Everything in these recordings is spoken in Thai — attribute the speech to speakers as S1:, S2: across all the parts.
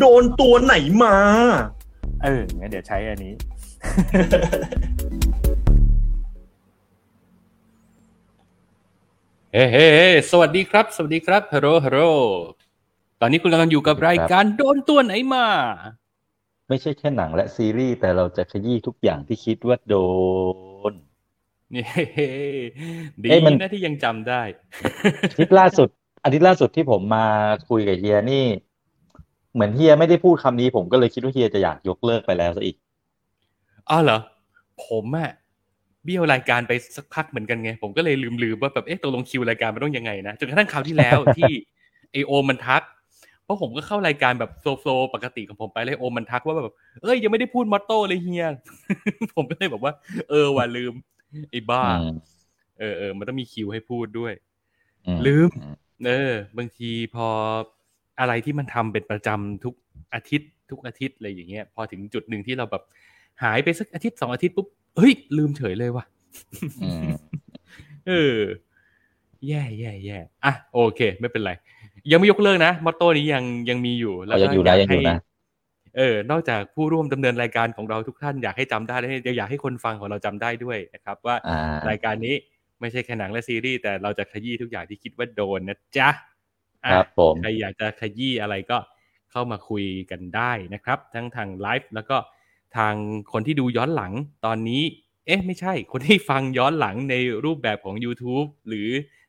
S1: โดนตัวไหนมา
S2: เอองั้นเดี๋ยวใช้อันนี้ เฮ้เฮ้เฮ้สวัสดีครับ สวัสดีครับฮัลโหลฮัลโหลตอนนี้คุณกำลังอยู่กับรายการโดนตัวไหนมา
S3: ไม่ใช่แค่หนังและซีรีส์แต่เราจะขยี้ทุกอย่างที่คิดว่าโดน
S2: นี่ เฮ้เฮ้ดี
S3: เอ้ยมัน
S2: นะที่ยังจำได้
S3: อาทิตย์ล่าสุดอาทิตย์ล่าสุดที่ผมมาคุยกับเฮียนี่ เหมือนเฮียไม่ได้พูดคำนี้ ผมก็เลยคิดว่าเฮียจะอยากยกเลิกไปแล้วซะอีก
S2: อ้าวเหรอ ผมอะเบี้ยวรายการไปสักพักเหมือนกันไง ผมก็เลยลืมลืมๆว่าแบบเอ๊ะตกลงคิวรายการมันต้องยังไงนะจนกระทั่งคราวที่แล้ว ที่ ไอโอมมันทัก เพราะผมก็เข้ารายการแบบโซโฟปกติของผมไปเลยโอมมันทักว่าแบบเอ้ยยังไม่ได้พูดมอตโต้เลยเฮีย ผมก็เลยบอกว่า เออว่ะลืมไอ้บ้า
S3: อืม
S2: เออเออมันต้องมีคิวให้พูดด้วย
S3: อืม
S2: ลืม
S3: อืม
S2: เออ บางทีพออะไรที่มันทำเป็นประจำทุกอาทิตย์ ทุกอาทิตย์อะไรอย่างเงี้ย พอถึงจุดหนึ่งที่เราแบบหายไปสักอาทิตย์สองอาทิตย์ปุ๊บเฮ้ย ลืมเฉยเลยว่ะ
S3: อืม
S2: เออ แย่แย่แย่อ่ะโอเค ไม่เป็นไร ยังไม่ยกเลิกนะมอตโต้นี้ยังยังมีอยู่
S3: เอายังอยู่นะยังอยู่นะ
S2: เออ นอกจากผู้ร่วมดำเนินรายการของเราทุกท่านอยากให้จำได้และอยากให้คนฟังของเราจำได้ด้วยนะครับ ว่า
S3: อ่าร
S2: ายการนี้ไม่ใช่แค่หนังและซีรีส์แต่เราจะขยี้ทุกอย่างที่คิดว่าโดนนะจ๊ะอ่ะ
S3: ครับผม
S2: ใครอยากจะขยี้อะไรก็เข้ามาคุยกันได้นะครับ ทั้งทางไลฟ์แล้วก็ทางคนที่ดูย้อนหลังตอนนี้ เอ๊ะ ไม่ใช่ คนที่ฟังย้อนหลังในรูปแบบของ YouTube หรือ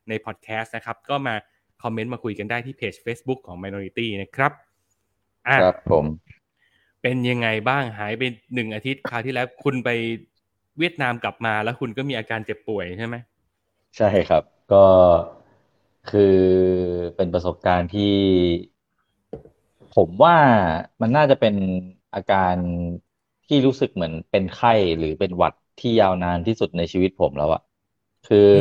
S2: ในพอดแคสต์นะครับ ก็มาคอมเมนต์มาคุยกันได้ที่เพจ Facebook ของ Minority นะครับอ่ะ
S3: ครับผม
S2: เป็นยังไงบ้างหายไปหนึ่งอาทิตย์คราวที่แล้วคุณไปเวียดนามกลับมาแล้วคุณก็มีอาการเจ็บป่วยใช่ไหม
S3: ใช่ครับ ก็คือเป็นประสบการณ์ที่ ผมว่ามันน่าจะเป็นอาการที่รู้สึกเหมือนเป็นไข้หรือเป็นหวัดที่ยาวนานที่สุดในชีวิตผมแล้วอะคือ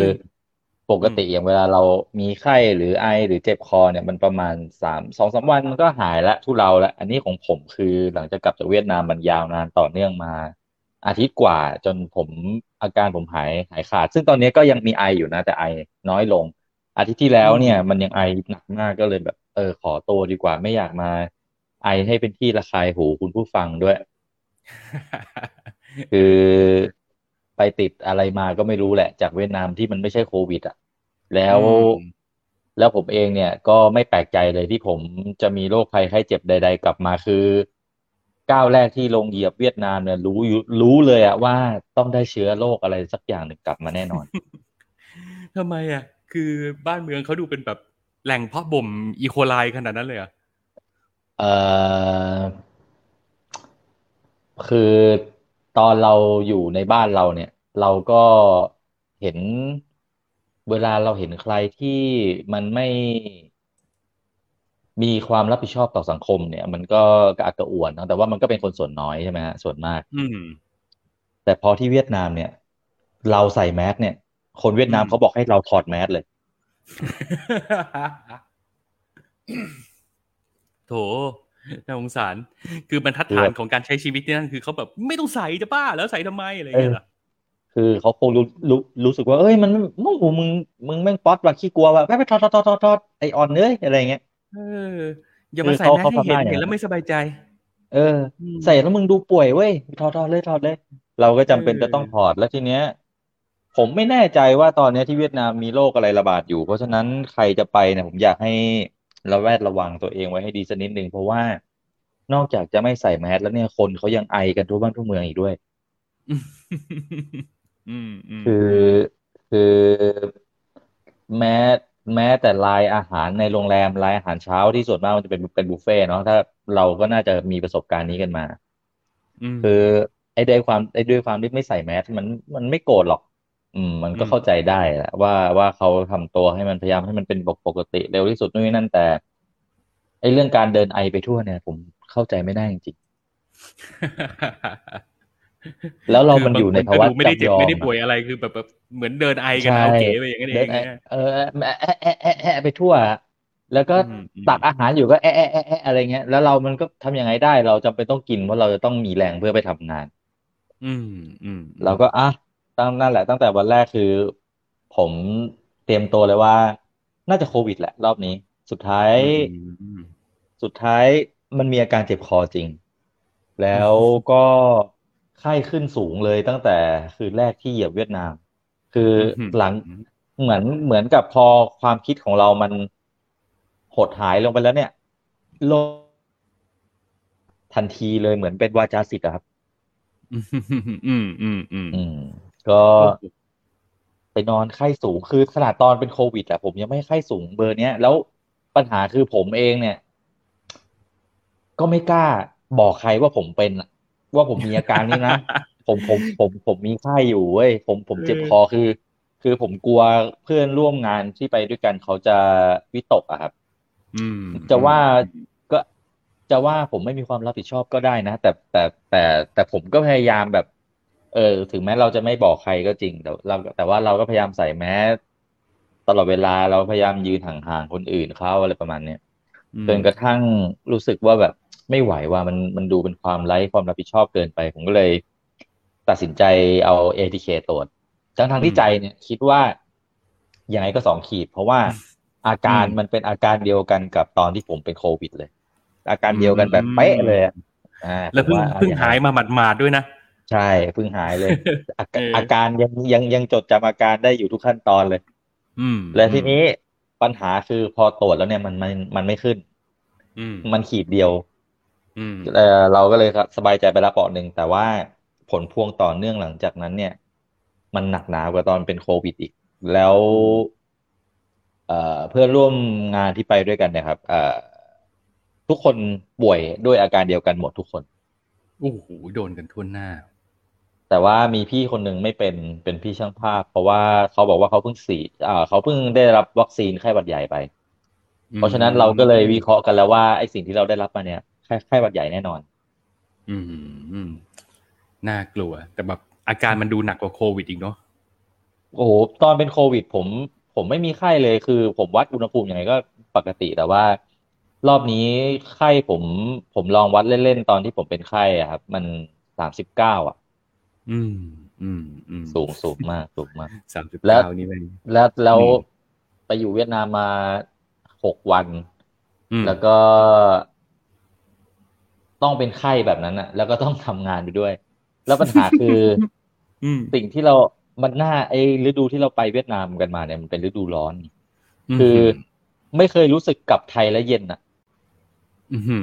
S3: ปกติอย่างเวลาเรามีไข้หรือไอหรือเจ็บคอเนี่ยมันประมาณสามสองสามวันมันก็หายละทุเลาละอันนี้ของผมคือหลังจากกลับจากเวียดนามมันยาวนานต่อเนื่องมา อาทิตย์กว่าจนผมอาการผมหายหายขาด ซึ่งตอนนี้ก็ยังมีไออยู่นะ แต่ไอน้อยลง อาทิตย์ที่แล้วเนี่ยมันยังไอหนักมากก็เลยแบบ เออ ขอตัวดีกว่าไม่อยากมา ไอให้เป็นที่ระคายหูคุณผู้ฟังด้วย คือไปติดอะไรมาก็ไม่รู้แหละ จากเวียดนามที่มันไม่ใช่โควิดอ่ะ แล้ว
S2: อืม
S3: แล้วผมเองเนี่ยก็ไม่แปลกใจเลยที่ผมจะมีโรคภัยไข้เจ็บใด ๆ กลับมาคือ ก้าวแรกที่ลงเหยียบเวียดนามเนี่ยรู้อยู่รู้เลยอะว่าต้องได้เชื้อโรคอะไรสักอย่างหนึ่งกลับมาแน่นอน
S2: ทำไมอ่ะ คือบ้านเมืองเขาดูเป็นแบบแหล่งเพาะบ่มอีโคไลขนาดนั้นเลยเหรอ่ะ
S3: เอ่อคือตอนเราอยู่ในบ้านเราเนี่ย เราก็เห็นเวลาเราเห็นใครที่มันไม่มีความรับผิดชอบต่อสังคมเนี่ย มันก็กระอักกระอ่วนนะแต่ว่ามันก็เป็นคนส่วนน้อยใช่ไหมฮะส่วนมาก
S2: อืม
S3: แต่พอที่เวียดนามเนี่ย เราใส่แมสเนี่ย คนเวียดนาม
S2: อืม
S3: เขาบอกให้เราถอดแมสเลย
S2: โถน่าสงสาร คือบรรทัดฐานของการใช้ชีวิตที่นั่นคือเขาแบบไม่ต้องใส่จะบ้าแล้วใส่ทำไมอะไรอย่างเงี้ยเหรอ
S3: คือเขาคงรู้รู้รู้สึกว่า เอ้ยมันมึงมึงมึงแม่งป๊อตว่ะขี้กลัวว่ะแม่งไปทอดทอดทอดทอดทอดไอออนเอ้ยอะไรเงี้ย
S2: เออ อย่ามาใส่
S3: คือ
S2: แม่
S3: เขา
S2: ให้เห็น
S3: เขาทำได้
S2: เห็นแล้วไม่สบายใจ
S3: เออ
S2: อืม
S3: ใส่แล้วมึงดูป่วยเว้ยถอดถอดเลยถอดเลย เราก็จำเป็น
S2: เออ
S3: จะต้องถอดแล้วทีเนี้ย ผมไม่แน่ใจว่าตอนเนี้ยที่เวียดนามมีโรคอะไรระบาดอยู่ เพราะฉะนั้นใครจะไปเนี่ยผมอยากให้ระแวดระวังตัวเองไว้ให้ดีสักนิดนึงเพราะว่านอกจากจะไม่ใส่แมสแล้วเนี่ยคนเขายังไอกันทั่วบ้านทั่วเมืองอีกด้วย
S2: อืมอืม
S3: คือคือแม้แม้แต่รายอาหารในโรงแรมรายอาหารเช้าที่ส่วนมากมันจะเป็นเป็นบุฟเฟ่ต์เนาะถ้าเราก็น่าจะมีประสบการณ์นี้กันมา
S2: ม
S3: คือไอ้ด้วยความไอ้ด้วยความที่ไม่ใส่แมสมันมันไม่โกรธหรอก อืม มันก็เข้าใจได้แหละว่าว่าเขาทำตัวให้มันพยายามให้มันเป็นปกติเร็วที่สุดนู่นนนั่นแต่ ไอ้เรื่องการเดินไอไปทั่วเนี่ย ผมเข้าใจไม่ได้จริง ๆแล้วเรามันอยู่ในภาวะ
S2: คือบงคก็ดูไม่ได้เจ็บ
S3: จำยอม
S2: ไม่ได้
S3: อะ
S2: ป่วยอะไรคือแบบแบบเหมือนเดินไอกัน
S3: ใช่
S2: เอาเก๋ไปอย่างนั้นเอ
S3: เดิ
S2: ง
S3: นไอ
S2: เนี่ย
S3: เออแอะแอะแอะแอะไปทั่ว แล้วก็
S2: อืมอืม
S3: ตักอาหารอยู่ก็แอะแอะแอะแอะอะไรเงี้ย แล้วเรามันก็ทำยังไงได้ เราจำเป็นต้องกินเพราะเราจะต้องมีแรงเพื่อไปทำงาน
S2: อืมอืม
S3: เราก็อ่ะตั้งนั่นแหละ ตั้งแต่วันแรกคือ ผมเตรียมตัวเลยว่า น่าจะโควิดแหละ รอบนี้ สุดท้าย
S2: อืม
S3: สุดท้ายมันมีอาการเจ็บคอจริง แล้วก็ไข้ขึ้นสูงเลยตั้งแต่คืนแรกที่เหยียบเวียดนาม คือ
S2: อืม
S3: หลังเหมือนเหมือนกับพอความคิดของเรามันหดหายลงไปแล้วเนี่ยโลกทันทีเลยเหมือนเป็นวาจาสิทธิ์อะครับ
S2: อืมอืมอืมอืม
S3: อืม ก็ไปนอนไข้สูงคือขนาดตอนเป็นโควิดอะผมยังไม่ไข้สูงเบอร์เนี้ยแล้วปัญหาคือผมเองเนี่ย ก็ไม่กล้าบอกใครว่าผมเป็นอะว่าผมมีอาการนี้นะ ผมผมผมผมมีไข้อยู่เว้ยผมผมเจ็บคอคือ คือผมกลัวเพื่อนร่วมงานที่ไปด้วยกันเขาจะวิตกอะครับ
S2: อืม
S3: จะว่าก็จะว่าผมไม่มีความรับผิดชอบก็ได้นะ แต่แต่แต่แต่ผมก็พยายามแบบ เออ ถึงแม้เราจะไม่บอกใครก็จริง แต่เราแต่ว่าเราก็พยายามใส่แมสตลอดเวลาเราพยายามยืนห่างๆคนอื่นเขาอะไรประมาณเนี้ยจนกระทั่งรู้สึกว่าแบบไม่ไหวว่ามันมันดูเป็นความไร้ความรับผิดชอบเกินไป ผมก็เลย ตัดสินใจเอาเอทีเคตรวจทั้งทางๆที่ใจเนี่ยคิดว่ายังไงก็สองขีด เพราะว่า อาการมันเป็นอาการเดียวกันกับตอนที่ผมเป็นโควิดเลย อาการเดียวกันแบบเป๊ะเลยอะอ่า
S2: แล้วเพิ่ง
S3: ผมอ่ะ
S2: เพิ่ง
S3: อง
S2: หายมาหมาดๆด้วยนะ
S3: ใช่เพิ่งหาย เลย อา
S2: เอออ
S3: กาการยังยังยังจดจำอาการได้อยู่ทุกขั้นตอนเลย
S2: อืม
S3: และทีนี้ปัญหาคือพอตรวจแล้วเนี่ยมันมันมันไม่ขึ้น
S2: อืม
S3: มันขีดเดียว
S2: อืม
S3: เออเราก็เลยครับสบายใจไปละเปราะหนึ่งแต่ว่าผลพวงต่อเนื่องหลังจากนั้น เนี่ย มันหนักหนากว่าตอนเป็นโควิดอีก แล้ว เอ่อเพื่อนร่วมงานที่ไปด้วยกันเนะครับเอ่อทุกคนป่วยด้วยอาการเดียวกันหมดทุกคน
S2: โอ้โหโดนกันทั่วหน้า
S3: แต่ว่ามีพี่คนหนึ่งไม่เป็นเป็นพี่ช่างภาพ เพราะว่าเขาบอกว่าเขาเพิ่งสีเอ่อเขาเพิ่งได้รับวัคซีนไข้หวัดใหญ่ไป
S2: อืม
S3: เพราะฉะนั้นเราก็เลยวิเคราะห์กันแล้วว่าไอ้สิ่งที่เราได้รับมาเนี่ยไข้ไข้หวัดใหญ่แน่นอน
S2: อืมอืมน่ากลัว แต่แบบอาการมันดูหนักกว่าโควิดอีกเนาะ
S3: โอ้โหตอนเป็นโควิด ผม ผมไม่มีไข้เลยคือ ผมวัดอุณหภูมิยังไงก็ปกติแต่ว่า รอบนี้ไข้ผมผมลองวัดเล่นๆตอนที่ผมเป็นไข้อะครับ มันสามสิบเก้าอ่ะ
S2: อืม อืมอืม
S3: สูงสูงมากสูง มาก
S2: สามสิบ
S3: แล้ว
S2: เก้านี่เลย
S3: แล้วแล้ว
S2: อืม
S3: ไปอยู่เวียดนามมาหกวัน
S2: อืม
S3: แล้วก็ ต้องเป็นไข้แบบนั้นอ่ะ แล้วก็ ต้องทำงานไปด้วย แล้วปัญหา คือ
S2: อืม
S3: สิ่งที่เรามันหน้าไอ้ฤดูที่เราไปเวียดนามกันมาเนี่ยมันเป็นฤดูร้อน
S2: ม
S3: คือไม่เคยรู้สึกกลับไทยแล้วเย็นอะ
S2: อื้อหื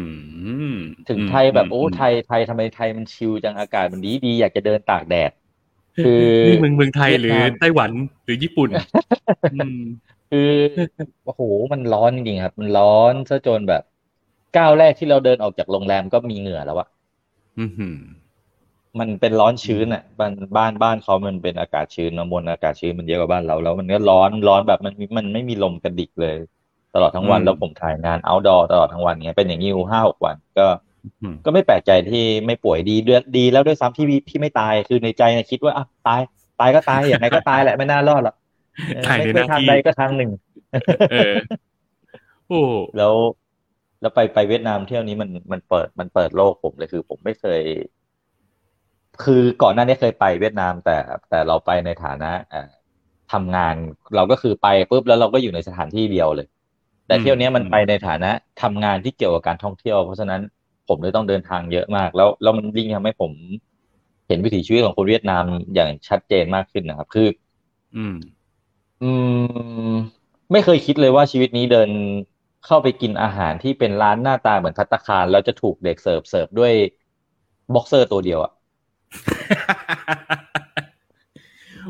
S2: อ
S3: ถึงไทยแบบ
S2: ม
S3: โอ้
S2: ม
S3: ไทยไทยทำไมไทยมันชิลจังอากาศมันดีดีอยากจะเดินตากแดด คือ
S2: นี่เมืองเมืองไทยหรือ
S3: เวียดนาม
S2: ไต้หวันหรือญี่ปุ่น อืม
S3: คือโอ้โหมันร้อนจริงๆครับ มันร้อนซะจนแบบก้าวแรกที่เราเดินออกจากโรงแรมก็มีเหงื่อแล้วอะ
S2: อือหือ
S3: มันเป็นร้อนชื้นอะบ้านบ้านบ้านเขามันเป็นอากาศชื้นเนอะมวลอากาศชื้นมันเยอะกว่าบ้านเราแล้ว มันก็ร้อนร้อนแบบมันมันไม่มีลมกระดิกเลย ตลอดทั้งวัน
S2: อืม
S3: แล้วผมถ่ายงาน outdoor ตลอดทั้งวันเงี้ยเป็นอย่างนี้อยู่ห้าหกวันก็
S2: อืม
S3: ก็ไม่แปลกใจที่ไม่ป่วยดีด้วยดีแล้วด้วยซ้ำที่พี่พี่ไม่ตายคือในใจเนะคิดว่าอ่ะตายตายก็ตายอย่างไรก็ตายแหละไม่น่ารอดหรอกเออ
S2: ถ่าย
S3: ไม่
S2: ในหน้า
S3: เคยทาง
S2: ที่
S3: ใดก็ทางหนึ่ง
S2: เออ โอ้
S3: แล้ว แล้วไปไปเวียดนามเที่ยวนี้มันมันเปิดมันเปิดโลกผมเลยคือ ผมไม่เคย คือก่อนหน้านี้เคยไปเวียดนาม แต่แต่เราไปในฐานะเอ่อทำงาน เราก็คือไปปุ๊บแล้วเราก็อยู่ในสถานที่เดียวเลย แต่เที่ยวนี้มันไปในฐานะทำงานที่เกี่ยวกับการท่องเที่ยว เพราะฉะนั้นผมเลยต้องเดินทางเยอะมาก แล้วแล้วมันยิ่งทำให้ผม เห็นวิถีชีวิตของคนเวียดนามอย่างชัดเจนมากขึ้นนะครับ คือ
S2: อืม
S3: อืม ไม่เคยคิดเลยว่าชีวิตนี้เดินเข้าไปกินอาหารที่เป็นร้านหน้าตาเหมือนภัตตาคารแล้วจะถูกเด็กเสิร์ฟเสิร์ฟด้วยบ็อกเซอร์ตัวเดียวอะ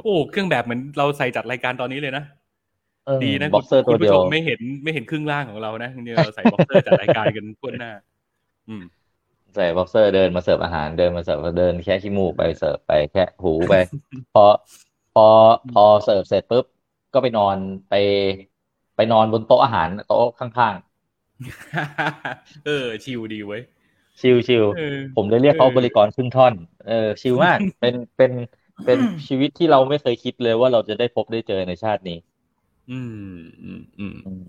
S2: โอ้เครื่องแบบเหมือนเราใส่จัดรายการตอนนี้เลยนะ
S3: เออ
S2: ดีนะ
S3: บ็อกเซอร์
S2: คุณผู้
S3: ตัวเดีย
S2: ช
S3: ว
S2: มไม่เห็นไม่เห็นครึ่งล่างของเรานะเนี่ย เราใส่บ็อกเซอร์จัดรายการกันทั่วหน้า อืม
S3: ใส่บ็อกเซอร์เดินมาเสิร์ฟอาหารเดินมาเสิร์ฟเดินแค่ขี้มูกไปเสิร์ฟไปแค่หูไป พอพอพอเสิร์ฟเสร็จปุ๊บก็ไปนอนไป ไปนอนบนโต๊ะอาหารโต๊ะข้าง
S2: เออ ชิวดีเว้ย
S3: ชิลชิล
S2: เออ
S3: ผมเลยเรียกเขา
S2: เออ
S3: บริกรครึ่งท่อน เออชิล มาก เป็นเป็นเป็นชีวิตที่เราไม่เคยคิดเลยว่าเราจะได้พบได้เจอในชาตินี้
S2: อืมอืมอืม
S3: อืม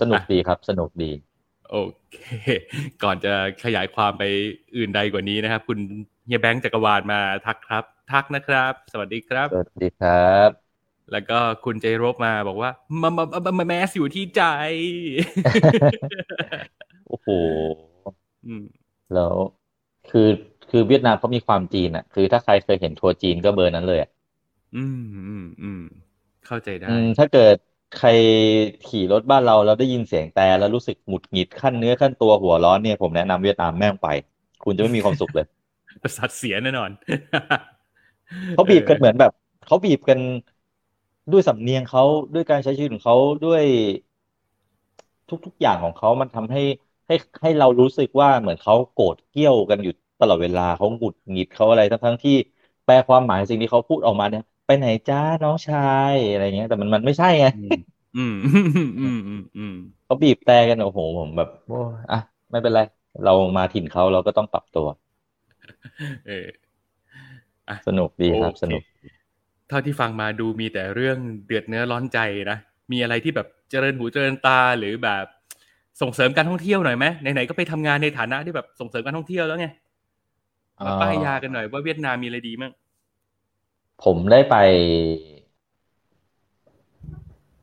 S3: สนุกดีครับ สนุกดี
S2: โอเค ก่อนจะขยายความไปอื่นใดกว่านี้นะครับ คุณเฮียแบงค์จักรวาลมาทักครับ ทักนะครับ สวัสดีครับ
S3: สวัสดีครับ
S2: แล้วก็คุณเจโรบมาบอกว่ามามามามาแมสอยู่ที่ใจ
S3: โอ้โห
S2: อืม
S3: แล้วคือคือเวียดนามเขามีความจีนอ่ะ คือถ้าใครเคยเห็นทัวร์จีนก็เบอร์นั้นเลยอะ
S2: อืมอืมอืมเข้าใจได้
S3: อืมถ้าเกิดใครขี่รถบ้านเราแล้วได้ยินเสียงแต่แล้วรู้สึกหงุดหงิดขั้นเนื้อขั้นตัวหัวร้อนเนี่ยผมแนะนำเวียดนามแม่งไป คุณจะไม่มีความสุขเลย
S2: ประสาทเสียแน่นอน
S3: เขาบีบกันเหมือนแบบเขาบีบกันด้วยสำเนียงเขาด้วยการใช้ชีวิตของเขาด้วยทุกๆอย่างของเขามันทำให้ให้ให้เรารู้สึกว่าเหมือนเขาโกรธเกรี้ยวกันอยู่ตลอดเวลาเขาหงุดหงิดเขาอะไรทั้งๆที่แปลความหมายสิ่งที่เขาพูดออกมาเนี่ย ไปไหนจ้าน้องชายอะไรเงี้ย แต่มันมันไม่ใช่ไง
S2: อืม อืมอืมอืม
S3: เขาบีบแตรกันโอ้โหผมแบบโอ้ยอ่ะไม่เป็นไร เรามาถิ่นเขาเราก็ต้องปรับตัว
S2: เออ
S3: สนุกดีครับ
S2: โอเ
S3: สนุก
S2: เท่าที่ฟังมาดูมีแต่เรื่องเดือดเนื้อร้อนใจนะ มีอะไรที่แบบเจริญหูเจริญตาหรือแบบส่งเสริมการท่องเที่ยวหน่อยไหมไหนๆก็ไปทำงานในฐานะที่แบบส่งเสริมการท่องเที่ยวแล้วไง
S3: อ่าม
S2: มาป้ายยากันหน่อยว่าเวียดนามมีอะไรดีมั่ง
S3: ผมได้ไป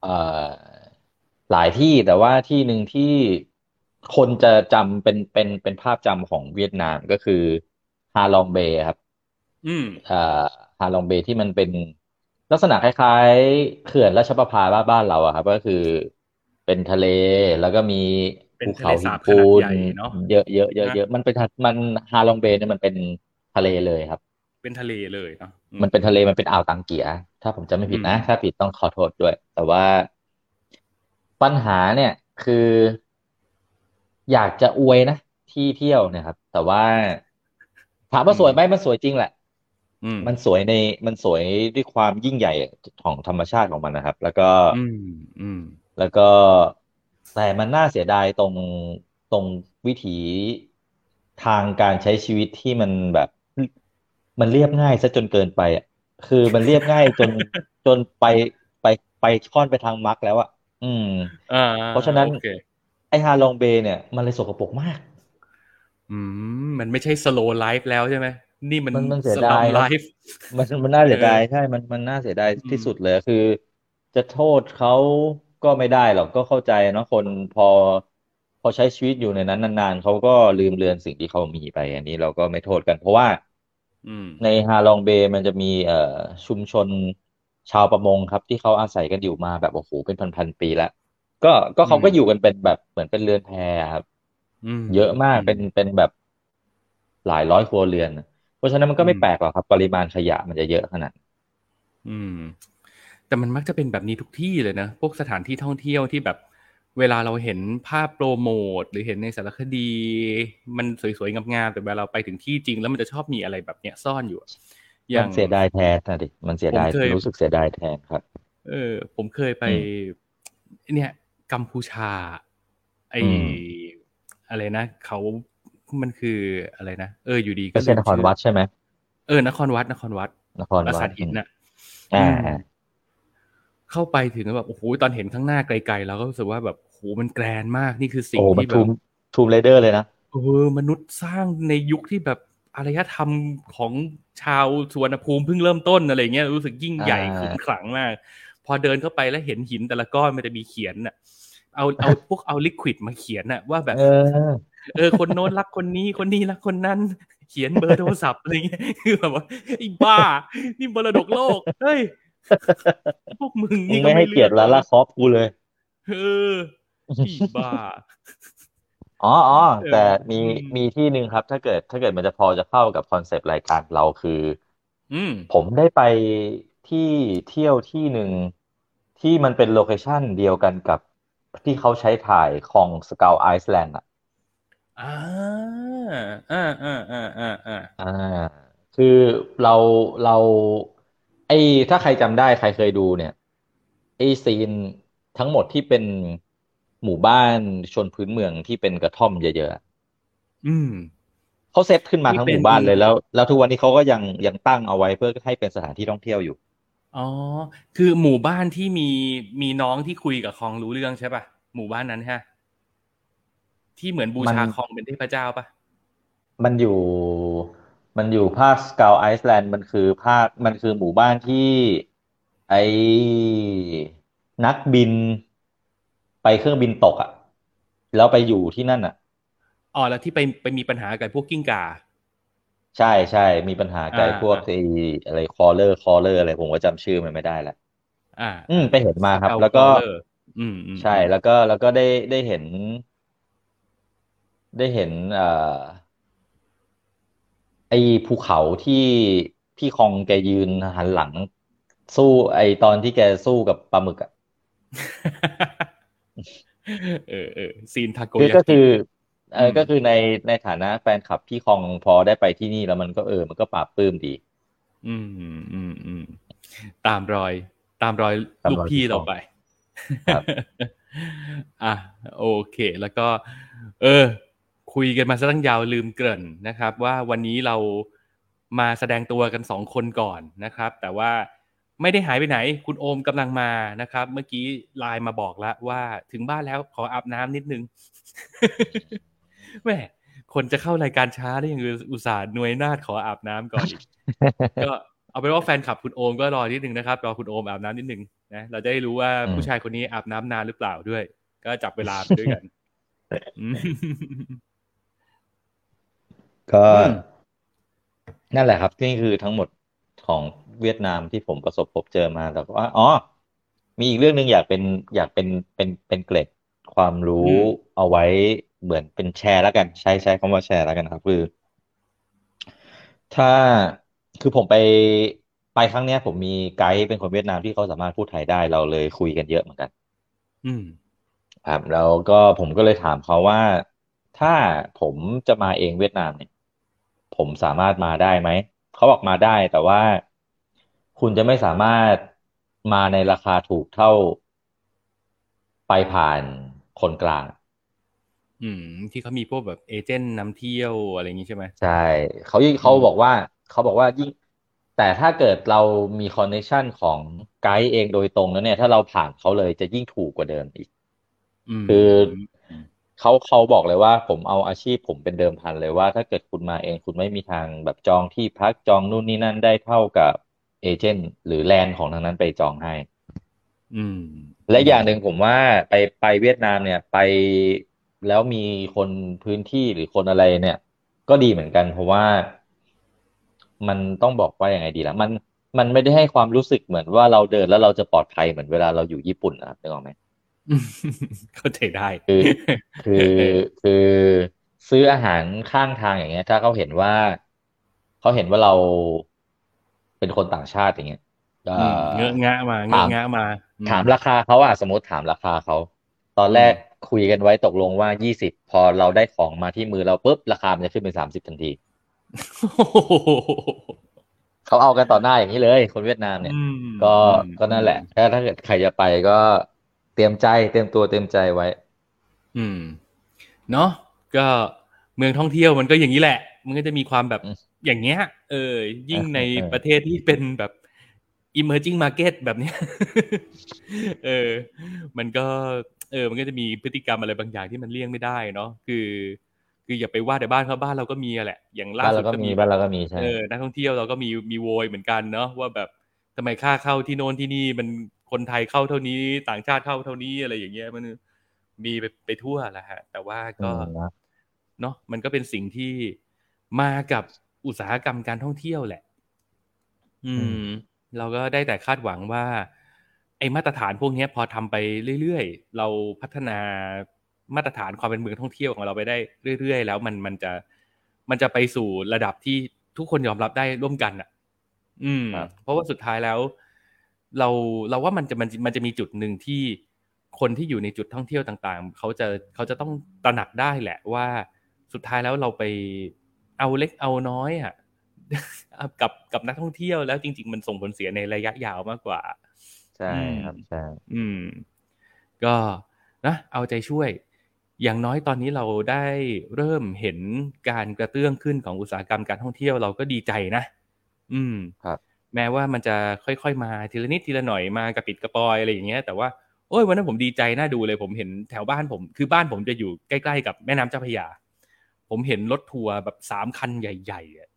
S3: เอ่อหลายที่แต่ว่าที่หนึ่งที่คนจะจำเป็นเป็นเป็นภาพจำของเวียดนามก็คือฮาลองเบย์ครับ
S2: อืม
S3: เอ่อฮาลองเบย์ที่มันเป็นลักษณะคล้ายๆเขื่อนราชประภาบ้านบ้านเราอะครับ ก็คือเป็นทะเลแล้วก็มี
S2: เป็น
S3: ภู
S2: ทะเล
S3: เขาหิ
S2: สาบ
S3: น
S2: ขนาด
S3: ปู
S2: ใหญ่
S3: น
S2: เนอะ
S3: เยอะเยอะเยอะ
S2: นะ
S3: เยอะมันเป็นทะมันฮาลองเบย์เนี่ยมันเป็นทะเลเลยครับ
S2: เป็นทะเลเลยเนาะอืม
S3: มันเป็นทะเลมันเป็นอ่าวตังเกีย ถ้าผมจำไม่ผิดนะ
S2: อืม
S3: ถ้าผิดต้องขอโทษด้วย แต่ว่าปัญหาเนี่ย คือ อยากจะอวยนะที่เที่ยวเนะครับ แต่ว่าถามว่าสวยไหมมันสวยจริงแหละ
S2: อืม
S3: มันสวยในมันสวยด้วยความยิ่งใหญ่ของธรรมชาติของมันนะครับ แล้วก็
S2: อืมอืม
S3: แล้วก็แต่มันน่าเสียดายตรงตรงวิถีทางการใช้ชีวิตที่มันแบบ มันเรียบง่ายซะจนเกินไปอ่ะคือมันเรียบง่ายจน จนไปไปไปช่อนไปทางมรรคแล้วอ่ะอืม
S2: อ่า
S3: เพราะฉะนั้น
S2: โอเค
S3: ไอฮาลองเบย์เนี่ย มันเลยสกปรกมาก
S2: อืมมันไม่ใช่สโลไลฟ์แล้วใช่ไหมนี่มัน
S3: มันมันเสีย
S2: สลั
S3: ดามย
S2: ไล
S3: เนอะ
S2: ฟ์
S3: มันมันน่าเสียดาย
S2: เออ
S3: ใช่ มันมันน่าเสียดาย
S2: อืม
S3: ที่สุดเลยคือ จะโทษเขาก็ไม่ได้หรอกก็เข้าใจเนอะคนพอ พอใช้ชีวิตอยู่ในนั้นนานๆเขาก็ลืมเลือนสิ่งที่เขามีไป อันนี้เราก็ไม่โทษกัน เพราะว่า
S2: อืม
S3: ในฮาลองเบย์มันจะมีเอ่อชุมชนชาวประมงครับ ที่เขาอาศัยกันอยู่มาแบบโอ้โหเป็นพันๆปีแล้วก็ก็เขาก็
S2: อืม
S3: อยู่กันเป็นแบบเหมือนเป็นเรือนแพครับ
S2: อืม
S3: เยอะมากเป็นเป็นแบบหลายร้อยครัวเรือนน่ะเพราะฉะนั้นมันก็ไม่แปลกหรอกครับ ปริมาณขยะมันจะเยอะขนาดนั้น
S2: อืม แต่มันมักจะเป็นแบบนี้ทุกที่เลยนะ พวกสถานที่ท่องเที่ยวที่แบบ เวลาเราเห็นภาพโปรโมท หรือเห็นในสารคดี มันสวยๆ งามๆแต่เวลาเราไปถึงที่จริง แล้วมันจะชอบมีอะไรแบบเนี้ยซ่อนอยู่อะอย่า
S3: มั
S2: ง
S3: นเสียดายแทนนะดิ มันเสียดา
S2: ผ
S3: ย
S2: มเคย
S3: รู้สึกเสียดายแทนครับ
S2: เออ ผมเคยไป
S3: อื
S2: เนี่ยกัมพูชา ไอ
S3: อืม
S2: อะไรนะเขามันคืออะไรนะเอออยู่ดีก็
S3: ไม่ใช่นครวัดใช่ไหม
S2: เออนครวัดนครวัด
S3: นคร
S2: ปรา
S3: วั
S2: สา
S3: ด
S2: ทหินน่ะ
S3: อ่า
S2: อืม เข้าไปถึงแล้วแบบโอ้โหตอนเห็นข้างหน้าไกลๆเราก็รู้สึกว่าแบบโอ้โหมันแกรนด์มากนี่คือสิ่
S3: โอ้
S2: ง
S3: โหมัน
S2: ที่แบ
S3: ทู
S2: บ
S3: มทูมเรเดอร์เลยนะ
S2: เออมนุษย์สร้างในยุคที่แบบอารยธรรมของชาวสวนภูมิเพิ่งเริ่มต้นอะไรเงี้ยรู้สึกยิ่งใหญ่
S3: อ่า
S2: ขึงขลังมาก พอเดินเข้าไปแล้วเห็นหินแต่ละก้อนมันจะมีเขียนน่ะ เอาเอา พวกเอาลิควิดมาเขียนน่ะว่าแบบ
S3: เออ
S2: เออคนโน้นรักคนนี้คนนี้รักคนนั้น เขียนเบอร์โทรศัพท์อะไรเงี้ย คือแบบว่าไอ้บ้า นี่มรดกโลกเฮ้ยพวกมึง
S3: มึ
S2: นี่
S3: ง
S2: ก็
S3: ไม่ให้
S2: ลือ
S3: เกียรติลาล่าคอฟกูเลย
S2: เอออีบ้า
S3: อ๋ออ๋อ
S2: เออ
S3: แต่มี
S2: อืม
S3: มีที่หนึ่งครับ ถ้าเกิด ถ้าเกิดมันจะพอจะเข้ากับคอนเซปต์รายการเราคือ
S2: อืม
S3: ผมได้ไปที่เที่ยวที่หนึ่งที่มันเป็นโลเคชั่นเดียวกันกับที่เขาใช้ถ่ายของสกาวไอซ์แลนด์อ่ะ
S2: อ่า อ่าอ่าอ่าอ่าอ่า
S3: อ่าคือเราเราไอ้ถ้าใครจำได้ใครเคยดูเนี่ยไอ้ซีนทั้งหมดที่เป็น หมู่บ้านชนพื้นเมืองที่เป็นกระท่อมเยอะๆอะ
S2: อืม
S3: เขาเซตขึ้นมาทั้งหมู่บ้านเลยแล้ว แล้วทุกวันนี้เขาก็ยังยังตั้งเอาไว้เพื่อให้เป็นสถานที่ท่องเที่ยวอยู่
S2: อ๋อ คือหมู่บ้านที่มีมีน้องที่คุยกับคองรู้เรื่องใช่ป่ะ หมู่บ้านนั้นฮะ ที่เหมือนบูชาม
S3: น
S2: คองเป็นเทพเจ้าป่ะ
S3: มันอยู่มันอยู่ภาคสกา l ไอซ์แลนด์มันคือภาคมันคือหมู่บ้านที่ไอ้นักบินไปเครื่องบินตกอ่ะ แล้วไปอยู่ที่นั่นอ่ะ
S2: อ๋อ แล้วที่ไปไปมีปัญหากับพวกกิ้งก่า
S3: ใช่ใช่มีปัญหาไกล
S2: อ่า
S3: พวก
S2: อ่า
S3: ไอ้อะไรคอเลอร์คอเลอร์อะไรผมก็จำชื่อมันไม่ได้ละ
S2: อ่า
S3: อืมไปเห็นมาครับ
S2: เ
S3: แล้วก็
S2: เอออืมอืม
S3: ใช่แล้วก็แล้วก็ได้ได้เห็น ได้เห็นเอ่อไอ้ภูเขาที่พี่คองแกยืนหันหลัง สู้ไอ้ตอนที่แกสู้กับปลาหมึกอ่ะ
S2: เออเออซีนทาโก
S3: คือย
S2: า
S3: ก็
S2: กิ
S3: คือเออ
S2: ม
S3: ก็คือในในฐานะแฟนคลับพี่คองพอได้ไปที่นี่แล้วมันก็เออ มันก็ปลาบปลื้มดี
S2: อืมอืมอืมตามรอย ตามรอย
S3: ตามรอย
S2: ลูกพี่เราไป
S3: ครับ
S2: อ่ะโอเค แล้วก็ เออ คุยกันมาซะตั้งยาวลืมเกริ่นนะครับ ว่าวันนี้เรามาแสดงตัวกันสองคนก่อนนะครับ แต่ว่าไม่ได้หายไปไหน คุณโอมกำลังมานะครับ เมื่อกี้ไลน์มาบอกแล้วว่าถึงบ้านแล้วขออาบน้ำนิดนึง แม่คนจะเข้ารายการช้าได้ยังอุตส่าห์หน่วยนาดขออาบน้ำก่อน อีก ก็เอาเป็นว่าแฟนคลับคุณโอมก็รอนิดนึงนะครับรอคุณโอมอาบน้ำนิดนึงนะเราจะได้รู้ว่า
S3: อืม
S2: ผู้ชายคนนี้อาบน้ำนานหรือเปล่าด้วย ก็จับเวลาไปด้วยกันอืม
S3: ก็
S2: อืม
S3: นั่นแหละครับ นี่คือทั้งหมดของเวียดนามที่ผมประสบพบเจอมาแต่ว่าอ๋อ มีอีกเรื่องหนึ่งอยากเป็นอยากเป็นเป็นเป็นเกร็ดความรู้เอาไว้เหมือนเป็นแชร์แล้วกัน ใช้ใช้คำว่าแชร์แล้วกันครับ คือ ถ้าคือผมไปไปครั้งเนี้ย ผมมีไกด์เป็นคนเวียดนามที่เขาสามารถพูดไทยได้เราเลยคุยกันเยอะเหมือนกัน
S2: อืม
S3: ครับแล้วก็ผมก็เลยถามเขาว่า ถ้าผมจะมาเองเวียดนามเนี่ย ผมสามารถมาได้ไหม เขาบอกมาได้แต่ว่าคุณจะไม่สามารถมาในราคาถูกเท่าไปผ่านคนกลาง
S2: อืม ที่เขามีพวกแบบเอเจนต์นำเที่ยวอะไรอย่างนี้ใช่ไหม
S3: ใช่เขายิ่งเขาบอกว่าเขาบอกว่ายิ่ง แต่ถ้าเกิดเรามีคอนเนคชันของไกด์เองโดยตรงแล้วเนี่ย ถ้าเราผ่านเขาเลยจะยิ่งถูกกว่าเดิมอีก
S2: อืม
S3: คือเขาเขาบอกเลยว่าผมเอาอาชีพผมเป็นเดิมพันเลยว่าถ้าเกิดคุณมาเองคุณไม่มีทางแบบจองที่พักจองนู่นนี่นั่นได้เท่ากับเอเจนต์หรือแลนด์ของทางนั้นไปจองให้
S2: อืม
S3: และอย่างหนึ่งผมว่าไปไปเวียดนามเนี่ยไปแล้วมีคนพื้นที่หรือคนอะไรเนี่ย ก็ดีเหมือนกัน เพราะว่ามันต้องบอกว่ายังไงดีล่ะมันมันไม่ได้ให้ความรู้สึกเหมือนว่าเราเดินแล้วเราจะปลอดภัยเหมือนเวลาเราอยู่ญี่ปุ่นนะครับนึกออกไหม
S2: เข้าใจได้
S3: คือ คือคือซื้ออาหารข้างทางอย่างเงี้ย ถ้าเขาเห็นว่าเขาเห็นว่าเราเป็นคนต่างชาติอย่างเงี้ยเอ่อ
S2: มเงอะงะมาเงอะงะมาอื
S3: ถามราคาเขาอะสมมติถามราคาเขา ตอนแรกคุยกันไว้ตกลงว่ายี่สิบพอเราได้ของมาที่มือเราปุ๊บราคามันจะขึ้นเป็นสามสิบทันที
S2: โอ้โห
S3: เขาเอากันต่อหน้าอย่างนี้เลย คนเวียดนามเนี่ย
S2: อืม
S3: ก็
S2: อืม
S3: ก็นั่นแหละถ้าถ้าเกิดใครจะไปก็เตรียมใจเตรียมตัวเตรียมใจไว้
S2: อืม เนาะก็เมืองท่องเที่ยวมันก็อย่างนี้แหละ มันก็จะมีความแบบ
S3: อืม
S2: อย่างเงี้ย เออ ยิ่งใน
S3: เออเออ
S2: ประเทศที่เป็นแบบ emerging market แบบเนี้ย เออ มันก็ เออ มันก็จะมีพฤติกรรมอะไรบางอย่างที่มันเลี่ยงไม่ได้เนาะคือ คืออย่าไปว่าแต่บ้านเขาบ้านเราก็มีอะแหละ อย่างล่า
S3: บ้าน
S2: สุ
S3: เรา
S2: ด
S3: ก็
S2: ก็
S3: มี
S2: มี
S3: บ้านเราก็มีใช่
S2: เออ นักท่องเที่ยวเราก็มีมีโวยเหมือนกันเนาะว่าแบบทำไมค่าเข้าที่โน่นที่นี่มันคนไทยเข้าเท่านี้ ต่างชาติเข้าเท่านี้อะไรอย่างเงี้ยมันมีไปไปทั่วแหละฮะ แต่ว่าก็
S3: อืมนะ
S2: เนาะมันก็เป็นสิ่งที่มากับอุตสาหกรรมการท่องเที่ยวแหละ อืม เราก็ได้แต่คาดหวังว่า ไอ้มาตรฐานพวกเนี้ยพอทำไปเรื่อยๆ เราพัฒนามาตรฐานความเป็นเมืองท่องเที่ยวของเราไปได้เรื่อยๆ แล้วมันมันจะมันจะไปสู่ระดับที่ทุกคนยอมรับได้ร่วมกันอ่ะ อืม
S3: ครับ
S2: เพราะว่าสุดท้ายแล้ว เราเราว่ามันจะมันมันจะมีจุดหนึ่งที่คนที่อยู่ในจุดท่องเที่ยวต่างๆ เขาจะเขาจะต้องตระหนักได้แหละว่าสุดท้ายแล้วเราไปเอาเล็กเอาน้อยอ่ะ กับกับนักท่องเที่ยวแล้วจริง ๆ มันส่งผลเสียในระยะยาวมากกว่า
S3: ใช่ครับใช่
S2: อืม ก็ นะเอาใจช่วย อย่างน้อยตอนนี้เราได้เริ่มเห็นการกระเตื้องขึ้นของอุตสาหกรรมการท่องเที่ยวเราก็ดีใจนะ อืม
S3: ครับ
S2: แม้ว่ามันจะค่อยๆมาทีละนิดทีละหน่อยมากระปิดกระปอยอะไรอย่างเงี้ย แต่ว่าโอ้ยวันนั้นผมดีใจน่าดูเลย ผมเห็นแถวบ้านผม คือบ้านผมจะอยู่ใกล้ๆกับแม่น้ำเจ้าพระยา ผมเห็นรถทัวร์แบบสามคันใหญ่ๆอะ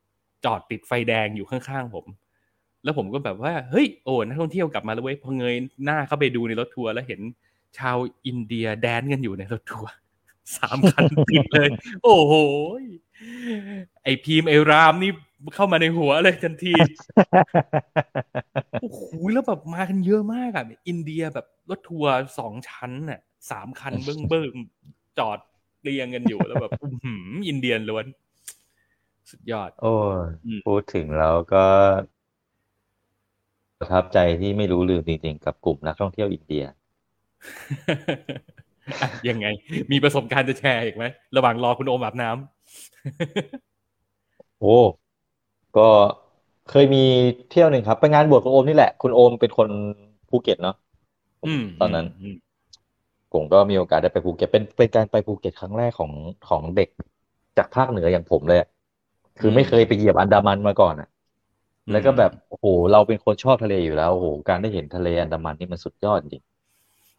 S2: จอดติดไฟแดงอยู่ข้างๆผม แล้วผมก็แบบว่าเฮ้ยโอ้นักท่องเที่ยวกลับมาแล้วเว้ยพอเงยหน้าเข้าไปดูในรถทัวร์แล้วเห็นชาวอินเดียแดนกันอยู่ในรถทัวร์ สามคันติดเลย โอ้โหยไอพีมไอรามนี่เข้ามาในหัวเลยทันที โอ้โหแล้วแบบมากันเยอะมากอะอินเดียแบบรถทัวร์สองชั้นน่ะสามคันเบิ้งเบิ้งๆจอดเรียงกันอยู่แล้วแบบอื้อหืออินเดียนล้วน สุดยอด
S3: โอ้ย
S2: อืม
S3: พูดถึงแล้วก็ ประทับใจที่ไม่รู้ลืมจริงๆ กับกลุ่มนักท่องเที่ยวอินเดีย
S2: อ่ะยังไง มีประสบการณ์จะแชร์อีกไหม ระหว่างรอคุณโอมอาบน้ำ
S3: โอ้ ก็เคยมีเที่ยวหนึ่งครับ ไปงานบวชคุณโอมนี่แหละ คุณโอมเป็นคนภูเก็ตเนาะ
S2: อืม
S3: ตอนนั้น
S2: อืม
S3: ผมก็มีโอกาสได้ไปภูเก็ตเป็นเป็นการไปภูเก็ตครั้งแรกของของเด็กจากภาคเหนืออย่างผมเลยอะคือไม่เคยไปเหยียบอันดามันมาก่อนอะแล้วก็แบบโอ้โหเราเป็นคนชอบทะเลอยู่แล้วโอ้โหการได้เห็นทะเลอันดามันนี่มันสุดยอดจริง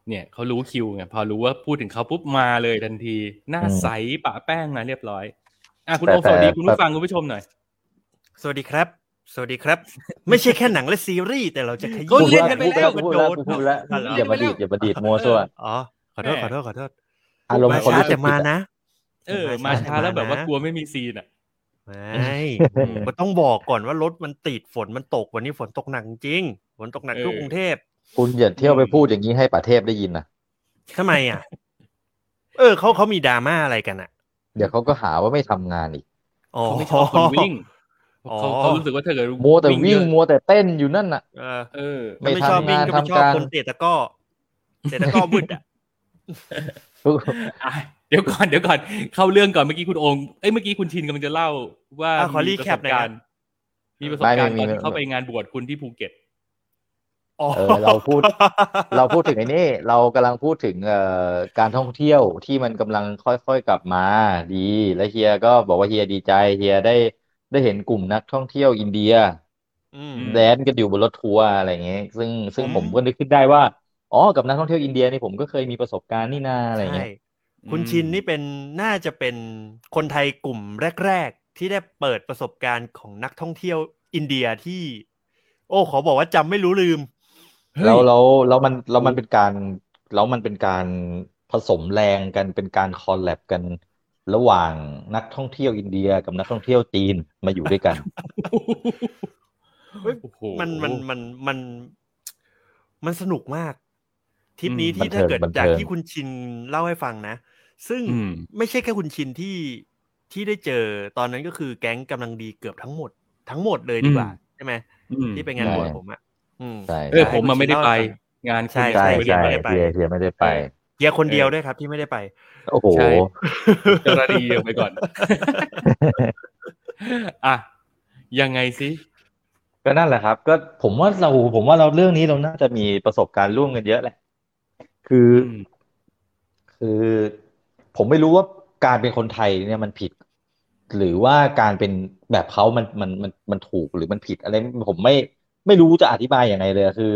S2: เนี่ยเขารู้คิวไงพอรู้ว่าพูดถึงเขาปุ๊บมาเลยทันที หน้า
S3: อืม
S2: ใสปะแป้งมาเรียบร้อย อ่ะคุณ
S3: แต่
S2: โอมสวัสดี
S3: แต่
S2: คุณผู้ฟังคุณผู้ชมหน่อย
S4: สวัสดีครับ สวัสดีครับ ไม่ใช่แค่หนังและซีรีส์แต่เราจะขยี้
S2: า เรียนกันไป
S3: พูด
S2: แล้ว
S3: พูดแล้วพูดแล้วพูดแล้วอย่ามาดีดอย่ามาดีดมัวซั่ว
S4: อ๋อ ขอโทษขอโทษขอโทษ
S3: อารมณ์
S4: มา
S3: คน
S4: ช้า
S3: รู้สึ
S4: แต่
S3: ก
S4: มา
S3: ผิดอะ
S4: นะ
S2: เออ มาช้าแล้วแบบว่ากลัวไม่มีซีนอ่ะ
S4: ไม่
S2: อืม
S4: ก็ต้องบอกก่อนว่ารถมันติดฝนมันตกวันนี้ฝนตกหนักจริงฝนตกหนักทั่วกรุงเทพ
S3: คุณอย่าเที่ยวไปพูดอย่างนี้ให้ป่าเทพได้ยินนะ
S4: ทำไมอ่ะ เออเขาเขามีดราม่าอะไรกันอ่ะ
S3: เดี๋ยวเขาก็หาว่าไม่ทำงานอีก
S4: อ๋อ
S2: เขาไม่ชอบคนวิ่ง
S4: อ๋อ
S2: เขาเขารู้สึกว่าถ้าเกิด
S3: มัวแต่วิ่ง
S2: เยอะ
S3: มัวแต่เต้นอยู่นั่นน่ะ
S4: เออ
S2: เออ
S3: ไม่
S4: ไม่ชอบวิ่งก็
S3: ทำงาน
S4: ไม่ชอบ
S3: ทำการ
S4: คนเตะตะกร้อเตะตะกร้อบึดอ่ะ
S2: อ่ะเดี๋ยวก่อนเดี๋ยวก่อนเข้าเรื่องก่อนเมื่อกี้คุณโองเอ้ยเมื่อกี้คุณชินกำลังจะเล่าว่า
S4: อ่ะขอรี
S2: มีประ
S4: แค
S2: ส
S4: ป
S2: บ
S4: หน่อย
S2: การ
S4: นะ
S2: ณ์มีประสบการณ์ต
S3: ไม่ไม่
S2: อน
S3: มี
S2: ที่เข้าไปงานบวชคุณที่ภูเก็ต
S4: อ๋อ
S3: เออเราพูด เราพูดถึงไอ้นี่เรากำลังพูดถึงเอ่อการท่องเที่ยวที่มันกำลังค่อยๆกลับมาดี และเฮียก็บอกว่าเฮียดีใจเฮียได้ได้เห็นกลุ่มนักท่องเที่ยวอินเดีย
S4: อืม
S3: แดนกันอยู่บนรถทัวร์อะไรอย่างเงี้ยซึ่งซึ่ง
S4: อืม
S3: ผมก็นึกขึ้นได้ว่าอ๋อกับนักท่องเที่ยวอินเดียนี่ผมก็เคยมีประสบการณ์นี่นาอะไรอย่างเงี้ย
S4: ใช่คุณชินนี่เป็นน่าจะเป็นคนไทยกลุ่มแรก ๆ ที่ได้เปิดประสบการณ์ของนักท่องเที่ยวอินเดียที่ โอ้ ขอบอกว่าจำไม่รู้ลืม
S2: เฮ้ย
S3: แล้วแล้วแล้วมันแล้วมันเป็นการแล้วมันเป็นการผสมแรงกันเป็นการคอลแลบกัน ระหว่างนักท่องเที่ยวอินเดียกับนักท่องเที่ยวจีนมาอยู่ด้วยกัน
S4: เฮ้ย
S2: โอ้โห
S4: มันมันมันมันมันสนุกมากทริปนี้
S2: อืม
S4: ที่
S3: บันเทิง
S4: ถ้าเกิด
S3: บันเทิง
S4: จากที่คุณชินเล่าให้ฟังนะ ซึ่ง
S2: อืม
S4: ไม่ใช่แค่คุณชินที่ที่ได้เจอตอนนั้นก็คือแก๊งกำลังดีเกือบทั้งหมด ทั้งหมดเลยดีกว่าใช่ไหม
S2: อืม
S4: ที่ไปงานบวชผมอ่ะอืม
S3: ใช่
S2: เออ
S3: ใช่
S2: ผมมาไม่ได้ไปงานคุณ
S4: ใช่
S3: ใช่
S2: ผมไม่ได้
S3: ใช่
S2: ไป
S4: ไป
S3: เฮียเฮียไม่ได้ไป
S4: เฮียคนเดียวด้วยครับที่ไม่ได้ไป
S3: โอ้โห
S2: ใช่ จระดีออกไปก่อน อ่ะยังไงสิ
S3: ก็นั่นแหละครับ ก็ผมว่าเราผมว่าเราเรื่องนี้เราน่าจะมีประสบการณ์ร่วมกันเยอะแหละ คือ
S2: อืม
S3: คือ ผมไม่รู้ว่าการเป็นคนไทยเนี่ยมันผิด หรือว่าการเป็นแบบเขามันมันมันมันถูกหรือมันผิดอะไร ผมไม่ไม่รู้จะอธิบายยังไงเลยคือ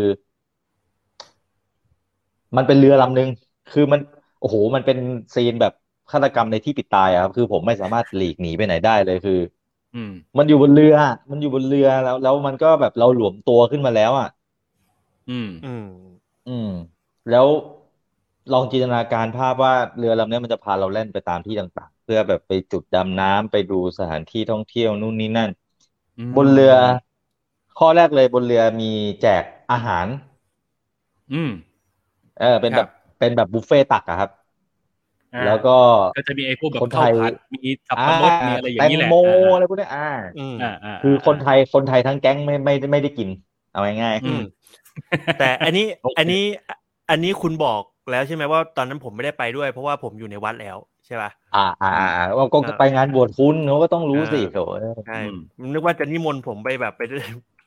S3: มันเป็นเรือลำหนึ่งคือมัน โอ้โห มันเป็นซีนแบบฆาตกรรมในที่ปิดตายอะครับ คือผมไม่สามารถหลีกหนีไปไหนได้เลยคือ
S2: อืม
S3: มันอยู่บนเรือ มันอยู่บนเรือแล้ว แล้วมันก็แบบเราหลวมตัวขึ้นมาแล้วอ่ะ
S2: อืม
S4: อืม
S3: อืม แล้วลองจินตนาการภาพว่าเรือลำเนี้ยมันจะพาเราแล่นไปตามที่ต่าง ๆ เพื่อแบบไปจุดดำน้ำไปดูสถานที่ท่องเที่ยวนู่นนี่นั่น
S2: อืม
S3: บนเรือ ข้อแรกเลยบนเรือมีแจกอาหาร
S2: อืม
S3: เออ เป็น
S2: ค
S3: แบ
S2: รับ
S3: บเป็นแบบบุฟเฟ่ต์ตักอะครับ
S2: อ่ะ
S3: แล้วก็
S2: ก็จะมีไอ้พวกแบบ
S3: คนไท
S2: ข้าวย ผัดมีสับปะรดมีอะไรอย่างนี้แหละ
S3: แตงโมอะ
S2: อ่ะ
S3: ไรพวกเนี้ยอ่า
S4: อืม
S2: อ่ะอ่ะ
S3: คือคนไทยคนไทยทั้งแก๊งไม่ไม่ไม่ได้กิน เอาง่ายๆ
S4: อืม แต่อันนี้
S2: โอเค
S4: อันนี้ อันนี้คุณบอกแล้วใช่ไหมว่าตอนนั้นผมไม่ได้ไปด้วย เพราะว่าผมอยู่ในวัดแล้วใช่ป่ะ
S3: อ่าอ่าอ่าอ่าว่าก็
S4: อ่า
S3: ไปงานบวชคุณเขาก็ต้องรู้สิ
S4: อ่า
S3: โถเอ้ย
S4: ใช่
S2: อืม
S4: ผมนึกว่าจะนิมนต์ ผมไปแบบไป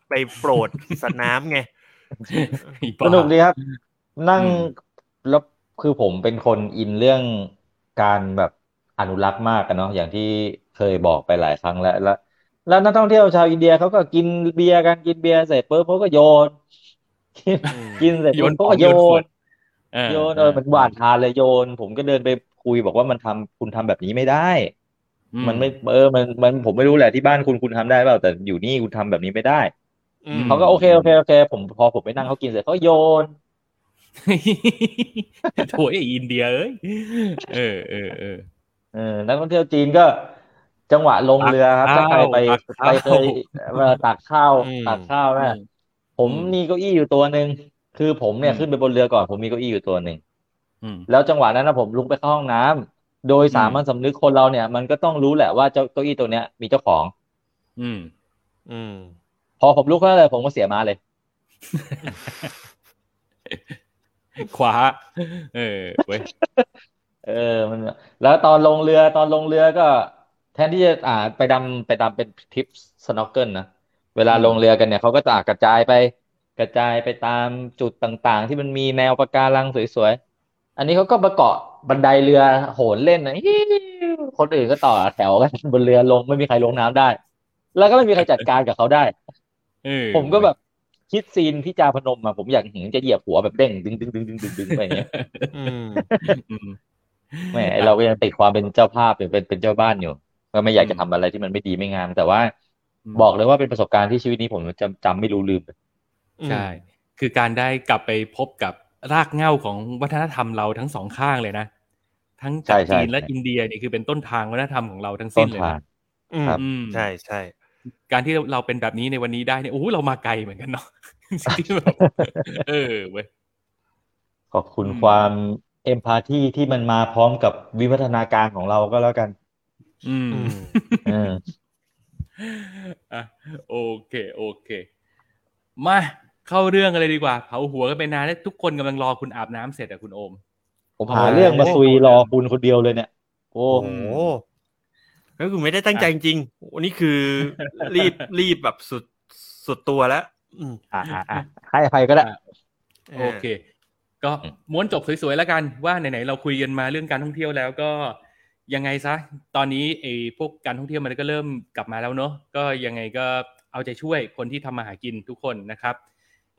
S4: ไปโปรด สัตว์น้ำไง
S2: อี
S3: สนุกดีครับ นั่ง
S2: อืม
S3: แล้ว คือผมเป็นคนอินเรื่องการแบบอนุรักษ์มากอะเนาะอย่างที่เคยบอกไปหลายครั้งแล้วแล้วแล้วนักท่องเที่ยวชาวอินเดียเขาก็กินเบียร์กันกินเบียร์เสร็จปุ๊บเขาก็โยน กินกินเสร็จปุ๊บเขาก็โยน
S2: เออ
S3: โยนเออมันหวานทานเลยโยน ผมก็เดินไปคุยบอกว่ามันทำคุณทำแบบนี้ไม่ได้
S2: อื
S3: มันไม่เออมันมันผมไม่รู้แหละที่บ้านคุณคุณทำได้เปล่าแต่อยู่นี่คุณทำแบบนี้ไม่ได้
S4: อืม
S3: เขาก็โอเคโอเคโอเค ผมพอผมไปนั่งเขากินเสร็จเขาโยน
S2: โถยไอ้อินเดียเอ้ยเออเออเออ
S3: เออนักท่องเที่ยวจีนก็จังหวะลงเรือครับ
S2: ตั
S3: ถ้าก ใคร
S2: ข้าว
S3: ไป
S2: ตั
S3: ไป
S2: ก
S3: เค
S2: ข้าวย
S3: เอ่อตักข้าว
S4: อืม
S3: ตักข้าวนะ
S2: อืม
S3: ผมมีเก้าอี้อยู่ตัวหนึ่งคือผมเนี่ย
S2: อืม
S3: ขึ้นไปบนเรือก่อน ผมมีเก้าอี้อยู่ตัวหนึ่ง
S2: อืม
S3: แล้วจังหวะนั้นนะผมลุกไปเข้าห้องน้ำโดยสามัญสำนึกคนเราเนี่ย มันก็ต้องรู้แหละว่าเจ้าเก้าอี้ตัวเนี้ยมีเจ้าของ
S2: อืม
S4: อืม
S3: พอผมลุกขึ้นมาเลยผมก็เสียมาเลย
S2: ขวา เออเว้ย
S3: เออมันแล้วตอนลงเรือตอนลงเรือก็ แทนที่จะอ่าไปดำไปดำเป็นทริปสน็อกเกิลนะเวลา
S2: อืม
S3: ลงเรือกันเนี่ยเขาก็จะกระจายไป กระจายไปตามจุดต่างๆ ที่มันมีแนวปะการังสวยๆ อันนี้เขาก็มาเกาะบันไดเรือโหนเล่นนะ อิ๊วคนอื่นก็ต่อแถวกันบนเรือลงไม่มีใครลงน้ำได้ แล้วก็ไม่มีใครจัดการกับเขาได้
S2: เออ
S3: ผมก็แบบคิดซีนที่จาพนมอ่ะผมอยากเห็นจะเหยียบหัวแบบเด้งดึงดึงดึงดึงดึงดึงไปอย่างเงี้ย
S4: อืม
S2: อืม
S3: แห ม่ไอ้เราก็ยังติดความเป็นเจ้าภาพเป็นเป็นเป็นเจ้าบ้านอยู่ ก็ไม่อยากจะทำอะไรที่มันไม่ดีไม่งาม แต่ว่า
S2: อืม
S3: บอกเลยว่าเป็นประสบการณ์ที่ชีวิตนี้ผมจำจำไม่รู้ลืมเลย
S2: ใช่ คือการได้กลับไปพบกับรากเหง้าของวัฒนธรรมเราทั้งสองข้างเลยนะ ทั้งจากจีนและอินเดียเนี่ยคือเป็นต้นทางวัฒนธรรมของเราทั้ง
S3: ต้
S2: สิ้
S3: น
S2: นเลย
S3: ทา
S2: นะ
S3: ง
S4: อืม
S3: ครับ
S2: อืม
S4: ใช่ใช่
S2: การที่เราเป็นแบบนี้ในวันนี้ได้เนี่ยโอ้โหเรามาไกลเหมือนกันเนาะ ที่แบบเออเว้ย
S3: ขอบคุณ
S2: อืม
S3: ความเอมพาธีที่มันมาพร้อมกับวิวัฒนาการของเราก็แล้ว กัน
S2: อืม
S4: อื
S3: เอ
S4: ม
S3: อ
S2: อ่ะโอเค โอเค มาเข้าเรื่องกันเลยดีกว่า เผาหัวกันไปนานแล้วทุกคนกำลังรอคุณอาบน้ำเสร็จอะคุณโอม
S3: ผม
S4: โอ้
S3: หา
S4: โห
S3: เรื่องมาซุยรอคุณคนเดียวเลยเนี่ย โอ้
S4: โอ้โหก็คือไม่ได้ตั้งใจจริงๆวันนี้คือรีบ รีบแบบสุดสุดตัวแล้ว อืม
S3: อ่ะอ่ะอ่ะให้อภัยก็ได้
S2: โอเค ก็ม้วนจบสวยๆแล้วกันว่าไหนๆเราคุยกันมาเรื่องการท่องเที่ยวแล้วก็ยังไงซะ ตอนนี้ไอ้พวกการท่องเที่ยวมันก็เริ่มกลับมาแล้วเนอะก็ยังไงก็เอาใจช่วยคนที่ทำมาหากินทุกคนนะครับ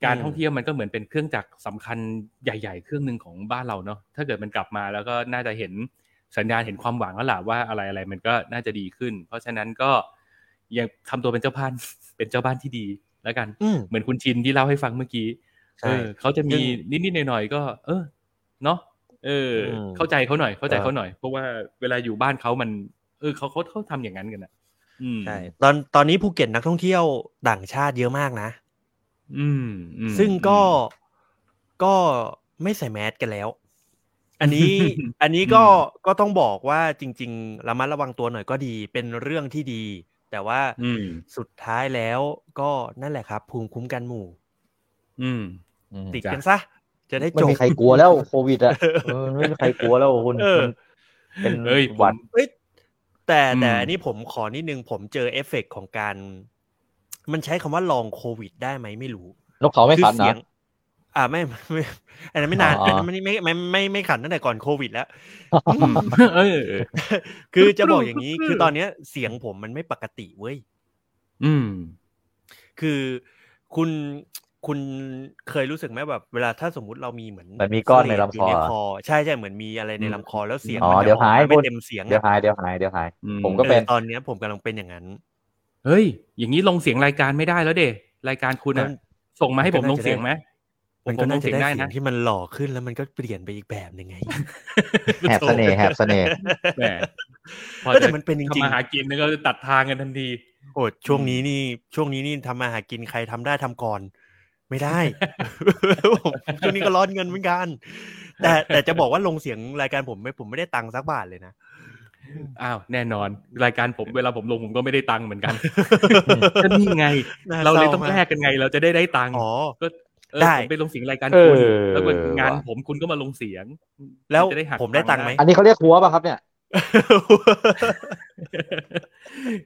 S2: การท่องเที่ยวมันก็เหมือนเป็นเครื่องจักรสำคัญใหญ่ ๆ เครื่องหนึ่งของบ้านเราเนอะถ้าเกิดมันกลับมาแล้วก็น่าจะเห็นสัญญาณเห็นความหวังแล้วล่ะว่าอะไรอะไรๆมันก็น่าจะดีขึ้น เพราะฉะนั้นก็ยังทำตัวเป็นเจ้าบ้าน เป็นเจ้าบ้านที่ดีแล้วกัน
S4: อืม
S2: เหมือนคุณชินที่เล่าให้ฟังเมื่อกี้
S4: ใช่
S2: เออเขาจะมี
S4: ซึ่
S2: นิดๆหน่อยๆก็ เออ เนาะ เออ
S4: อืม
S2: เข้าใจเขาหน่อย เข้าใจเขาหน่อย เพราะว่าเวลาอยู่บ้านเขามัน เออเขาเขาเขาทำอย่างนั้นกันอ่ะ อืม
S4: ใช่ตอนตอนนี้ภูเก็ตนักท่องเที่ยวต่างชาติเยอะมากนะ
S2: อืมอืม
S4: ซึ่งก็ก็ไม่ใส่แมสกันแล้ว อันนี้ อันนี้ก็ก็ต้องบอกว่าจริง ๆ ระมัดระวังตัวหน่อยก็ดี เป็นเรื่องที่ดี แต่ว่า
S2: อืม
S4: สุดท้ายแล้วก็นั่นแหละครับ ภูมิคุ้มกันหมู่
S2: อืม
S3: อืม
S4: ติด
S2: จ้ะ
S4: กันซะ จะได้
S3: ไม่
S4: จบ
S3: มีใครกลัวแล้วโควิดอ่ะเออไม่มีใครกลัวแล้วคุณ
S4: เออ
S3: มันเป็น
S2: เอ้ย
S3: หวัด
S2: ผม
S4: เอ้ยแต่
S2: อืม
S4: แต่อันนี้ผมขอนิดนึง ผมเจอเอฟเฟกต์ของการ มันใช้คำว่าลองโควิดได้ไหมไม่รู้
S3: นกเขาไม่
S4: คือ
S3: ขัน
S4: เสีย
S3: นะ
S4: งอ่าไม่ ไม่ไม่อันนั้นไม่นาน
S3: อ๋ออ๋ออั
S4: อันนั้นไม่ไม่ไม่ไม่ไม่ไม่ขันตั้งแต่ก่อนโควิด แล้ว
S2: เออเออ
S4: คือจะบอกอย่าง นี้
S2: คือ
S4: คือตอนเนี้ยเสียงผมมันไม่ปกติเว้ย
S2: อืม
S4: คือคุณคุณเคยรู้สึกไหมแบบเวลาถ้าสมมุติเรามีเหมือน
S3: มันมีก้อนในลำคอ
S4: ยู่ในคอ ใช่ใช่เหมือนมีอะไรในลำคอแล้วเสียง
S3: อ๋อ
S4: มัน
S3: เดี๋ยว
S4: จะออก
S3: หาย
S4: มาไม่
S3: คุณ
S4: เต็มเสียง
S3: เดี๋ยว
S4: อะ
S3: หายเดี๋ยวหายเดี๋ยวหาย
S2: อืม
S3: ผมก็เป็น
S4: ออตอนเนี้ยผมกำลังเป็นอย่างนั้น
S2: เฮ้ย อย่างนี้ลงเสียงรายการไม่ได้แล้วเดรายการคุณอะ
S4: มัน
S2: ส่งมาให้ผม
S4: มันก็
S2: ล
S4: น่าง จะ
S2: เสียงไหมผ
S4: มั
S2: ม
S4: น
S2: ผ
S4: ก็
S2: มล
S4: น่าง จะ
S2: เสียง
S4: ได้
S2: ได้
S4: เสีย
S2: นะ
S4: งที่มันหล่อขึ้นแล้วมันก็เปลี่ยนไปอีกแบบหนึ่งไง
S3: แหบเสน่ห์แหบเสน่ห์
S2: แหมพอ
S4: ก็
S2: จะ
S4: แต่มันเป็นจริ
S2: ทำ
S4: ง
S2: มาหากินแล้วก็ตัดทางกันทันที
S4: ๆโอ้ช่วงนี้นี่ ช่วงนี้นี่ทำมาหากินใครทำได้ทำก่อน ไม่ได้ ผมช่วงนี้ก็ร้อนเงินเหมือนกัน แต่แต่จะบอกว่าลงเสียงรายการผมไม่ผมไม่ได้ตังค์สักบาทเลยนะ
S2: อ้าวแน่นอน รายการ ผมเวลาผมลงผมก็ไม่ได้ตังค์เหมือนกัน ก็นี่ไง
S4: น่
S2: เราเลย
S4: ศ
S2: ต้อง
S4: ม
S2: แลกกันไง เราจะได้ได้ตังค์
S4: อ๋อ
S2: เออ
S4: ได้
S2: ผมไปลงเสียงรายการ
S3: เออ
S2: คุณแล้วก็งาน
S3: ว่ะ
S2: ผมคุณก็มาลงเสียง
S4: แล้ว
S2: จะหัก
S4: ผมได้ตังค์ไหม
S3: อันนี้เขาเรียกหัวป่ะครับเนี่ย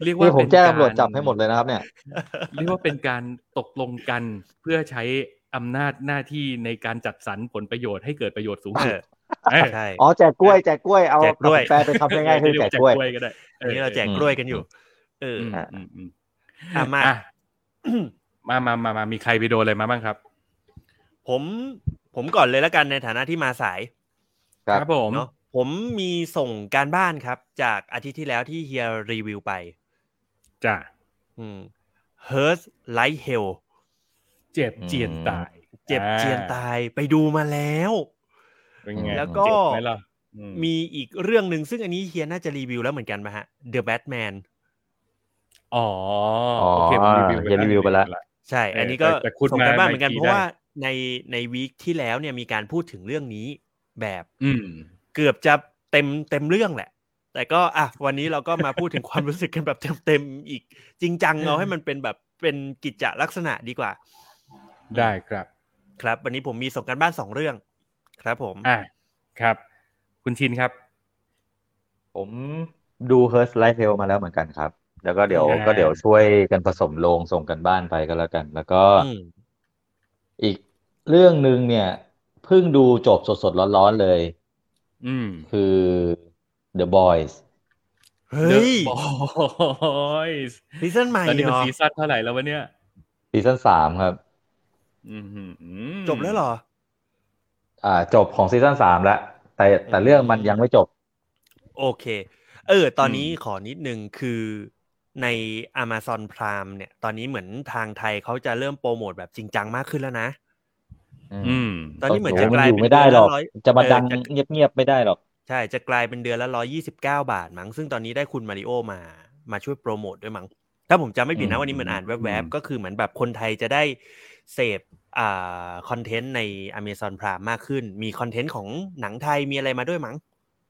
S2: เรียกว่า
S3: นี่ผม
S2: เป็น
S3: แจ้ง
S2: กา
S3: ตำรวจจับให้หมดเลยนะครับเนี่ย
S2: เรียกว่าเป็นการตกลงกันเพื่อใช้อำนาจหน้าที่ในการจัดสรรผลประโยชน์ให้เกิดประโยชน์สูงสุด
S4: เออ
S2: เออ
S4: ใช่
S5: อ๋อแจกกล้วยแจกกล้วยเอา
S4: แจกกล้วย
S5: แฟนไปทำง่ายๆคือแจกกล้วย
S2: ก็ได้
S4: อันนี้เราแจกกล้วยกันอยู่ เออ
S2: อืม
S4: อ
S2: อืมอืม
S4: อ่ะมา
S2: อ่ะ มามามามามีใครไปโดนอะไรมาบ้างครับ
S4: ผมผมก่อนเลยแล้วกันในฐานะที่มาสาย
S5: ครับ
S2: ครับผม
S4: เนาะผมมีส่งการบ้านครับ จากอาทิตย์ที่แล้วที่เฮียรีวิวไป
S2: จ้ะ
S4: อืม Hers Light Hell
S2: เจ็บเจียนตาย
S4: เจ็บเจียนตายไปดูมาแล้ว
S2: เป็นไง
S4: แล้วก็
S2: เจ็บไหมล่ะอืม
S4: มีอีกเรื่องหนึ่งซึ่งอันนี้เฮียน่าจะรีวิวแล้วเหมือนกันไหมฮะ The Batman
S2: อ๋อโอเคผมรีวิวไป
S3: อ๋อเดี๋ยวรีวิวไปละ
S4: ใช่
S2: เ
S4: อันนี้ก็
S2: แต่แต่คุณ
S4: ส่งการบ้า
S2: ม
S4: นเหมือนกัน
S2: ที
S4: เพราะว่า
S2: ได้
S4: ในในวีคที่แล้วเนี่ยมีการพูดถึงเรื่องนี้แบบ
S2: อืม
S4: เกือบจะเต็มเต็มเรื่องแหละ แต่ก็อ่ะวันนี้เราก็มาพูดถึงความรู้สึกกันแบบเต็มเต็มๆอีกจริงจังเอาให้มันเป็นแบบเป็นกิจจลักษณะดีกว่า
S2: ได้ครับ
S4: ครับ วันนี้ผมมีส่งการบ้านสองเรื่องครับผม
S2: อ่ะครับ คุณชินครับ
S3: ผมดู Hearst Life Hell มาแล้วเหมือนกันครับ แล้วก็เดี๋ยว
S2: อ่า
S3: ก็เดี๋ยวช่วยกันผสมลงส่งกันบ้านไปก็แล้วกัน แล้วก็
S4: อืม
S3: อีกเรื่องหนึ่งเนี่ยเพิ่งดูจบสดๆร้อนๆเลย
S2: อืม
S3: คือ The Boys
S4: เฮ้ย
S2: บอยส์
S4: ซีซั่นใหม่
S2: ตอนนี้
S4: เห
S2: มั
S4: ร
S2: น
S4: อ
S2: ซีซั่นเท่าไหร่แล้ววะเนี่ย
S3: ซีซั่นสามครับ
S2: อืมอืม
S4: จบแล้วเหรอ
S3: อ่าจบของซีซั่นสามแล้ว แต่แต่เรื่องมันยังไม่จบ
S4: โอเค เออ ตอนนี้ขอนิดนึงคือใน Amazon Prime เนี่ย ตอนนี้เหมือนทางไทยเขาจะเริ่มโปรโมทแบบจริงจังมากขึ้นแล้วนะ
S2: อืม
S4: ตอนนี้เหมือนจะ
S3: โโห
S4: ก
S3: มั
S4: ลาย
S3: อยู่
S4: เป็น
S3: ไม่ได้หรอก
S4: เดืนละร้อย
S3: จะมา
S4: เออ
S3: ดัง
S4: จะ
S3: เงียบๆไม่ได้หรอก
S4: ใช่ จะกลายเป็นเดือนละ 129 บาทมั้ง ซึ่งตอนนี้ได้คุณมาริโอมา มาช่วยโปรโมทด้วยมั้ง ถ้าผมจำไม่ผิด
S3: อื
S4: นะ
S3: ม
S4: วันนี้เหมือนอ่าน
S3: อื
S4: แวบ
S3: ม
S4: ๆ ก็คือเหมือนแบบคนไทยจะได้เสพอ่าคอนเทนต์ใน Amazon Prime มากขึ้น มีคอนเทนต์ของหนังไทยมีอะไรมาด้วยมั้ง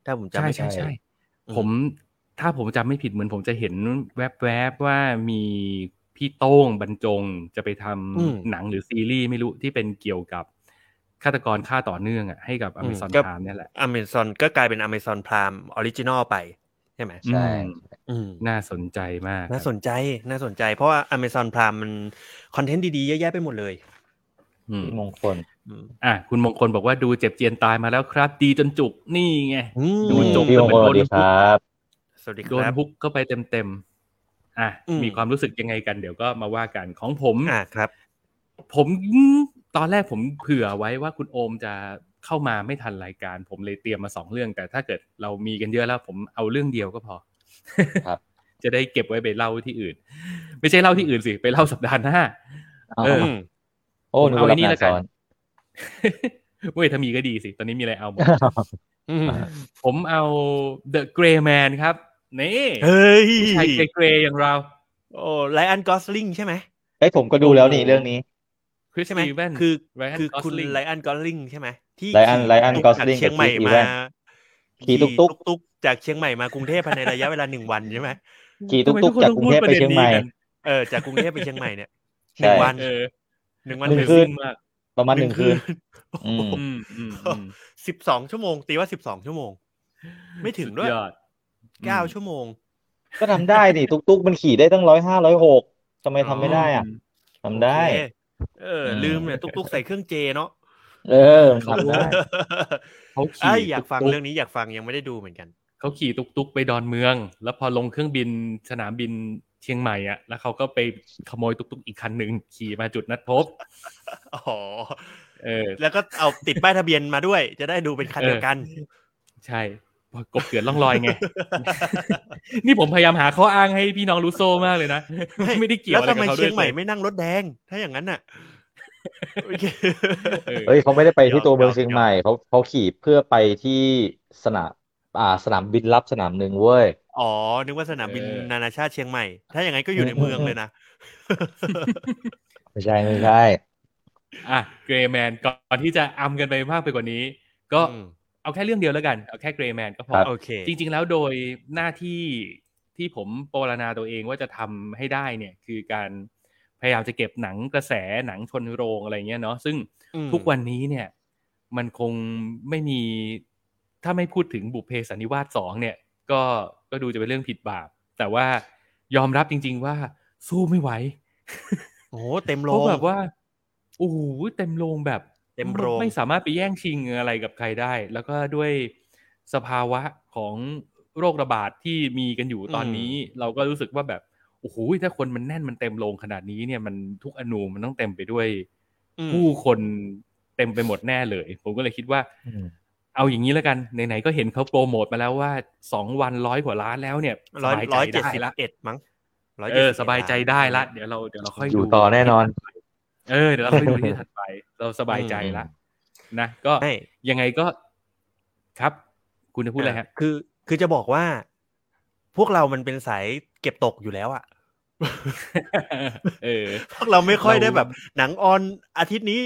S4: ถ้าผมจำ
S2: ใช่
S4: ไม่ผิด
S2: ใช่ใช่
S4: อืม
S2: ผมถ้าผมจำไม่ผิดเหมือนผมจะเห็นแวบๆว่ามีพี่โต้งบรรจงจะไปทำหนังหรือซีรีส์ไม่รู้ที่เป็นเกี่ยวกับฆาตกรฆ่าต่อเนื่องอ่ะให้กับอเมซอนไทม์เนี่ยแหละ
S4: Amazon ก็กลายเป็น Amazon Prime Original ไปใช่ไหม
S3: ใช่
S2: อืม
S4: อืม
S2: น่าสนใจมาก
S4: น่าสนใจ น่าสนใจ เพราะว่า Amazon Prime มันคอนเทนต์ดีๆเยอะแยะไปหมดเลย
S2: อืม
S3: ที่มงคล
S4: อืม
S2: อ่ะคุณมงคลบอกว่าดูเจ็บเจียนตายมาแล้วครับ ดีจนจุกนี่ไง ดู
S4: อืม
S2: จบ
S3: พี่มงคลสวัสดีครับ
S4: สวัสดีค
S2: โดน
S4: รับ
S2: ฮุกเข้าไปเต็มๆอ่ะ
S4: อืม
S2: มีความรู้สึกยังไงกัน เดี๋ยวก็มาว่ากันของผม
S4: อ่าครับ
S2: ผมตอนแรกผมเผื่อไว้ว่าคุณโอมจะเข้ามาไม่ทันรายการ ผมเลยเตรียมมาสองเรื่อง แต่ถ้าเกิดเรามีกันเยอะแล้ว ผมเอาเรื่องเดียวก็พอ
S3: ครับ
S2: จะได้เก็บไว้ไปเล่าที่อื่น ไม่ใช่เล่าที่อื่นสิไปเล่าสัปดาห์หน้า เออ
S4: อืม
S3: โอ้นึกว่ารับงานส อน
S2: เว้ยถ้ามีก็ดีสิ ตอนนี้มีอะไรเอาหมด
S4: อืม
S2: ผมเอา The Gray Man ครับนี่
S4: เฮ้ย
S2: ผู้ชายเกรย์ๆอย่างเรา
S4: โอ้ไลออนกอสลิงใช่ไหม
S3: เอ้ยผมก็ดูแล้วนี่เรื่องนี้
S2: คริส
S4: ใช่ไหม
S2: ตีเวน
S4: คือ
S2: คื
S4: คือ
S2: อ
S4: คุณไลออนกอสลิงใช่ไหมที่
S3: Ryan- Ryan
S4: ขี่
S3: Gosling
S4: จากเชียงใหม่
S3: กับ Keith
S4: มา
S3: Evans ขี่ตุ๊กตุ๊ก
S4: ตุ๊กๆจากเชียงใหม่มากรุงเทพภายในระยะเวลาหนึ่งวันใช่ไหม
S3: ขี่ตุ๊กตุ๊กจากกรุงเทพไปเชียงใหม่
S4: เออจากกรุงเทพไปเชียงใหม่เนี่ยห
S3: ใช่
S4: นึ่งวัน
S2: เออ
S4: หนึ่ง
S2: มั
S4: วัน น
S2: เป็
S4: ห
S2: น
S4: นึ่ง
S2: ซึ่
S4: คื
S2: ง
S4: น
S2: มาก
S3: ประมาณหนึ่งคืน
S4: โอ้โห
S2: อืมอืมอืม
S4: สิบสองชั่วโมง ตีว่าสิบสองชั่วโมง ไม่ถึงด้วย
S2: สุยอด
S4: เก้า
S2: อืม
S4: ชั่วโมง
S3: ก็ทำได้ดิตุ๊กตุ๊กมันขี่ได้ตั้งร้อยห้าร้อยหกทำไมทำไม่ได้อ่ะทำได้
S4: โอเคเออ
S3: อืม
S4: ลืมเนี่ยตุ๊กๆใส่เครื่องเจเนาะ
S3: เออมันทำได้
S2: เขา
S4: ไอ้
S2: ขี่
S4: ยอยากฟัง
S2: ตุ๊
S4: เรื่องนี้อยากฟังยังไม่ได้ดูเหมือนกัน
S2: เขาขี่ตุกตุกไปดอนเมือง แล้วพอลงเครื่องบินสนามบินเชียงใหม่อ่ะ แล้วเขาก็ไปขโมยตุกตุกอีกคันหนึ่งขี่มาจุดนัดพบ
S4: อ๋อ
S2: เออ
S4: แล้วก็เอาติดป้ายทะเบียนมาด้วย จะได้ดูเป็นคันเดียวกัน
S2: ใช่พอกบเกลือนล่องรอยไง นี่ผมพยายามหาข้ออ้างให้พี่น้องรูโซมากเลย นะ
S4: ไม่
S2: ไม่ได้เกี่ยว
S4: แล้ว
S2: อะไรกั
S4: ทำไม
S2: บเขาด้
S4: เชี
S2: วย
S4: ยงใหม่ไม่นั่งรถแดง ถ้าอย่างนั้นน่ะโอเค
S2: เออ
S3: เฮ้ยเขาไม่ได้ไปที่ตัวเมือง
S4: ยอม
S3: เชียงใหม่เขาเขาขี่เพื่อไปที่สนามอ่าสนามบินลับสนามหนึ่งเว้ย
S4: อ๋อ นึกว่าสนามบินนานาชาติเชียงใหม่ ถ้าอย่างนั้นก็อยู่ใน
S3: เออ
S4: เมืองเลยนะ
S3: ไม่ใช่ไม่ใช่
S2: อ่ะเกรย์แมนก่อนที่จะอำกันไปมากไปกว่านี้ ก็
S4: อืม
S2: เอาแค่เรื่องเดียวแล้วกันเอาแค่เกรย์แมนก็พอ
S3: ครับ
S4: โอเค
S2: จริงๆ แล้วโดยหน้าที่ที่ผมปรารณาตัวเองว่าจะทำให้ได้เนี่ยคือการพยายามจะเก็บหนังกระแสหนังชนโรงอะไรเงี้ยเนาะซึ่ง
S4: อืม
S2: ทุกวันนี้เนี่ยมันคงไม่มีถ้าไม่พูดถึงบุพเพสันนิวาสสองเนี่ย ก็ก็ดูจะเป็นเรื่องผิดบาป แต่ว่ายอมรับจริง ๆ ว่าสู้ไม่ไหว
S4: โอ้โหเต็มโล
S2: เพราะ
S4: ง
S2: แบบว่าโอ้โหเต็มโรงแบบ
S4: เต็มโรง
S2: ไม่สามารถไปแย่งชิงอะไรกับใครได้ แล้วก็ด้วยสภาวะของโรคระบาดที่มีกันอยู่ตอนนี้ เราก็รู้สึกว่าแบบโอ้โหถ้าคนมันแน่นมันเต็มโรงขนาดนี้เนี่ยมันทุกอนูมันต้องเต็มไปด้วย
S4: อืม
S2: ผู้คนเต็มไปหมดแน่เลย ผมก็เลยคิดว่า
S3: อืม
S2: เอาอย่างนี้แล้วกันไหนๆก็เห็นเขาโปรโมทมาแล้วว่าสองวันร้อยกว่าล้านแล้วเนี่ย
S4: ร้อย
S2: สบา
S4: ร้อย
S2: ใจ
S4: เจ็ดสิบ
S2: ได้ละ
S4: เอ็ดมั้งร้ย
S2: เอ
S4: จ็ด
S2: อ
S4: ด
S2: สบายใจได้ละเดี๋ยวเราเดี๋ยวเราค่อย
S3: อยู่
S2: ดู
S3: ต่อแน่นอน
S2: เออเดี๋ยวเราค่อยดูที่ถัดไป เราสบายใจละนะก็
S4: ไม่
S2: ยังไงก็ครับ คุณจะพูดอะไรฮะ
S4: คือ คือจะบอกว่า พวกเรามันเป็นสายเก็บตกอยู่แล้วอะ
S2: เออ
S4: พวกเราไม่ค่อยได้
S2: เรา
S4: แบบหนังออนอาทิตย์นี้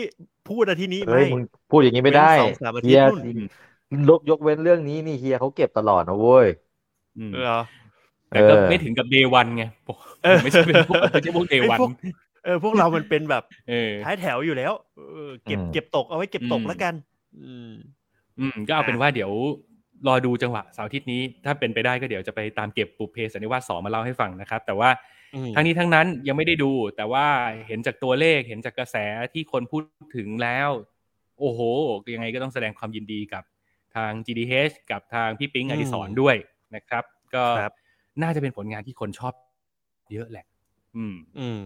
S4: พูดอาทิตย์นี้
S3: เฮ้ย
S4: ไม่
S3: มึงพูดอย่างนี้ไม่ได้
S4: เว้นสองสามอาทิต
S3: เฮี
S4: ย์
S3: ย
S4: นู่น
S3: ลบยกเว้นเรื่องนี้นี่เฮียเขาเก็บตลอดนะเว้ย
S2: อืม
S4: เหรอ
S2: แต่ก็
S3: เออ
S2: ไม่ถึงกับเดวันไงผม
S4: เออ
S2: ไม่ใช่เป็นพวกไม่ใช่พวกเดวัน
S4: ไอ้พวก เออพวกเรามันเป็นแบบ
S2: เออ
S4: ท้ายแถวอยู่แล้วเออเก็บ
S3: อืม
S4: เก็บตกเอาไว้เก็บตก
S2: อืม
S4: แล้วกัน อืม
S2: อืมก็เอาเป็น
S4: อ่ะ
S2: ว่าเดี๋ยวรอดูจังหวะเสาร์อาทิตย์นี้ ถ้าเป็นไปได้ก็เดี๋ยวจะไปตามเก็บปุพเพสันนิวาสสองมาเล่าให้ฟังนะครับ แต่ว่า
S4: อืม
S2: ทั้งนี้ทั้งนั้นยังไม่ได้ดู แต่ว่าเห็นจากตัวเลขเห็นจากกระแสที่คนพูดถึงแล้ว โอ้โห ยังไงก็ต้องแสดงความยินดีกับทาง GDH กับทางพี่ปิ๊งอดิศรด้วยนะครับ ก็
S4: ครับ
S2: น่าจะเป็นผลงานที่คนชอบ เยอะแหละ อืม
S4: อืม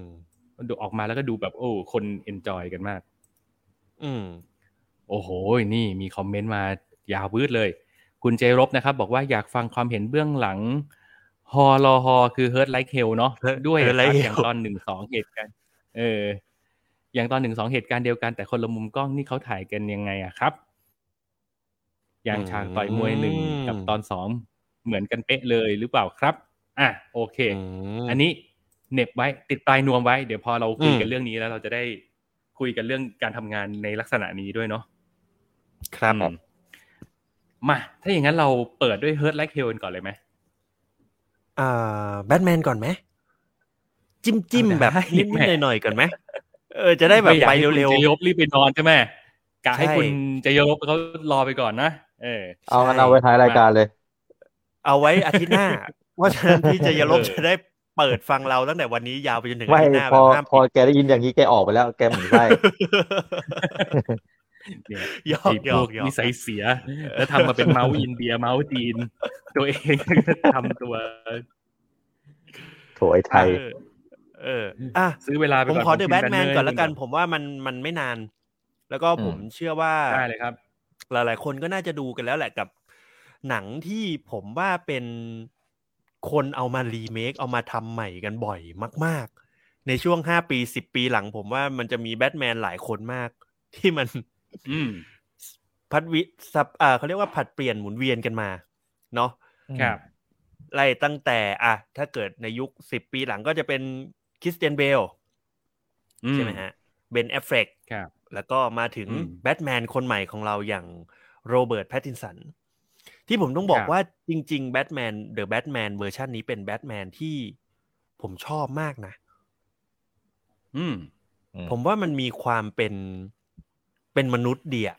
S2: ดูออกมาแล้วก็ดูแบบ โอ้ คนเอนจอยกันมาก
S4: อืม
S2: โอ้โห นี่มีคอมเมนต์มายาววืดเลย คุณเจรบนะครับ บอกว่าอยากฟังความเห็นเบื้องหลังฮอลอฮอคือเฮิร์ตไลค์เฮลเนาะ
S4: Hurt-
S2: ด้วย
S4: Hurt Like
S2: อย่า
S4: Hell
S2: งตอนหนึ่งสองเหตุการณ์เออ อย่างตอนหนึ่งสองเหตุการณ์เดียวกันแต่คนละมุมกล้องนี่เขาถ่ายกันยังไงอะครับ อย่างฉากต่อยมวยหนึ่งกับตอนสองเหมือนกันเป๊ะเลยหรือเปล่าครับ อ่ะโอเค
S4: ม
S2: อันนี้เหน็บไว้ติดปลายนวมไว้ เดี๋ยวพอเราคุย
S4: อืม
S2: กันเรื่องนี้แล้ว เราจะได้คุยกันเรื่องการทำงานในลักษณะนี้ด้วยเนาะ
S4: ครับ
S2: อืมมา ถ้าอย่างนั้นเราเปิดด้วย Hurt Like Hell กันก่อนเลยไหม
S4: อ่าแบทแมนก่อนไหมจิ้มจิ้ม
S2: เอาได้
S4: แบบนิด
S2: แห
S4: นิ
S2: ม่
S4: ดหน่อยหน่อยๆก่อนไหมเออจะได้แบบ
S2: ม่อยาก
S4: ไป
S2: ให้คุณ
S4: เร็ว
S2: จยบรีบไปนอนใช่ไหมกะให้
S4: ใช่
S2: คุณจยบเขารอไปก่อนนะเออ
S3: เอางั้น
S4: ใช่
S3: เอาไว้ท้ายรายการเลย
S4: ๆเอาไว้อาทิตย์หน้า เพราะฉะนั้นพี่จะยลบจะได้เปิดฟังเราตั้งแต่วันนี้ยาวไปจนถึง
S3: ไม่
S4: อาทิตย์หน้า
S3: พ
S4: แบ
S3: อบ
S4: ห้าม
S3: พอ
S4: ปิด
S3: แกได้ยินอย่างนี้แกออกไปแล้วแกหมุนไส้
S2: เนี่ย
S4: หยอก
S2: ไอ้
S4: หย
S2: พ
S4: อ
S2: ว
S4: ก
S2: ก
S4: หยอก
S2: นิสัยเสีย แล้วทำมาเป็นเมาส์อินเดียเมาส์จีน ตัวเองทำตัว
S3: โถไอ้ไทย
S4: เออเอออ่ะ
S2: ซื้อเวลาไป
S4: ผม
S2: ก่อน
S4: ขอเดอะแบท
S2: กิ
S4: แมน
S2: เร์
S4: ก่อนละกัน
S2: ให้
S4: ผมว่ามันมันไม่นาน แล้วก็ผมเชื่อว่า
S2: คุณได้เลยครับ
S4: หลายๆ คนก็น่าจะดูกันแล้วแหละกับ หนังที่ผมว่าเป็นคนเอามารีเมคเอามาทำใหม่กันบ่อยมาก ๆ ในช่วงห้าปีสิบปีหลัง ผมว่ามันจะมีแบทแมนหลายคนมาก ที่มัน
S2: อืม
S4: พัดวิสับอ่าเขาเรียกว่าผัดเปลี่ยนหมุนเวียนกันมา เนาะ
S2: ครับ
S4: ไล่ตั้งแต่อ่ะถ้าเกิดในยุคสิบปีหลังก็จะเป็นคริสเตียนเบล
S2: อืม
S4: ใช่ไหมฮะเบนแอฟเฟก
S2: ครับ
S4: แล้วก็มาถึง
S2: อืม
S4: แบทแมนคนใหม่ของเราอย่างโรเบิร์ตแพตตินสัน ที่ผมต้องบอ
S2: ค
S4: ก
S2: รับ
S4: ว่าจริง ๆ แบทแมนเดอะแบทแมนเวอร์ชันนี้เป็นแบทแมนที่ผมชอบมากนะ
S2: อืม
S3: อืม
S4: ผมว่ามันมีความเป็นเป็นมนุษย์เดีย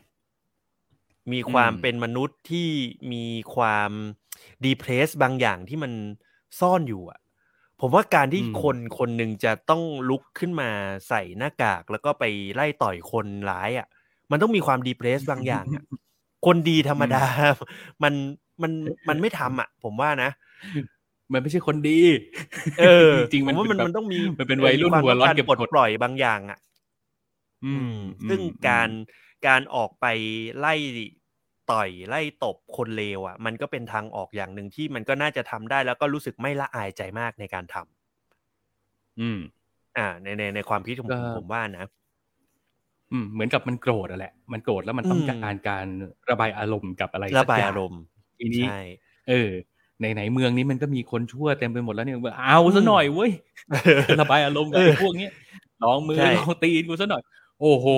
S4: มีความ
S2: อืม
S4: เป็นมนุษย์ที่มีความดีเพรสบางอย่างที่มันซ่อนอยู่อะผมว่าการที่คนคนหนึ่งจะต้องลุกขึ้นมาใส่หน้ากาก แล้วก็ไปไล่ต่อยคนร้ายอะมันต้องมีความดีเพรสบางอย่างอะคนดีธรรมดา มันมันมันไม่ทำอะผมว่านะ
S2: มันไม่ใช่คนดี
S4: เออ
S2: จริงๆ
S4: ผ
S2: มัน
S4: มว่ามัน
S2: แบบ
S4: มันต้องมี
S2: มันเป็นวัยรุ่น
S4: มีคาม
S2: หัวร้อน
S4: ต้งา
S2: เก็บ
S4: ปลด
S2: กด
S4: ปล่อยบางอย่างอะ
S2: อืม
S4: ซึ่ง
S2: อืม
S4: การการออกไปไล่ต่อยไล่ตบคนเลวอ่ะ มันก็เป็นทางออกอย่างหนึ่งที่มันก็น่าจะทำได้แล้วก็รู้สึกไม่ละอายใจมากในการทำ
S2: อืม
S4: อ่าในในในความคิดของผม
S2: ก็
S4: ผมว่านะ
S2: อืม เหมือนกับมันโกรธอะแหละ มันโกรธแล้วมันต้อง
S4: อืม
S2: การการระบายอารมณ์กับอะไร
S4: ระ
S2: สัก
S4: บาย
S2: ง
S4: อารมณ์
S2: ทีนี้
S4: ใช่
S2: เออไหนไหนๆเมืองนี้มันก็มีคนชั่วเต็มไปหมดแล้วเนี่ยเอาซะหน่อยเว้ย ระบายอารมณ์กับ
S4: เออ
S2: ไอ้พวกเนี้ยลองมือ
S4: ใช่
S2: ลองตีนกูซะหน่อย โอ้โห
S4: อื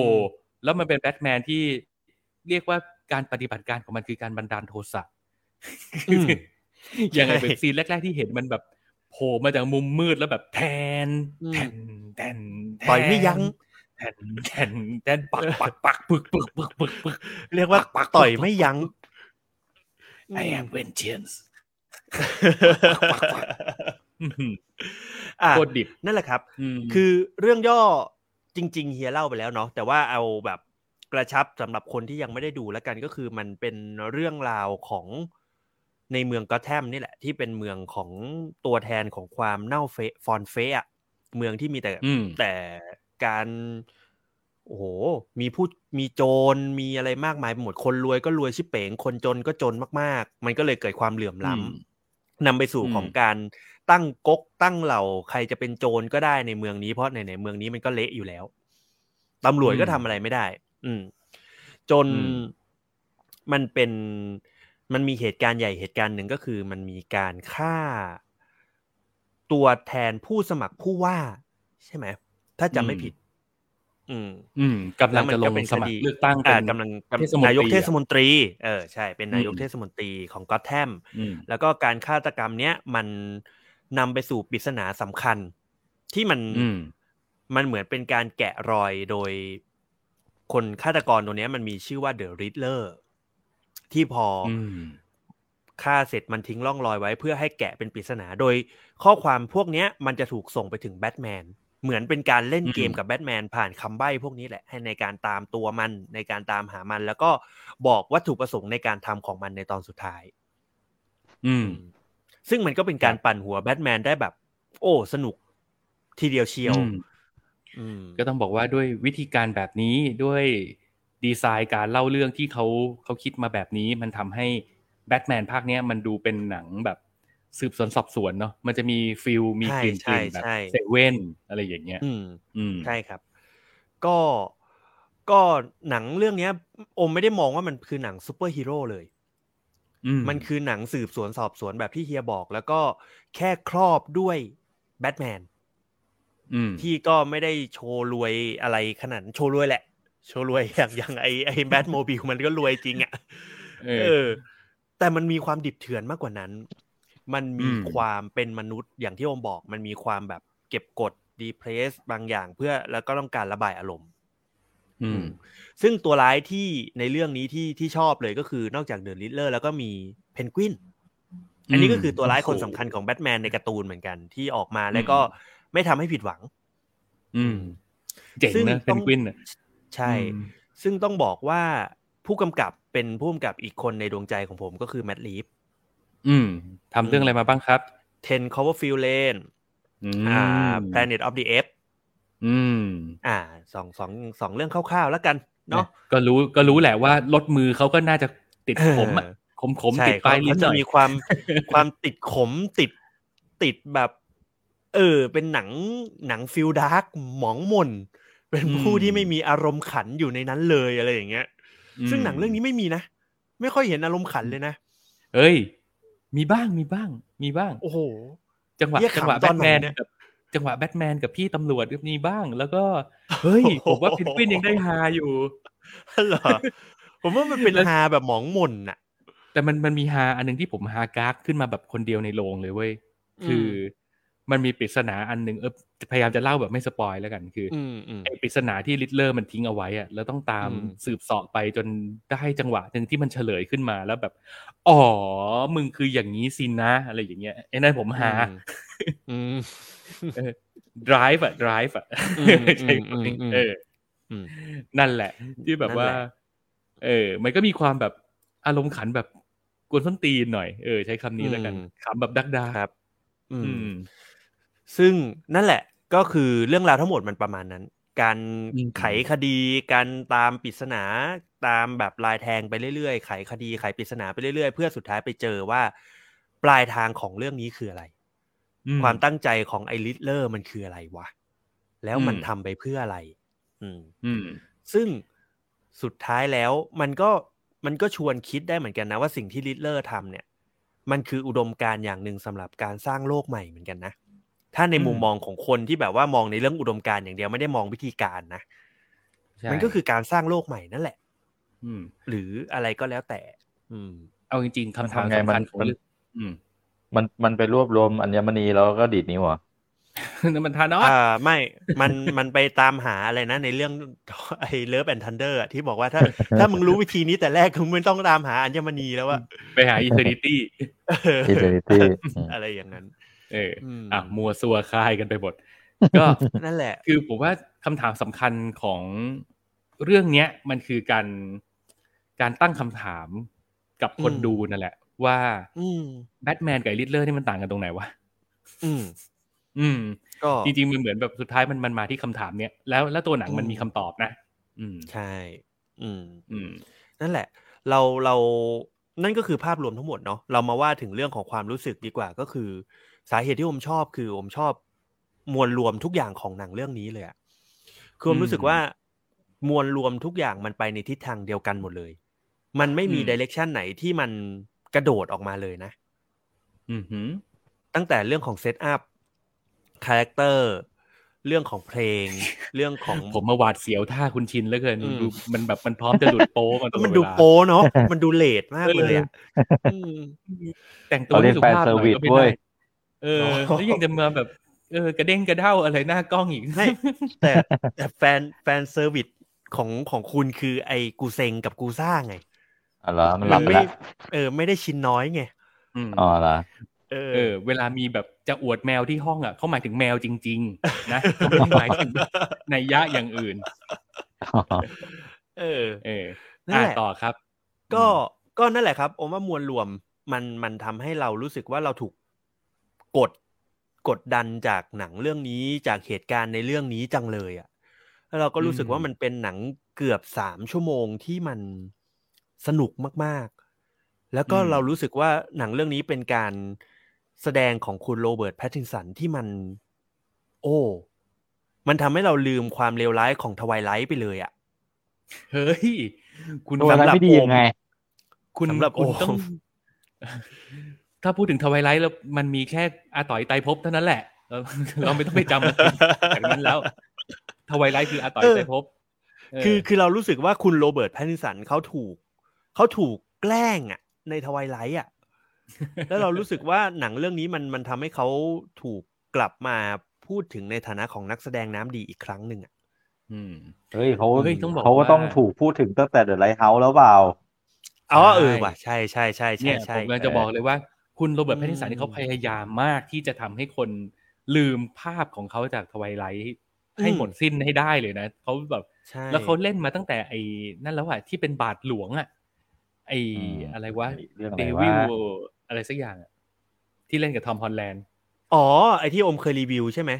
S4: ม
S2: แล้วมันเป็นแบทแมนที่เรียกว่าการปฏิบัติการของมันคือการบันดาลโทสะ
S4: อืม
S2: อย่างไงเป็น
S4: ใช่
S2: ซีนแรก ๆ ที่เห็นมันแบบโผล่มาจากมุมมืดแล้วแบบแทน
S4: อืม
S2: แทนแทนแทน
S4: ต่อยไม่ยั้ง
S2: แทนแทนแทนปักปักปักปึกปึกปึกปึกปึก
S4: เรี ยกว่า
S2: ปัก
S4: ต่อยไม่ยั้ง
S2: I am vengeance
S4: อ่ะ
S2: โคตรดิบ
S4: นั่นแหละครับ
S2: อืม
S4: คือเรื่องย่อจริง ๆ เฮียเล่าไปแล้วเนาะแต่ว่าเอาแบบ กระชับสำหรับคนที่ยังไม่ได้ดูแล้วกันก็คือมันเป็นเรื่องราวของในเมืองกอตแทมนี่แหละ ที่เป็นเมืองของตัวแทนของความเน่าเฟะฟอนเฟะอะเมืองที่มีแต่
S2: อืม
S4: แต่การโอ้โหมีผู้มีโจรมีอะไรมากมายไปหมดคนรวยก็รวยชิบเป๋งคนจนก็จนมากๆ มันก็เลยเกิดความเหลื่อมล้ำ
S2: อืม
S4: นำไปสู่
S2: อืม
S4: ของการตั้งก๊กตั้งเหล่าใครจะเป็นโจรก็ได้ในเมืองนี้เพราะไหนๆเมืองนี้มันก็เละอยู่แล้วตำรวจก็ทำอะไรไม่ได้ อืม จน
S2: อืม
S4: มันเป็นมันมีเหตุการณ์ใหญ่เหตุการณ์หนึ่งก็คือมันมีการฆ่าตัวแทนผู้สมัครผู้ว่า ใช่ไหม ถ้าจำไม่ผิด อืม
S2: อืมกำลังจะลง
S4: แวมันเป็น
S2: สมัค
S4: คดี
S2: รเลือกตั้งเป็
S4: อ่าน กำลัง
S2: เทศมนตรี
S4: นายกเทศ
S2: อะ
S4: มนตรี เออ ใช่ เป็นนายก
S2: อืม
S4: เทศมนตรีของกอตแทม
S3: อืม
S4: แล้วก็การฆาตกรรมเนี้ยมันนำไปสู่ปริศนาสำคัญ ที่มัน
S2: อืม
S4: มันเหมือนเป็นการแกะรอยโดยคนฆาตกรตัวเนี้ยมันมีชื่อว่าเดอะริดเลอร์ที่พออ
S2: ม
S4: ฆ่าเสร็จมันทิ้งร่องรอยไว้ เพื่อให้แกะเป็นปริศนา โดยข้อความพวกเนี้ยมันจะถูกส่งไปถึงแบทแมนเหมือนเป็นการเล่นเกมกับแบทแมนผ่านคำใบ้พวกนี้แหละให้ในการตามตัวมันในการตามหามัน แล้วก็บอกวัตถุประสงค์ในการทำของมันในตอนสุดท้าย
S2: อืม
S4: ซึ่งมันก็เป็นการปั่นหัวแบทแมนได้แบบ โอ้ สนุกทีเดียวเชียว
S2: อืม
S4: อืม
S2: ก็ต้องบอกว่าด้วยวิธีการแบบนี้ด้วยดีไซน์การเล่าเรื่องที่เขาเขาคิดมาแบบนี้ มันทำให้แบทแมนภาคเนี้ยมันดูเป็นหนังแบบสืบสวนสอบสวนเนาะมันจะมีฟิลมีกลิ่นกลิ่นแบบเซเว่นอะไรอย่างเงี้ย
S4: อืม
S2: อืม
S4: ใช่ครับ ก็ก็หนังเรื่องเนี้ยโอมไม่ได้มองว่ามันคือหนังซูเปอร์ฮีโร่เลย
S2: อื
S4: มันคือหนังสืบสวนสอบสวนแบบที่เฮียบอก แล้วก็แค่ครอบด้วยแบทแมน
S2: ม
S4: ที่ก็ไม่ได้โชว์รวยอะไรขนาดนั้นโชว์รวยแหละ โชว์รวย อย่างอย่างไอไอแบทโมบิลมันก็รวยจริงอะ่ะ
S2: เออ
S4: เออ แต่มันมีความดิบเถื่อนมากกว่านั้น มันมี
S2: อืม
S4: ความเป็นมนุษย์อย่างที่โอมบอก มันมีความแบบเก็บกดดีเพรสบางอย่างเพื่อแล้วก็ต้องการระบายอารมณ์
S2: อืม
S4: ซึ่งตัวร้ายที่ในเรื่องนี้ที่ที่ชอบเลยก็คือนอกจากเดอะลิ d เลอร์แล้วก็มีเพนกวิน อันนี้ก็คือตัวร้ายคนสำคัญของแบทแมนในการ์ตูนเหมือนกันที่ออกมาแล้วก็
S2: อื
S4: ไม่ทำให้ผิดหวัง
S2: อืม เจ๋ง
S4: ซึ่ง
S2: นะเพ
S4: ต้อน ง
S2: กวินอะ
S4: ใช่
S2: อืม
S4: ซึ่งต้องบอกว่าผู้กำกับเป็นผู้กำกับอีกคนในดวงใจของผมก็คือแมดลีฟ
S2: อืมทำเรื่องอะไรมาบ้างครับ
S4: 10 Coverfield Lane
S2: อื
S4: อ่า
S2: ม
S4: Planet of the Apes
S2: อืม
S4: อ่าสองสองสองเรื่องคร่าวๆแล้วกันเนาะ
S2: ก็รู้ก็รู้แหละว่าลดมือเขาก็น่าจะติดผมอะ
S4: เออ
S2: ขมขม
S4: ใช่
S2: ติดปลายลิ้
S4: เขา
S2: นห
S4: จะ
S2: น่อย
S4: มี ความความติดขมติดติดแบบ เออ เป็นหนังหนังฟิลดาร์กหมองหมน เป็นผู้ที่ไม่มีอารมณ์ขันอยู่ในนั้นเลยอะไรอย่างเงี้ย ซึ่งหนังเรื่องนี้ไม่มีนะ ไม่ค่อยเห็นอารมณ์ขันเลยนะ
S2: เอ้ย มีบ้างมีบ้าง มีบ้าง
S4: โอ้ โห
S2: จังหวะ
S4: เรียกขำ
S2: จังหวะ
S4: ต
S2: แบ
S4: อน
S2: ท
S4: ไหน
S2: แมน
S4: เนี่ย
S2: กับจังหวะแบทแมนกับพี่ตำรวจก็มีบ้าง แล้วก็เฮ้ยผมว่าเพนกวินยังได้ฮาอยู่
S4: เหรอผมว่ามันเป็นฮาแบบหมองหม่นน่ะ
S2: แต่มันมันมีฮาอันหนึงที่ผมฮากากขึ้นมาแบบคนเดียวในโรงเลยเว้ย คืออมันมีปริศนาอันหนึ่งเออพยายามจะเล่าแบบไม่สปอยแล้วกันคืออ
S4: อืมอืม
S2: ไอ้ปริศนาที่ลิตเลอร์มันทิ้งเอาไว้อะแล้วต้องตาม
S4: อืม
S2: สืบเสอบไปจนได้จังหวะหนึ่งที่มันเฉลยขึ้นมาแล้วแบบ อ๋อ มึงคืออย่างนี้สินะ อะไรอย่างเงี้ยไอ้นั่นผมหา
S4: อืม
S2: drive อะ drive อะ
S4: อืม
S2: ใช่ไหม
S4: อืมอืม
S2: เอออ
S4: ม
S2: นั่นแหละ ที่แบบว่า
S4: นั่นแหละ
S2: เออ มันก็มีความแบบอารมณ์ขันแบบกวนส้นตีนหน่อย เออ ใช้คำนี้แล้วกันขำแบบดักดา
S4: ครับ อื
S2: อื
S4: ม
S2: ม
S4: ซึ่งนั่นแหละก็คือเรื่องราวทั้งหมดมันประมาณนั้น การ
S2: อืม
S4: ไขคดี การตามปริศนาตามแบบลายแทงไปเรื่อยๆ ไขคดีไขปริศนาไปเรื่อยๆ เพื่อสุดท้ายไปเจอว่า ปลายทางของเรื่องนี้คืออะไร
S2: อื
S4: ความตั้งใจของไอริทเลอร์มันคืออะไรวะ แล้วมัน
S2: อืม
S4: ทำไปเพื่ออะไร อืม
S2: อืม
S4: ซึ่งสุดท้ายแล้วมันก็มันก็ชวนคิดได้เหมือนกันนะว่าสิ่งที่ลิตเลอร์ทำเนี่ย มันคืออุดมการณ์อย่างหนึ่งสำหรับการสร้างโลกใหม่เหมือนกันนะ ถ้าในมุม
S2: อืม
S4: มองของคนที่แบบว่ามองในเรื่องอุดมการณ์อย่างเดียวไม่ได้มองวิธีการนะ
S2: ใช่
S4: มันก็คือการสร้างโลกใหม่นั่นแหละ
S2: ม
S4: หรืออะไรก็แล้วแต่ อืม
S2: เอาจริงๆคำถาม
S3: มันทำไง
S2: สำคัญ
S3: มัน
S2: ของ
S3: มัน
S2: เรื่องอืม
S3: มันมันไปรวบรวมอัญมณีแล้วก็ดีดนิ้วเหรอ
S2: นั่นมันทานอส
S4: อ่าไม่ มันมันไปตามหาอะไรนะ ในเรื่อง ไอ้เลิฟแอนทันเดอร์ที่บอกว่าถ้า ถ้ามึงรู้วิธีนี้แต่แรกมึงไม่ต้องตามหาอัญมณีแล้วอะ
S2: ไปหาอีเทอร์นิตี้
S4: เออ
S3: Eternity อืม
S4: อะไรอย่างนั้น
S2: เอออ
S4: ม
S2: อ่ะมัวซัวคายกันไปหมด ก็
S4: นั่นแหละ
S2: คือผมว่าคำถามสำคัญของ เรื่องเนี้ยมันคือการการตั้งคำถามกับคน
S4: อืม
S2: ดูนั่นแหละ ว่า
S4: อืม
S2: แบทแมนกับลิทเลอร์นี่มันต่างกันตรงไหนวะ
S4: อืม
S2: อืม
S4: ก็
S2: จริงๆมันเหมือนแบบสุดท้ายมันมันมาที่คำถามเนี้ยแล้วแล้วตัวหนังมันมีคำตอบนะ อืม
S4: ใช่ อืม
S2: อืม
S4: นั่นแหละ เราเรา นั่นก็คือภาพรวมทั้งหมดเนาะ เรามาว่าถึงเรื่องของความรู้สึกดีกว่า ก็คือ สาเหตุที่ผมชอบคือผมชอบมวลรวมทุกอย่างของหนังเรื่องนี้เลยอะคือผมรู้สึก
S2: อืม
S4: ว่ามวลรวมทุกอย่างมันไปในทิศทางเดียวกันหมดเลย มันไม่มี
S2: อืม
S4: ดิเรกชันไหนที่มันกระโดดออกมาเลยนะ
S2: อืมหืม
S4: ตั้งแต่เรื่องของเซตอัพ คาแรคเตอร์ เรื่องของเพล ง เรื่องของ
S2: ผมมาหวาดเสียวท่าคุณชินเหลือเกิน
S4: อืม
S2: ดูมันแบบมันพร้อมจะหลุดโป๊มาตลอดเวลา
S4: มั
S2: มัน
S4: ดูโป้ เนาะ มันดูเลทมากเลยอะม
S2: แต่งตัว
S3: เขาเรียก
S2: ไม่สุภาพหน่
S3: แฟนเซอร์วิ
S2: อย
S3: ส
S2: ก็ไม่ได้
S3: เว้ย
S2: เออแล้วยังจะมาแบบ เออกระเด้งกระเด้าอะไรหน้ากล้องอีก
S4: ไม่ แต่แต่แฟนแฟนเซอร์วิสของของคุณคือไอ้กูเซ็งกับกูซ่าไง
S3: อ๋อเหรอมันหลับไป
S4: มันไม่
S3: แล้ว
S4: เออ ไม่ได้ชิ้นน้อยไง
S2: อืม
S3: อ๋อเหรอ
S4: เออ
S2: เออ เวลามีแบบจะอวดแมวที่ห้องอ่ะเขาหมายถึงแมวจริง ๆ นะเขาไม่ได้หมายถึงในยยะอย่างอื่น
S3: อ๋อ
S4: เออ
S2: เออ
S4: นั่น
S2: อ่า
S4: แหละ
S2: ต่อครับ
S4: ก็ก็นั่นแหละครับโอมว่ามวลรวมมันมันทำให้เรารู้สึกว่าเราถูกกดกดดันจากหนังเรื่องนี้จากเหตุการณ์ในเรื่องนี้จังเลยอะ่ะแล้วเราก็รู้สึก
S2: อืม
S4: ว่ามันเป็นหนังเกือบสามชั่วโมงที่มันสนุกมากๆ แล้วก็เรารู้สึกว่าหนังเรื่องนี้เป็นการแสดงของคุณโรเบิร์ตแพตตินสันที่มัน โอ้ มันทำให้เราลืมความเลวร้ายของทวายไลท์ไปเลยอ่ะ
S2: เฮ้ย คุณ
S3: ทวายไลท์ไม่ดียังไง
S2: คุณ
S4: สำหรับ
S2: คุณ
S4: โอม
S2: ต้อง ถ้าพูดถึงทวายไลท์แล้วมันมีแค่อาต่อยไตรภพเท่านั้นแหละเราเราไม่ต้องไปจำมันจากนั้นแล้วทวายไลท์คืออาต่อยไตรภพเ
S4: คือคือเรารู้สึกว่าคุณโรเบิร์ตแพตตินสันเขาถูกเขาถูกแกล้งอ่ะ ในทวายไลท์อ่ะ แล้วเรารู้สึกว่าหนังเรื่องนี้มันมันทำให้เขาถูกกลับมาพูดถึงในฐานะของนักแสดงน้ำดีอีกครั้งหนึ่งอ่ะ
S2: ม
S3: เฮ้ยเขา
S2: เฮ้ยต้องบอก
S3: เขาก็
S2: ว่า
S3: ต้องถูกพูดถึงตั้งแต่เดอะไลท์เฮาส์แล้วเปล่า
S4: อ๋อเออ
S2: ใช่
S4: ว่ะใช่ใช่ใช่
S2: เนี่
S4: ใช่
S2: ยผม
S4: ใช่
S2: กำลังจะบอกเลยว่า คุณโรเบิร์ต
S4: อืม
S2: แพทตินสันนี่เขาพยายามมากที่จะทำให้คนลืมภาพของเขาจากทวายไลท์ให้หมดสิ้นให้ได้เลยนะเขาแบบ
S4: ใช่
S2: แล้วเขาเล่นมาตั้งแต่ไอ้นั่นแล้วอะที่เป็นบาทหลวงอะไอ้
S3: อืม
S2: อะไรวะ
S3: เรื่องอะไร
S2: เด
S3: วะ
S2: วิลอะไรสักอย่างอะที่เล่นกับทอมฮอลแลนด์
S4: อ๋อ ไอที่อมเคยรีวิวใช่ไหม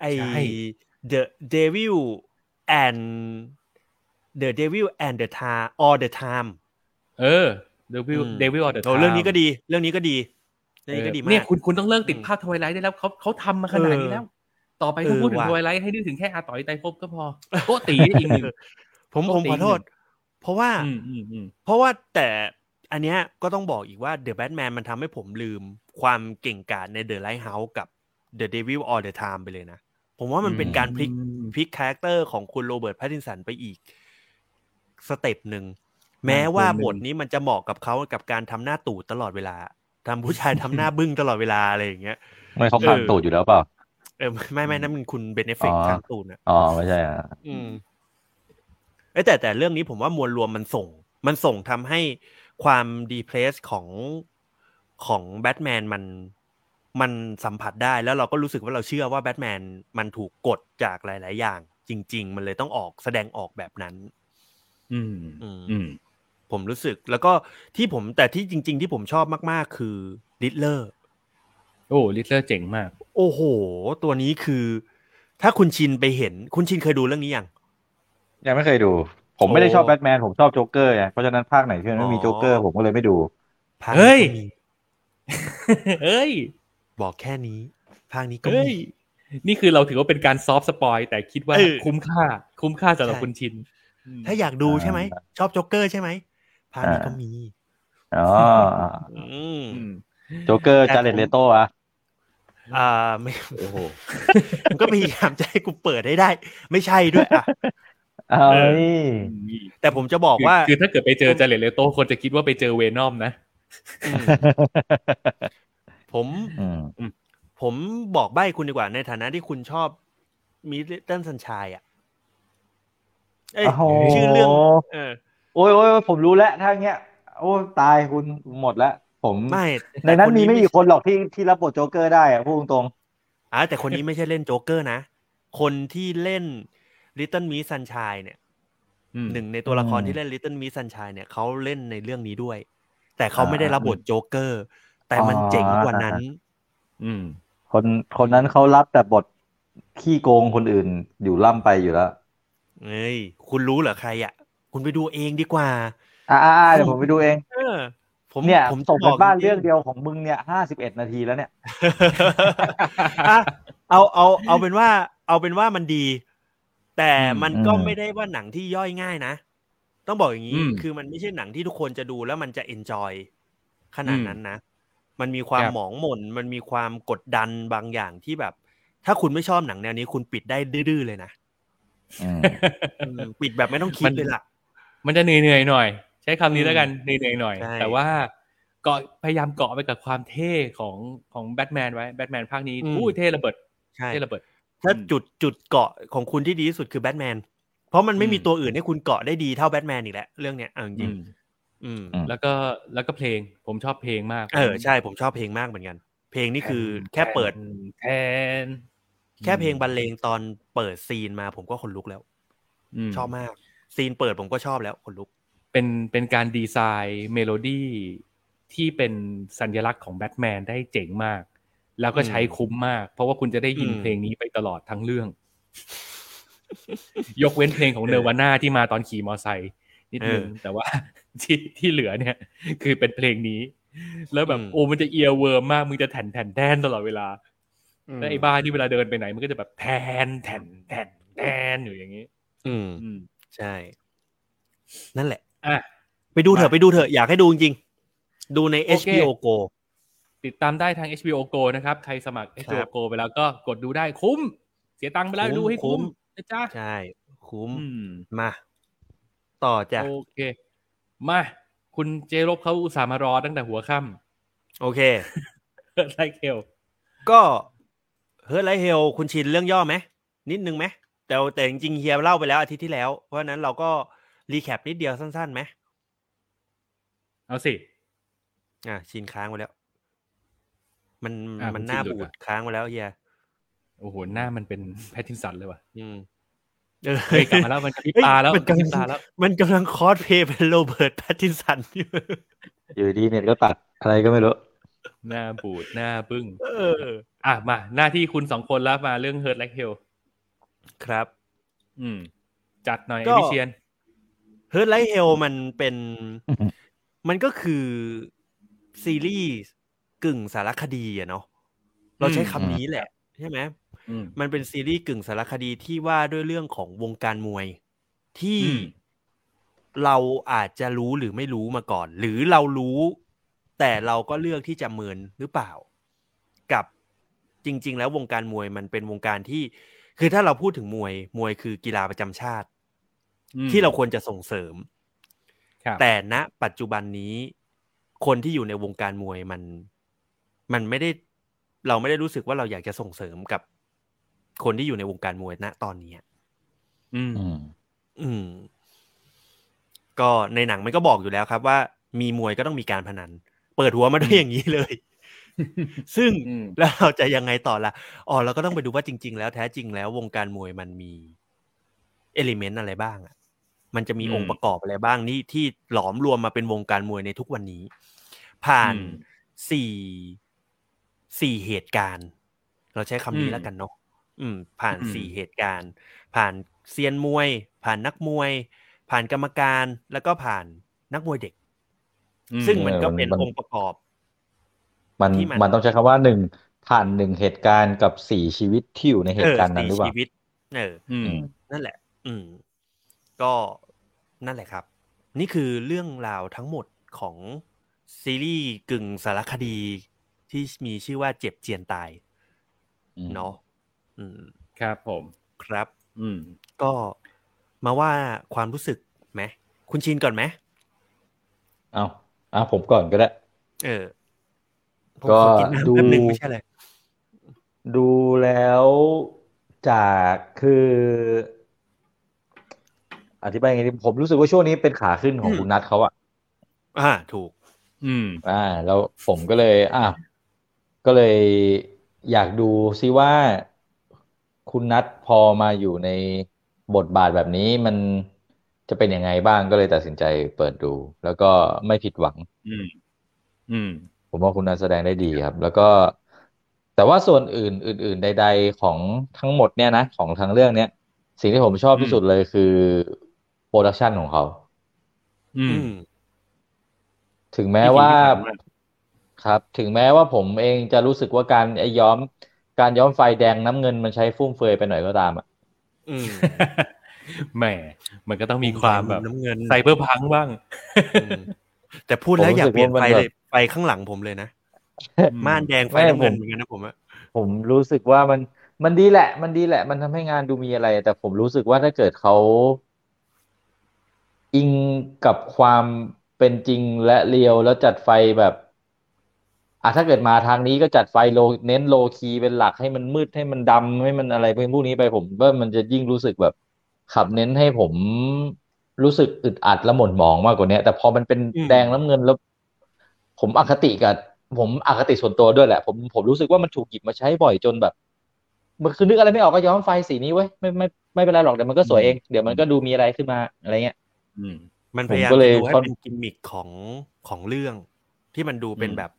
S4: ไอ
S2: ใช่
S4: The Devil and The Devil and the Time or the Time
S2: เออเดวิล
S4: อืม
S2: เดวิลออเดอะ
S4: โอ้เรื่องนี้ก็ดี เรื่องนี้ก็ดีเรื่องนี้ก็ดีมาก
S2: เนี่ยคุณคุณต้องเลิกติด
S4: อืม
S2: ภาพทวายไลท์ได้แล้วเขาเขาทำมาขนาดนี้แล้ว ต่อไปถ้า
S4: เออ
S2: พูดถึง
S4: ว่ะ
S2: ทวายไลท์ให้นึกถึงแค่อาต่อยไตรภพก็พอโกะตีอีกหนึ่ง
S4: ผม
S2: โทษ
S4: ผม
S2: ตี
S4: ขอโทษ
S2: หนึ่
S4: เพราะว่า
S2: อืมอืมอืม
S4: เพราะว่าแต่อันเนี้ยก็ต้องบอกอีกว่าเดอะแบทแมนมันทำให้ผมลืมความเก่งกาจในเดอะไลท์เฮาส์กับเดอะเดวิลออเดอะไทม์ไปเลยนะ ผมว่ามันเป็นการพลิกพลิกคาแรคเตอร์ของคุณโรเบิร์ตแพตตินสันไปอีกสเต็ปหนึ่ง แม้ว่าบทนี้มันจะเหมาะกับเขากับการทำหน้าตู่ตลอดเวลา ทำผู้ชายทำหน้าบึ้งตลอดเวลาอะไรอย่างเงี้ย
S3: ไม่เขาขัง
S4: เออ
S3: ตูดอยู่แล้วเปล่า
S4: เออไม่ไม่นั่นมันคุณเบนเอฟเฟก
S3: อ๋อ
S4: ทางตู่นะ
S3: อ๋อไม่ใช่อ่ะ
S4: อืมเอ้ยแต่แต่เรื่องนี้ผมว่ามวลรวมมันส่ง มันส่งทำให้ความดีเพรสของของแบทแมนมันมันสัมผัสได้แล้วเราก็รู้สึกว่าเราเชื่อว่าแบทแมนมันถูกกดจากหลาย ๆ อย่าง จริง ๆ มันเลยต้องออกแสดงออกแบบนั้น
S2: อืม
S4: อืม
S2: อืม
S4: ผมรู้สึก แล้วก็ที่ผมแต่ที่จริง ๆ ที่ผมชอบมาก ๆ คือดิทเลอร์
S2: โอ้ลิทเลอร์เจ๋งมาก
S4: โอ้โห ตัวนี้คือ ถ้าคุณชินไปเห็น คุณชินเคยดูเรื่องนี้ยัง
S3: ยังไม่เคยดู ผมไม่ได้ชอบ
S4: โอ้
S3: แบทแมน ผมชอบโจ๊กเกอร์ไง เพราะฉะนั้นภาคไหนที่มันไม่มี
S4: อ๋อ
S3: โจ๊กเกอร์ผมก็เลยไม่ดู
S4: ภาค
S2: เฮ้
S4: นี้
S2: ย
S4: ก็มี
S2: เอ้ย
S4: บอกแค่นี้ภาคนี้ก็
S2: เอ้
S4: มี
S2: ย นี่คือเราถือว่าเป็นการซอฟต์สปอยแต่คิดว่า
S4: เออ
S2: คุ้มค่า คุ้มค่าสำหรับ
S4: ใช่
S2: คุณชินอืม
S4: ถ้าอยากดูใช่ไหม ชอบโจ็อกเกอร์ใช่ไหมภาคนี้ก็มี
S3: อ๋อ
S4: อืม
S3: โจ๊กเกอร์จาเลตเลโต้อะ
S4: อ่าไม่โอ้โห มันก็พยายามจะให้กูเปิดให้ได้ ไม่ใช่ด้วยอ่ะ
S3: เอา
S2: เออ
S3: นี่
S4: แต่ผมจะบอก
S2: คือ
S4: ว่า
S2: คือถ้าเกิดไปเจอจาเลตเลโตคนจะคิดว่าไปเจอเวนอมนะ
S4: อืมผม
S3: อืม
S4: ผมบอกใบ้คุณดีกว่าในฐานะที่คุณชอบมิดเดิลสันชายอ่ะเอ้ย
S3: โอ้โห
S4: ชื่อเรื่องเออ
S3: โอ้ยโอ้ยผมรู้แล้วถ้าอย่างเงี้ย โอ้ยตายคุณหมดแล้วผม
S4: ไม่
S3: ในนั้นมีไม่
S4: แต่ค
S3: กี่คนหรอกที่ที่รับบทโจ๊กเกอร์ได้อะพูดตรง
S4: อ่ะแต่คนนี้ไม่ใช่เล่นโจ๊กเกอร์นะ คนที่เล่นลิตเติ้ลมีสันชายเนี่ย
S2: อืม
S4: หนึ่งในตัวละคร
S3: อืม
S4: ที่เล่น Little Miss Sunshine เนี่ยเขาเล่นในเรื่องนี้ด้วย แต่เขาไม่ได้รับบทโจ๊กเกอร์ แต่มันเจ๋งกว่านั้น
S2: อืม
S3: คนคนนั้นเขารับแต่บทขี้โกงคนอื่นอยู่ล่ำไปอยู่แล้ว
S4: เอ้ย คุณรู้เหรอใครอ่ะ คุณไปดูเองดีกว่า
S3: อ่าเดี๋ยวผมไปดูเอง
S4: เออ ผม
S3: เนี่ย
S4: ผม
S3: ตกเป็นบ้าน
S4: จๆ
S3: เรื่องเดียวของมึงเนี่ยห้าสิบเอ็ดนาทีแล้วเนี่ย
S4: อ่ะเอาเอาเอาเป็นว่า เอาเป็นว่ามันดี แต่มันก็
S3: อืม
S4: ไม่ได้ว่าหนังที่ย่อยง่ายนะ ต้องบอกอย่างนี้
S2: อืม
S4: คือมันไม่ใช่หนังที่ทุกคนจะดูแล้วมันจะเอนจอยขนาด
S2: อืม
S4: นั้นนะ มันมีความ
S2: ครับ
S4: หมองหม่น มันมีความกดดันบางอย่างที่แบบ ถ้าคุณไม่ชอบหนังแนวนี้ คุณปิดได้ดื้อๆเลยนะ
S3: อืม
S4: อืมปิดแบบไม่ต้องคิดเลยล่ะ
S2: มันจะเหนื่อยๆหน่อย ใช้คำนี้
S4: อืม
S2: แล้วกันเหนื่อยๆหน่อย
S4: ใช่
S2: แต่ว่าเกาะพยายามเกาะไปกับความเท่ของของแบทแมนไว้แบทแมนภาคนี้อู้เท่ระเบิด
S4: ใช่
S2: เท่ระเบิด
S4: ถ้า
S2: อืม
S4: จุดจุดเกาะของคุณที่ดีที่สุดคือแบทแมน เพราะมันไม่มี
S2: อืม
S4: ตัวอื่นให้คุณเกาะได้ดีเท่าแบทแมนอีกแล้วเรื่องเนี้ยเอาจริงๆอืม
S3: อืม
S2: แล้วก็แล้วก็เพลงผมชอบเพลงมาก
S4: เออใช่ ผมชอบเพลงมากเหมือนกัน เพลงนี่คือแค่เปิด
S2: แทน
S4: แค่เพลงบรรเลงตอนเปิดซีนมาผมก็ขนลุกแล้ว ชอบมาก ซีนเปิดผมก็ชอบแล้วขนลุก
S2: เป็นเป็นการดีไซน์เมโลดี้ที่เป็นสัญลักษณ์ของแบทแมนได้เจ๋งมาก แล้วก็ใช้คุ้มมาก เพราะว่าคุณจะได้ยิน
S4: อืม
S2: เพลงนี้ไปตลอดทั้งเรื่อง ยกเว้นเพลงของเนวาน่าที่มาตอนขี่มอไซค์นิดนึงแต่ว่า ที่ที่เหลือเนี่ย คือเป็นเพลงนี้ แล้วแบบ
S4: อืม
S2: โอ้มันจะเอียเวิร์มมากมึงจะแถนแถนแดนตลอดเวลา
S4: อืม
S2: แล้วไอ้บ้านที่เวลาเดินไปไหนมันก็จะแบบแทนแทนแทนแทนอยู่อย่างนี้
S4: อืม
S2: อืม
S4: ใช่ นั่นแหละ
S2: อ่ะ
S4: ไปดูเถอะ
S2: มา
S4: ไปดูเถอะอยากให้ดูจริงๆดูใน
S2: โอเค
S4: HBO Go
S2: ติดตามได้ทาง HBO Go นะครับ ใครสมัคร HBO Go ไปแล้วก็กดดูได้คุ้ม เสียตังค์ไปแล้ว
S4: คุ้ม
S2: ดูให้คุ้ม
S4: คุ้ม
S2: นะจ๊ะ
S4: ใช่ คุ้ม
S2: อืม
S4: มา ต่อจ้ะ
S2: โอเค มา คุณเจรบเขาอุตส่าห์มารอตั้งแต่หัวค่
S4: โอเค
S2: ำ ไล่เคล
S4: ก็เฮิร์ทไลท์เฮลคุณชินเรื่องย่อไหมนิดนึงไหมแต่แต่จริงๆเฮียเล่าไปแล้วอาทิตย์ที่แล้ว เพราะฉะนั้นเราก็รีแคปนิดเดียวสั้นๆไหม
S2: เอาสิ
S4: อ่ะชินค้างไว้แล้ว มัน
S2: อ่ะ
S4: มัน
S2: คุณ
S4: หน้า
S2: ชินหลุด
S4: บูด
S2: อ่ะ
S4: ค้างไว้แล้วเฮีย
S2: โอ้โห หน้ามันเป็นแพทตินสันเลยว่ะ
S4: อืมเออ
S2: เฮ้ยกลับมาแล้วมันกระพริบ
S4: เฮ้ย
S2: ตาแล้วมั
S4: มั
S2: น น
S4: ก
S2: กระพริ
S4: ระพริบ
S2: บตาแล้ว
S4: มันกำลังคอสเพลย์เป็นโรเบิร์ตแพตติน สันอยู่
S3: อยู่ดีเน็ตก็ตัดอะไรก็ไม่รู้
S2: หน้าบูดหน้าบึ้ง
S4: เออ
S2: อ่ะมา หน้าที่คุณสองคนแล้วมาเรื่องเฮิร์ตไลท์เคล
S4: ครับ
S2: อืม จัดหน่อย
S4: ก็
S2: ไอ้วิเชียน
S4: เฮิร์ทไลท์เฮลมันเป็น มันก็คือซีรีส์กึ่งสารคดีอะเนาะเราใช้คำนี้แหละ ใช่ไหม มันเป็นซีรีส์กึ่งสารคดีที่ว่าด้วยเรื่องของวงการมวย ที่
S2: อืม
S4: เราอาจจะรู้หรือไม่รู้มาก่อน หรือเรารู้ แต่เราก็เลือกที่จะเมินหรือเปล่า กับจริง ๆ แล้ววงการมวยมันเป็นวงการที่ คือถ้าเราพูดถึงมวยมวยคือกีฬาประจำชาติ
S2: อืม
S4: ที่เราควรจะส่งเสริม
S2: ครับ
S4: แต่ณปัจจุบันนี้ คนที่อยู่ในวงการมวยมัน มันไม่ได้ เราไม่ได้รู้สึกว่าเราอยากจะส่งเสริมกับ คนที่อยู่ในวงการมวยณตอนเนี้ย
S2: อืม
S3: อืม
S4: อืม ก็ในหนังมันก็บอกอยู่แล้วครับว่ามีมวยก็ต้องมีการพนัน เปิดหัวมาด้วยอย่างนี้เลย ซึ่ง
S2: อืม
S4: แล้วเราจะยังไงต่อละอ๋อเราก็ต้องไปดูว่าจริง ๆ แล้วแท้จริงแล้ววงการมวยมันมีเอลิเมนต์อะไรบ้างอะมันจะมีองค์ประกอบอะไรบ้างนี่ที่หลอมรวมมาเป็นวงการมวยในทุกวันนี้ ผ่าน
S2: อืม
S4: สี่สี่เหตุการณ์ เราใช้คำนี้แล้วกันเนาะอืม ผ่าน
S2: อืม
S4: สี่เหตุการณ์ ผ่านเซียนมวย ผ่านนักมวย ผ่านกรรมการแล้วก็ผ่านนักมวยเด็ก
S2: อืม
S4: ซึ่งมันก็
S3: เออมัน
S4: เป็น
S3: มัน
S4: องค์ประกอบ
S3: มัน
S4: ที่มัน
S3: มันต้องใช้คำว่าหนึ่งผ่านหนึ่งเหตุการณ์กับสี่ชีวิตที่อยู่ในเหตุการณ์นั้นหรือเปล่า
S4: ชีวิตเออ
S2: อืม
S4: นั่นแหละ อืม ก็นั่นแหละครับ นี่คือเรื่องราวทั้งหมดของซีรีส์กึ่งสารคดีที่มีชื่อว่าเจ็บเจียนตาย
S3: อืม
S4: เนาะอืม
S2: ครับผม
S4: ครับ
S2: อืม
S4: ก็มาว่าความรู้สึกไหมคุณชินก่อนไหม
S3: เอาอ่ะผมก่อนก็ได้
S4: เออผม
S3: ก็
S4: ขอกินน้ำ
S3: ดู
S4: แป๊บหนึ่งไม่ใช่เลย
S3: ดูแล้วจากคือ อธิบายยังไงดีผมรู้สึกว่าช่วงนี้เป็นขาขึ้นของ
S4: อืม
S3: คุณนัทเขาอะ
S4: อ่า ถูก
S2: อืม
S3: อ่า แล้วผมก็เลย อ่ะก็เลยอยากดูซิว่า คุณนัทพอมาอยู่ในบทบาทแบบนี้มัน จะเป็นยังไงบ้างก็เลยตัดสินใจเปิดดู แล้วก็ไม่ผิดหวัง
S2: อืม อืม
S3: ผมว่าคุณนันแสดงได้ดีครับ แล้วก็แต่ว่าส่วนอื่นอื่น ๆ ใด ๆ ของทั้งหมดเนี่ยนะ ของทั้งเรื่องเนี้ยสิ่งที่ผมชอบ
S2: อื
S3: ที่
S2: ม
S3: สุดเลยคือโปรดักชันของเขา
S2: อืม
S4: อืม
S3: ถึงแม้
S2: พิถีพิ
S3: ว่า
S2: ถันมาก
S3: ครับ ถึงแม้ว่าผมเองจะรู้สึกว่าการไอ้ย้อม การย้อมไฟแดงน้ำเงินมันใช้ฟุ่มเฟือยไปหน่อยก็ตามอะ
S4: อืม
S2: แหม มันก็ต้องมีความแบบ
S4: น้ำเงิน
S2: ไซเบอร์พังบ้าง
S4: อืมแต่พูดแล้วอยากเปลี่ยนไฟเลยไฟข้างหลังผมเลยนะม่านแดงไฟน้ำเงินเหมือนกันนะผมอะ
S3: ผมรู้สึกว่ามันมันดีแหละ มันดีแหละ มันทำให้งานดูมีอะไร แต่ผมรู้สึกว่าถ้าเกิดเขาอิงกับความเป็นจริงและเรียวแล้วจัดไฟแบบอ่ะถ้าเกิดมาทางนี้ก็จัดไฟโลเน้นโลคีเป็นหลักให้มันมืดให้มันดำให้มันอะไรเป็นพวกนี้ไปผมว่ามันจะยิ่งรู้สึกแบบ ขับเน้นให้ผมรู้สึกอึดอัดและหม่นหมองมากกว่าเนี้ยแต่พอมันเป็น
S2: อืม
S3: แดงน้ำเงินแล้ว ผมอคติกับผมอคติส่วนตัวด้วยแหละ ผมผมรู้สึกว่ามันถูกหยิบมาใช้บ่อยจนแบบ มันคือนึกอะไรไม่ออกก็ย้อมไฟสีนี้เว้ยไม่ไม่ไม่เป็นไรหรอกเดี๋ยวมันก็สวยเองเดี๋ยวมันก็ดูมีอะไรขึ้นมาอะไรเงี้ย
S2: อืม
S4: มันพยายาม
S3: ผมก็เลย
S4: จะดูให้
S3: ค่อน
S4: เป็นกิมมิคของของเรื่อง ที่มันดูเป็น
S3: อืม
S4: แบบ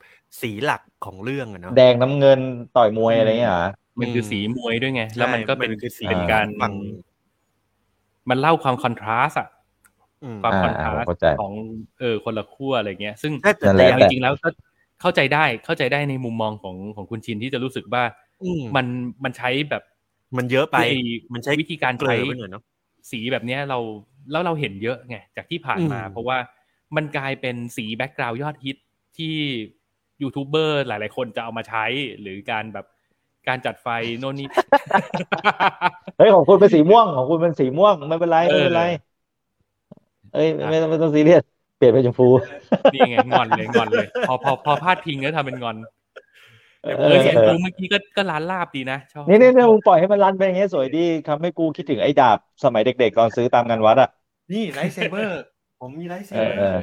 S4: สีหลักของเรื่องอะเนาะ
S3: แดงน้ำเงินต่อยมวยอะไรเงี้ยเหรอ
S2: มันคือสีมวยด้วยไง แล้วมันก็เป็น
S4: ใช่มันคือสี
S2: เป็นการ
S4: ฝั่ง
S2: มันเล่าความคอนทราสอะ
S4: อืม
S2: ความค
S3: อ่า
S2: อนทราส
S3: เข้าใจ
S2: ของเออคนละขั้วอะไรเงี้ย ซึ่ง
S4: ใช่แต่
S3: นั่นแห
S2: แต่
S3: ละ
S2: เอาจริงๆแล้วก็เข้าใจได้เข้าใจได้ในมุมมองของของคุณชินที่จะรู้สึกว่า
S4: อืม
S2: มันมันใช้แบบ
S4: มันเยอะไป
S2: ไอ้
S4: มันใช้
S2: วิธีการ
S4: เกล
S2: ใช้
S4: อไปหน่อยเนาะ
S2: สีแบบเนี้ยเราแล้วเราเห็นเยอะไงจากที่ผ่านมา
S4: อืม
S2: เพราะว่ามันกลายเป็นสีแบ็กกราวด์ยอดฮิตที่ยูทูบเบอร์หลาย ๆ คนจะเอามาใช้ หรือการแบบการจัดไฟโน่น นี่
S3: เฮ้ยของคุณเป็นสีม่วงของคุณเป็นสีม่วงไม่เป็นไร
S2: เออ
S3: ไม่เป็นไรเอ้ยไม่ไม่ไม่ต้องซีเรียสเปลี่ยนเป็นชมพู
S2: นี่ไงงอนเลยงอนเลย พอพอพอพลาดพิงก็ทำเป็นงอน
S3: เอ
S2: เออ
S3: อ
S2: เสียงกูเมื่อกี้ก็ก็ร้านลาบดีนะชอบ
S3: นี่นี่นี่มึงปล่อยให้มันรันไปอย่างเงี้ยสวยดีทำให้กูคิดถึงไอ้ดาบสมัยเด็กๆตอนซื้อตามงานวัดอ่ะ
S4: นี่ไลท์เซเบอร์ ผมมีไลท์เซ
S3: เออ
S4: เบอ
S3: เออ
S4: ร์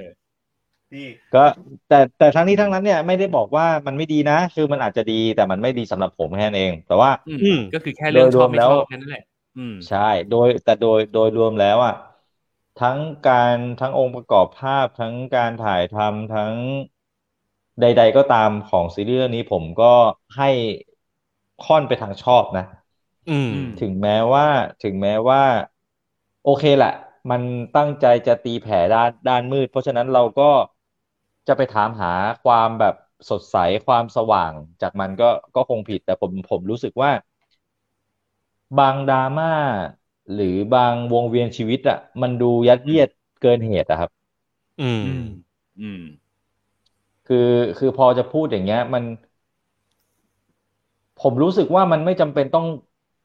S4: นี่
S3: ก็แต่แต่ทั้งนี้ทั้งนั้นเนี่ยไม่ได้บอกว่ามันไม่ดีนะ คือมันอาจจะดีแต่มันไม่ดีสำหรับผมแค่นั้นเอง แต่ว่า
S2: อืม
S4: อืม
S2: ก็คือแค่เรื่องชอบไม่
S3: โดยรวมแล้
S2: ช
S3: ว
S2: อบแค่นั้นแหละ อืม
S3: ใช่โดยแต่โดยโดยรวมแล้วอ่ะทั้งการทั้งองค์ประกอบภาพทั้งการถ่ายทำทั้งใด ๆ ก็ตามของซีรีส์เรื่องนี้ผมก็ให้ค่อนไปทางชอบนะ
S4: อืม
S2: อืม
S3: ถึงแม้ว่าถึงแม้ว่า โอเคแหละ มันตั้งใจจะตีแผ่ด้านด้านมืด เพราะฉะนั้นเราก็จะไปถามหาความแบบสดใสความสว่างจากมันก็ก็คงผิด แต่ผมผมรู้สึกว่า บางดราม่าหรือบางวงเวียนชีวิตอะมันดูยัดเยียดเกินเหตุอะครับ
S4: อืม
S2: อืม อืม
S3: คือคือพอจะพูดอย่างเงี้ย มัน ผมรู้สึกว่ามันไม่จำเป็นต้อง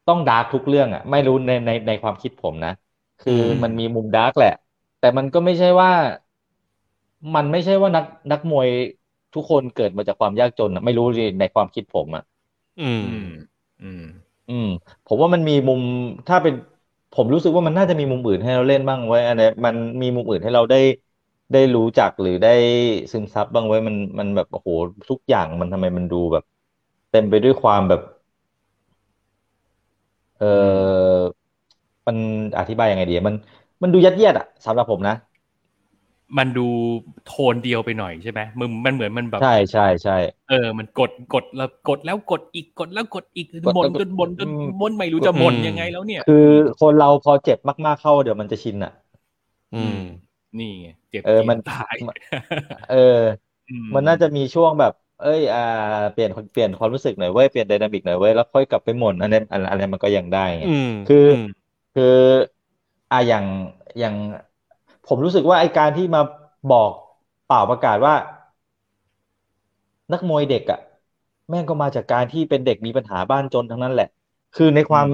S3: ต้องดาร์กทุกเรื่องอ่ะ ไม่รู้ในในในความคิดผมนะ คือ
S4: อืม
S3: มันมีมุมดาร์กแหละ แต่มันก็ไม่ใช่ว่า มันไม่ใช่ว่านักนักมวยทุกคนเกิดมาจากความยากจนอะไม่รู้ดิในความคิดผมอ่ะ
S4: อืม
S2: อืม อืม
S3: อืม ผมว่ามันมีมุมถ้าเป็น ผมรู้สึกว่ามันน่าจะมีมุมอื่นให้เราเล่นบ้างไว้ยอันเนี้ยมันมีมุมอื่นให้เราได้ได้รู้จักหรือได้ซึมซับบ้างไว้ยมันมันแบบโอ้โหทุกอย่างมันทำไมมันดูแบบ เต็มไปด้วยความแบบ เอออมันอธิบายยังไงดีมัน มันดูยัดเยียดอะสำหรับผมนะ
S2: มันดูโทนเดียวไปหน่อยใช่ไหมมันมันเหมือนมันแบบ
S3: ใช่ใช่ใช่
S2: เออ มันกด กดแล้วกดแล้วกดอีก กดแล้วกดอีก
S3: กด
S2: บ่น
S3: แล้วกด
S2: จนบ่นจน
S3: อืม
S2: บ่นไม่รู้จะบ่นยังไงแล้วเนี่ย
S3: คือคนเราพอเจ็บมากๆเข้าเดี๋ยวมันจะชินอะ
S4: อืม
S2: นี่ไงเจ็บ
S3: เออ
S2: จี๊ด
S3: มัน
S2: ตาย
S3: มัน เออ
S2: อื
S3: มันน่าจะมีช่วงแบบ เอ้ย อ่า เปลี่ยนเปลี่ยนความรู้สึกหน่อยเว้ย เปลี่ยนไดนามิกหน่อยเว้ย แล้วค่อยกลับไปหม่นอันนี้อันอันนี้มันก็ยังได้ไง
S4: อืม
S3: คืออ
S4: ม
S3: คืออ่ะอย่างอย่าง ผมรู้สึกว่าไอการที่มาบอกเป่าประกาศว่า นักมวยเด็กอะแม่งก็มาจากการที่เป็นเด็กมีปัญหาบ้านจนทั้งนั้นแหละ คือในความ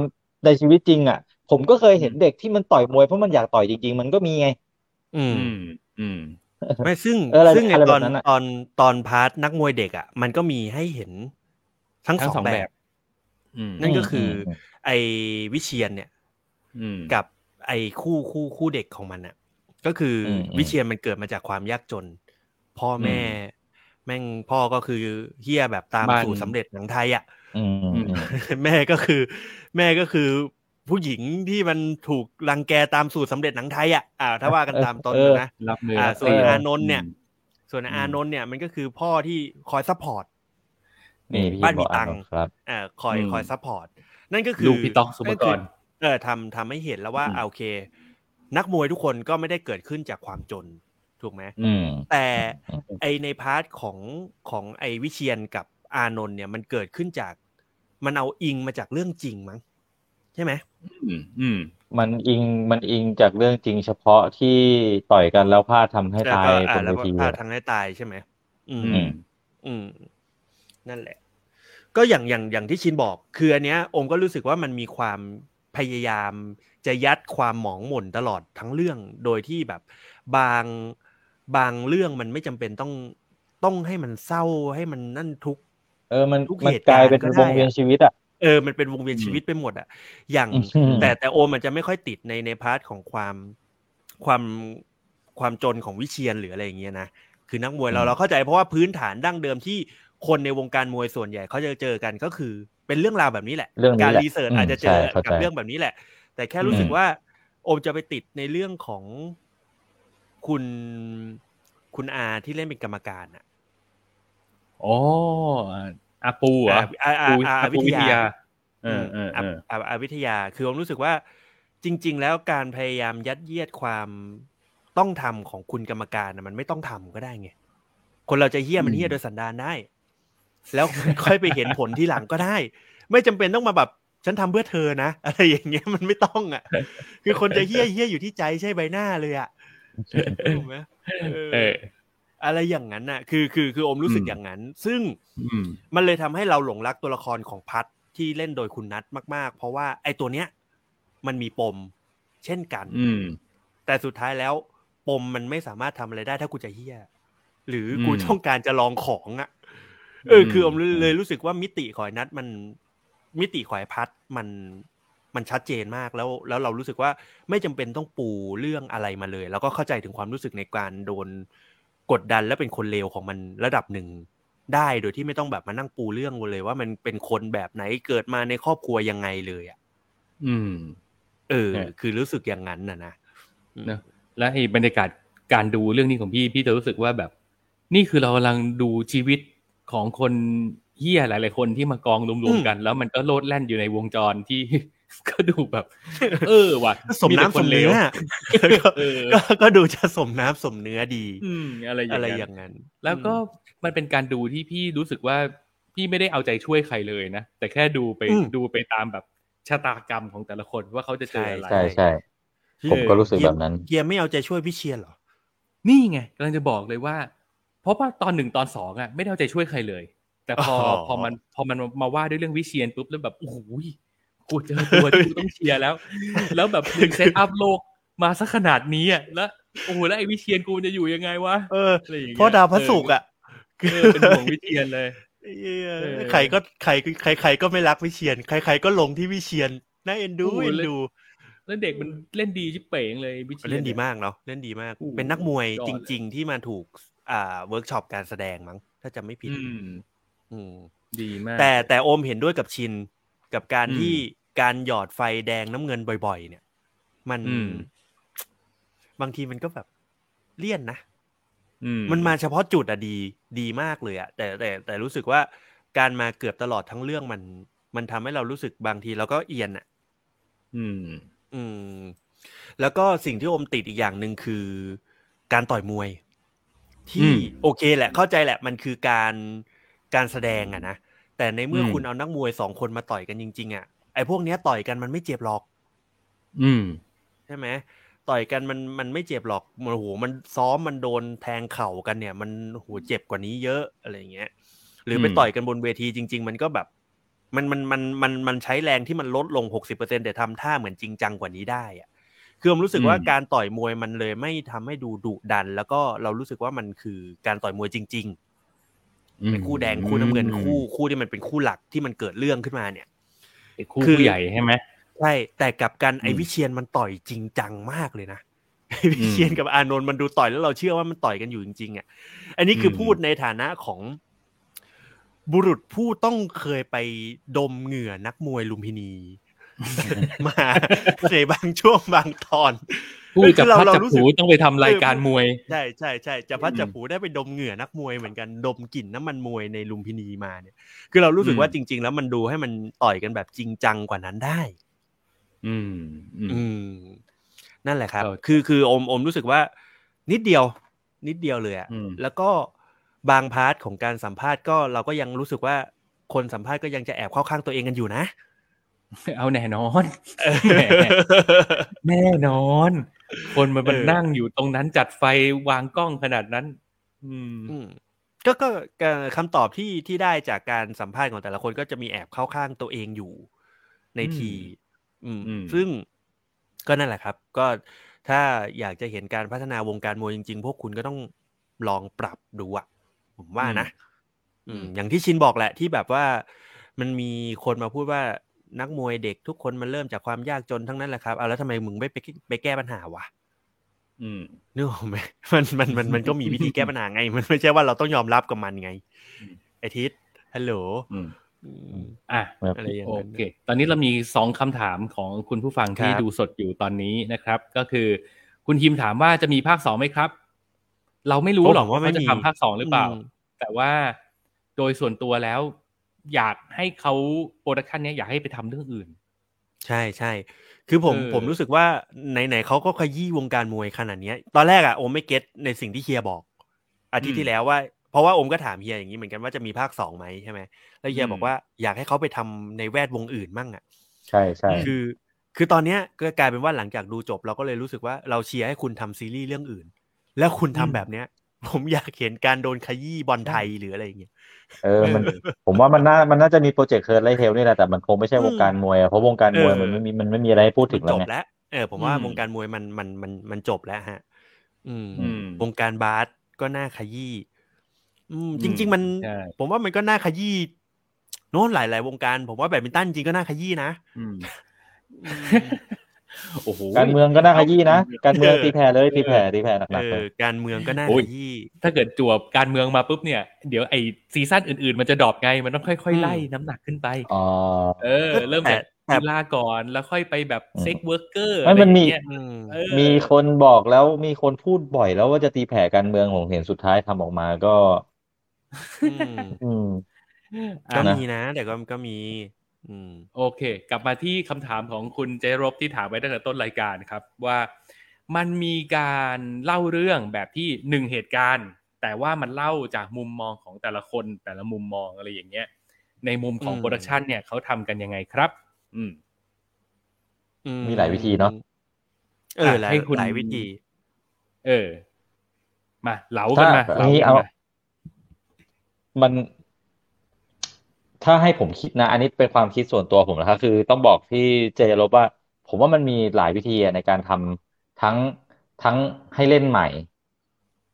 S3: ในชีวิตจริงอะผมก็เคยเห็นเด็กที่มันต่อยมวยเพราะมันอยากต่อยจริง ๆ มันก็มีไง
S4: อืม
S2: อืม อืม
S4: ไม่ซึ่ง
S3: เอออะไร
S4: ซึ่งไอ
S3: อะไร
S4: ต
S3: แบ
S4: อน
S3: บนั้นอะ
S4: ตอนตอนพาร์ทนักมวยเด็กอ่ะ มันก็มีให้เห็นทั้ง
S2: ทั้ง
S4: ส
S2: ส
S4: อ
S2: อง ง
S4: แบ
S2: แบบ บ อืม
S4: นั่นก็คืออ
S3: ม
S4: ไอวิเชียนเนี่ย
S2: อืม
S4: กับไอ้คู่คู่คู่เด็กของมันอะก็คือ
S3: ม
S4: อ
S3: อืม
S4: วิเชียนมันเกิดมาจากความยากจน พ่อแม่ แม่งพ่อก็คือเฮียแบบตาม
S2: บ้าน
S4: สูตรสำเร็จหนังไทยอะ
S3: อืมอืม
S4: แม่ก็คือ แม่ก็คือ ผู้หญิงที่มันถูกรังแกตามสูตรสำเร็จหนังไทยอ่ะอ่าถ้าว่ากันตามตน
S3: เออ
S4: นะ
S2: รับมือ
S4: อ่า
S2: รับ
S4: ส่วน
S2: มือ
S4: อานนท์เนี่ย
S3: อืม
S4: ส่วนอานนท์เนี่ยมันก็คือพ่อที่คอยซัพพอร์ต
S3: นี่พี่
S4: บ้านมี
S3: บอกอ่าน
S4: ตังค์
S3: ครับ
S4: อ่าคอยคอยซัพพอร์ต นั่นก็คือ
S2: ลูกพี่ต้องสุภกร
S4: นั่นคือเออทำทำให้เห็นแล้วว่า
S3: อืม
S4: อ่าโอเค นักมวยทุกคนก็ไม่ได้เกิดขึ้นจากความจนถูกไหม
S3: อืม
S4: แต่ไอในพาร์ทของของไอวิเชียนกับอานนท์เนี่ยมันเกิดขึ้นจาก มันเอาอิงมาจากเรื่องจริงมั้งใช่ไหม
S2: อืมอืม
S3: มันอิงมันอิงจากเรื่องจริงเฉพาะที่ต่อยกันแล้วพลาดทำให้
S4: แล้ว
S3: ตาย
S4: ก็
S3: บ
S4: อ่าน แล้ว
S3: เว
S4: ก็
S3: ที
S4: พา
S3: อะ
S4: ทางให้ตายใช่ไหมอืม
S3: อืม
S4: อืม นั่นแหละ ก็อย่างอย่างอย่างที่ชินบอก คืออันเนี้ยโอมก็รู้สึกว่ามันมีความพยายามจะยัดความหมองหม่นตลอดทั้งเรื่อง โดยที่แบบ บางบางเรื่องมันไม่จำเป็นต้องต้องให้มันเศร้าให้มันนั่นทุก
S3: เออมัน
S4: ทุก
S3: มัน
S4: เหตุ
S3: ก
S4: การ
S3: ลา
S4: ณ์
S3: ยเป็น
S4: ก็ได้
S3: วงเวียน
S4: อะ
S3: ชีวิตอ่ะ
S4: เออ มันเป็นวงเวียนชีวิตไปหมดอะ อย่าง
S3: อืม
S4: แต่แต่โอมมันจะไม่ค่อยติดในในพาร์ทของความความความจนของวิเชียนหรืออะไรอย่างเงี้ยนะ คือนักมวยเราเราเข้าใจเพราะว่าพื้นฐานดั้งเดิมที่คนในวงการมวยส่วนใหญ่เขาจะเจอกันก็คือเป็นเรื่องราวแบบนี้แหละ
S3: เรื่องนี้
S4: การ
S3: แหละ
S4: รีเสิร์ช
S3: อืม
S4: อาจจะเจอ
S3: ใช่เข้าใจ
S4: กับเรื่องแบบนี้แหละ แต่แค่รู้สึก
S3: อืม
S4: ว่า โอมจะไปติดในเรื่องของคุณคุณอาที่เล่นเป็นกรรมการอะ
S2: อ๋ออาปูเหรอ
S4: อ่าอ่า
S2: ปู
S4: อ่า
S2: อาปู
S4: วิ
S2: วิ
S4: ท
S2: ท
S4: ยา
S2: ยาเออเออเออ
S4: อาอาวิทยาคือผมรู้สึกว่าจริง ๆ แล้วการพยายามยัดเยียดความต้องทำของคุณกรรมการนะมันไม่ต้องทำก็ได้ไง คนเราจะเฮี้ยมันเฮี้ยโดยสันดานได้ แล้วค่อยไปเห็นผลที่หลังก็ได้ ไม่จำเป็นต้องมาแบบฉันทำเพื่อเธอนะ อะไรอย่างเงี้ยมันไม่ต้องอ่ะ คือคนจะเฮี้ยเฮี้ยอยู่ที่ใจใช่ใบหน้าเลยอ่ะถูกไหมเออ
S2: เออ
S4: อะไรอย่างนั้นน่ะ คือคือคืออมรู้สึก
S2: อืม
S4: อย่างนั้น ซึ่ง
S2: อืม
S4: มันเลยทำให้เราหลงรักตัวละครของพัทที่เล่นโดยคุณนัทมาก ๆ เพราะว่าไอ้ตัวเนี้ย มันมีปม เช่นกัน
S2: อืม
S4: แต่สุดท้ายแล้ว ปมมันไม่สามารถทำอะไรได้ถ้ากูจะเฮี้ย หรืออ
S2: ม
S4: กูต้องการจะลองของอะ่ะ เอออ
S2: ม
S4: คือผมเลยรู้สึกว่ามิติของไอ้นัทมัน มิติของไอ้พัทมันมันชัดเจนมากแล้ว แล้วเรารู้สึกว่าไม่จำเป็นต้องปูเรื่องอะไรมาเลย แล้วก็เข้าใจถึงความรู้สึกในการโดนกดดันและเป็นคนเลวของมันระดับหนึ่ง ได้โดยที่ไม่ต้องแบบมานั่งปูเรื่องเลยว่ามันเป็นคนแบบไหนเกิดมาในครอบครัวยังไงเลยอ่ะ
S2: อืม
S4: เออ
S2: เนี่ย
S4: คือรู้สึกอย่างนั้นนะนะ
S2: และไอ้บรรยากาศการดูเรื่องนี้ของพี่พี่จะรู้สึกว่าแบบ นี่คือเรากำลังดูชีวิตของคนเฮี้ยหลาย ๆ คนที่มากองรวม ๆ กัน แล้วมันก็โลดแล่นอยู่ในวงจรที่ ก็ดูแบบ เออว่ะ
S4: สมน้ำสมเนื้อ
S2: แต่คเลวเออ
S4: ก็ก็ดูจะสมน้ำสมเนื้อดี
S2: อืมอะไรอย่าง
S4: อะไร
S2: นั้น
S4: อย่างนั้น
S2: แล้วก็มันเป็นการดูที่พี่รู้สึกว่าพี่ไม่ได้เอาใจช่วยใครเลยนะ แต่แค่ดูไป
S4: อืม
S2: ดูไปตามแบบชะตากรรมของแต่ละคนว่าเขาจะเจออะไร
S3: ใช่ใช่ผมก็รู้สึกแบบนั้น
S4: เกียร์ไม่เอาใจช่วยพี่เชียนเหรอ
S2: นี่ไงกำลังจะบอกเลยว่า เพราะว่าตอนหนึ่งตอนสองอ่ะไม่ได้เอาใจช่วยใครเลย แต่พอ
S4: อ๋อ
S2: พอมันพอมันมาว่าด้วยเรื่องวิเชียนปุ๊บแล้วแบบโอ้โหยกูเจอ ตัวที่กูต้องเชียร์แล้ว แล้วแบบมึงเซตอัพโลกมาซะขนาดนี้อ่ะแล้วโอ้โหแล้วไอ้วิเชียนกูจะอยู่ยังไงวะ
S4: เออ
S2: อะไรอย่างเงี้ย
S4: เพราะดาวพระศุกร์อ่ะ
S2: เออเป็นห่วงวิเชียนเลย
S4: เหี้ย
S2: เออ
S4: ใครก็ใครใครใครก็ไม่รักพี่เชียน ใครใครก็ลงที่พี่เชียนน่าเอ็นดู
S2: โอ้โห
S4: เอ็นดู
S2: แล้วเด็กมันเล่นดีชิบเป๋งเลยวิเชียน
S4: เล่นดีมากเนาะเล่นดีมาก
S2: โอ้โห
S4: เป็นนักมวย
S2: ยอด
S4: จ
S2: เลย
S4: ริง ๆ ที่มาถูกอ่าเวิร์กช็อปการแสดงมั้งถ้าจำไม่ผิด
S2: อืม
S4: อืม
S2: ดีมาก
S4: แต่แต่โอมเห็นด้วยกับชินกับการ
S2: อืม
S4: ที่การหยอดไฟแดงน้ำเงินบ่อย ๆ เนี่ย มัน
S2: อืม
S4: บางทีมันก็แบบเลี่ยนนะ
S2: อื
S4: มันมาเฉพาะจุดอะดีดีมากเลยอะแต่แต่แต่รู้สึกว่าการมาเกือบตลอดทั้งเรื่องมัน มันทำให้เรารู้สึกบางทีเราก็เอียนอะ
S2: อืม
S4: อืม แล้วก็สิ่งที่โอมติดอีกอย่างหนึ่งคือการต่อยมวย
S2: อืม
S4: ที่โอเคแหละ เข้าใจแหละ มันคือการการแสดงอะนะแต่ในเมื่ออ
S2: ม
S4: คุณเอานักมวยสองคนมาต่อยกันจริงๆอะไอ้พวกเนี้ยต่อยกันมันไม่เจ็บหรอก
S2: อืม
S4: ใช่ไหมต่อยกันมันมันไม่เจ็บหรอกมันโอ้โหมันซ้อมมันโดนแทงเข่ากันเนี่ย มันโอ้โหเจ็บกว่านี้เยอะอะไรอย่างเงี้ย หรือไป
S2: อืม
S4: ต่อยกันบนเวทีจริง ๆ มันก็แบบ มันมันมันมันมันใช้แรงที่มันลดลงหกสิบเปอร์เซ็นแต่ทำท่าเหมือนจริงจังกว่านี้ได้อะคือผมรู้สึกว่า
S2: อืม
S4: การต่อยมวยมันเลยไม่ทำให้ดูดุดัน แล้วก็เรารู้สึกว่ามันคือการต่อยมวยจริงๆเป็นคู่แดงคู่น้ำเงินคู่คู่ที่มันเป็นคู่หลักที่มันเกิดเรื่องขึ้นมาเนี่ย
S2: เป็นคู่
S4: คือ
S2: ผู้ใหญ่ใช่ไหม
S4: ใช่แต่กลับกันไอ
S2: อืม
S4: วิเชียนมันต่อยจริงจังมากเลยนะ ไอวิ
S2: อืม
S4: เชียนกับอานนท์มันดูต่อยแล้วเราเชื่อว่ามันต่อยกันอยู่จริงๆอ่ะ อันนี้คืออ
S2: ม
S4: พูดในฐานะของ บุรุษผู้ต้องเคยไปดมเหงื่อนักมวยลุมพินี มา ในบางช่วงบางตอน
S2: พูดจับ
S4: คือเรา
S2: พัด
S4: เรา
S2: จับ
S4: รู้สึก
S2: ผูต้องไปทำรายการมวย
S4: ใช่ใช่ใช่จะพัด
S2: อืม
S4: จะผูได้ไปดมเหงื่อนักมวยเหมือนกันดมกลิ่นน้ำมันมวยในลุมพินีมาเนี่ย คือเรารู้สึก
S2: อืม
S4: ว่าจริง ๆ แล้วมันดูให้มันต่อยกันแบบจริงจังกว่านั้นได้
S2: อืมอืม
S4: อืม นั่นแหละครับ
S2: เรา
S4: คือคืออมอมรู้สึกว่า นิดเดียว นิดเดียวเลยอะ
S2: อืม
S4: แล้วก็บางพาร์ทของการสัมภาษณ์ก็เราก็ยังรู้สึกว่าคนสัมภาษณ์ก็ยังจะแอบเข้าข้างตัวเองกันอยู่ นะ
S2: เอาแน่นอน แหม แน่นอน คนมันมัน
S4: เออ
S2: นั่งอยู่ตรงนั้นจัดไฟวางกล้องขนาดนั้น อืม
S4: อืมก็ก็ก็คำตอบที่ที่ได้จากการสัมภาษณ์ของแต่ละคนก็จะมีแอบเข้าข้างตัวเองอยู่ใน
S2: อืม
S4: ที อืม
S2: อืม
S4: ซึ่งก็นั่นแหละครับ ก็ถ้าอยากจะเห็นการพัฒนาวงการมวยจริง ๆ พวกคุณก็ต้องลองปรับดูอะผมว่านะ อืม อย่างที่ชินบอกแหละที่แบบว่ามันมีคนมาพูดว่านักมวยเด็กทุกคนมันเริ่มจากความยากจนทั้งนั้นแหละครับเอาแล้วทำไมมึงไม่ไปไปแก้ปัญหาวะ
S2: อืม
S4: นึกออกไหม มันมันมันมันก็มีวิธีแก้ปัญหาไง มันไม่ใช่ว่าเราต้องยอมรับกับมันไง
S2: อืม
S4: ไอทิศฮัลโหล
S2: อืม
S4: อืม
S2: อ่ะ
S3: ครับ
S4: อะไรอย่าง
S2: โอ
S4: นั้น
S2: เค ตอนนี้เรามีสองคำถามของคุณผู้ฟังที่
S4: ครับ
S2: ดูสดอยู่ตอนนี้นะครับ ก็คือ คุณฮิมถามว่าจะมีภาคสองไหมครับ เราไม่รู้หรอกว่าเขาจะทำภาคสองหรือเปล่า
S4: ม
S2: แต่ว่าโดยส่วนตัวแล้ว อยากให้เขาโปรดักชันเนี้ยอยากให้ไปทำเรื่องอื่น
S4: ใช่ใช่คือผม
S2: เออ
S4: ผมรู้สึกว่าไหนไหนๆเขาก็ขยี้วงการมวยขนาดเนี้ย ตอนแรกอะโอมไม่เก็ตในสิ่งที่เฮียบอก อาทิตย์ที่แล้วว่า เพราะว่าโอมก็ถามเฮียอย่างนี้เหมือนกันว่าจะมีภาคสองไหมใช่ไหมแล้วเฮียบอกว่าอยากให้เขาไปทำในแวดวงอื่นมั่งอะ
S3: ใช่ใช่
S4: คือ คือตอนเนี้ยก็กลายเป็นว่าหลังจากดูจบเราก็เลยรู้สึกว่าเราเชียร์ให้คุณทำซีรีส์เรื่องอื่น แล้วคุณทำแบบเนี้ย ผมอยากเห็นการโดนขยี้บอลไทยหรืออะไรอย่างเงี้ย
S3: เออ มัน ผมว่ามันน่า มันน่าจะมีโปรเจกต์เคิร์ดไลท์เทลนี่แหละ แต่มันคงไม่ใช่
S4: อืม
S3: วงการมวยอะเพราะวงการมวย
S4: เออ
S3: มันไม่มี มันไม่มีอะไรให้พูดถึง
S4: จ
S3: แล้ว
S4: บ
S3: ไง
S4: แล้ว เออ ผมว่า
S2: อืม
S4: วงการมวยมันมันมันมันจบแล้วฮะ อืม
S2: อืม
S4: วงการบาสก็น่าขยี้อืม
S2: อืม
S4: จริง ๆ มัน
S2: ใช่
S4: ผมว่ามันก็น่าขยี้โน้นหลาย ๆ วงการ ผมว่าแบดมินตันจริงก็น่าขยี้นะ
S2: อืมโอ้โห
S3: การเมืองก็น่าขยี้นะ การเมือง
S4: เออ
S3: ตีแผ่เลยตีแผ่ตีแผ่หนั
S4: เอก
S3: ๆเล
S4: อ
S3: ย
S4: การเมืองก็น่า
S2: โอ้
S4: ข
S2: ย
S4: ยี้
S2: ถ้าเกิดจวบการเมืองมาปุ๊บเนี่ย เดี๋ยวไอซีซั่นอื่นๆ มันจะดรอปไง มันต้องค่อย
S4: อื
S2: ๆ
S4: ม
S2: ไล่น้ำหนักขึ้นไป
S3: อ๋อ
S2: เออ เริ่มจากกีฬาก่อนแล้วค่อยไปแบบเซ็กเวิร์กเกอร์
S3: ไม่มันมี
S2: อะไรอย่างเงี้ย
S4: อืม
S2: เออ
S3: มีคนบอกแล้วมีคนพูดบ่อยแล้วว่าจะตีแผ่การเมืองผมเห็นสุดท้ายทำออกมาก็ อืม
S4: ก็
S2: อ่ะ
S3: นะ
S4: มีนะแต่ก็ก็มี อืม
S2: โอเค กลับมาที่คำถามของคุณเจรบที่ถามไว้ตั้งแต่ต้นรายการครับ ว่ามันมีการเล่าเรื่องแบบที่หนึ่งเหตุการณ์ แต่ว่ามันเล่าจากมุมมองของแต่ละคนแต่ละมุมมองอะไรอย่างเงี้ย ในมุมของ
S4: อืม
S2: โปรดักชันเนี่ยเขาทำกันยังไงครับ อืม
S4: อื
S3: มีหลายวิธีเนอะ
S4: เออหลาย
S2: ให้คุณ
S4: หลายวิธี
S2: เออ มาเหลากันมา
S3: ถ้า
S2: เหลา
S3: นี่
S2: กัน
S3: เอา
S2: มา
S3: มัน ถ้าให้ผมคิดนะ อันนี้เป็นความคิดส่วนตัวผมนะครับคือต้องบอกที่เจลบว่า ผมว่ามันมีหลายวิธีอะในการทำทั้งทั้งให้เล่นใหม่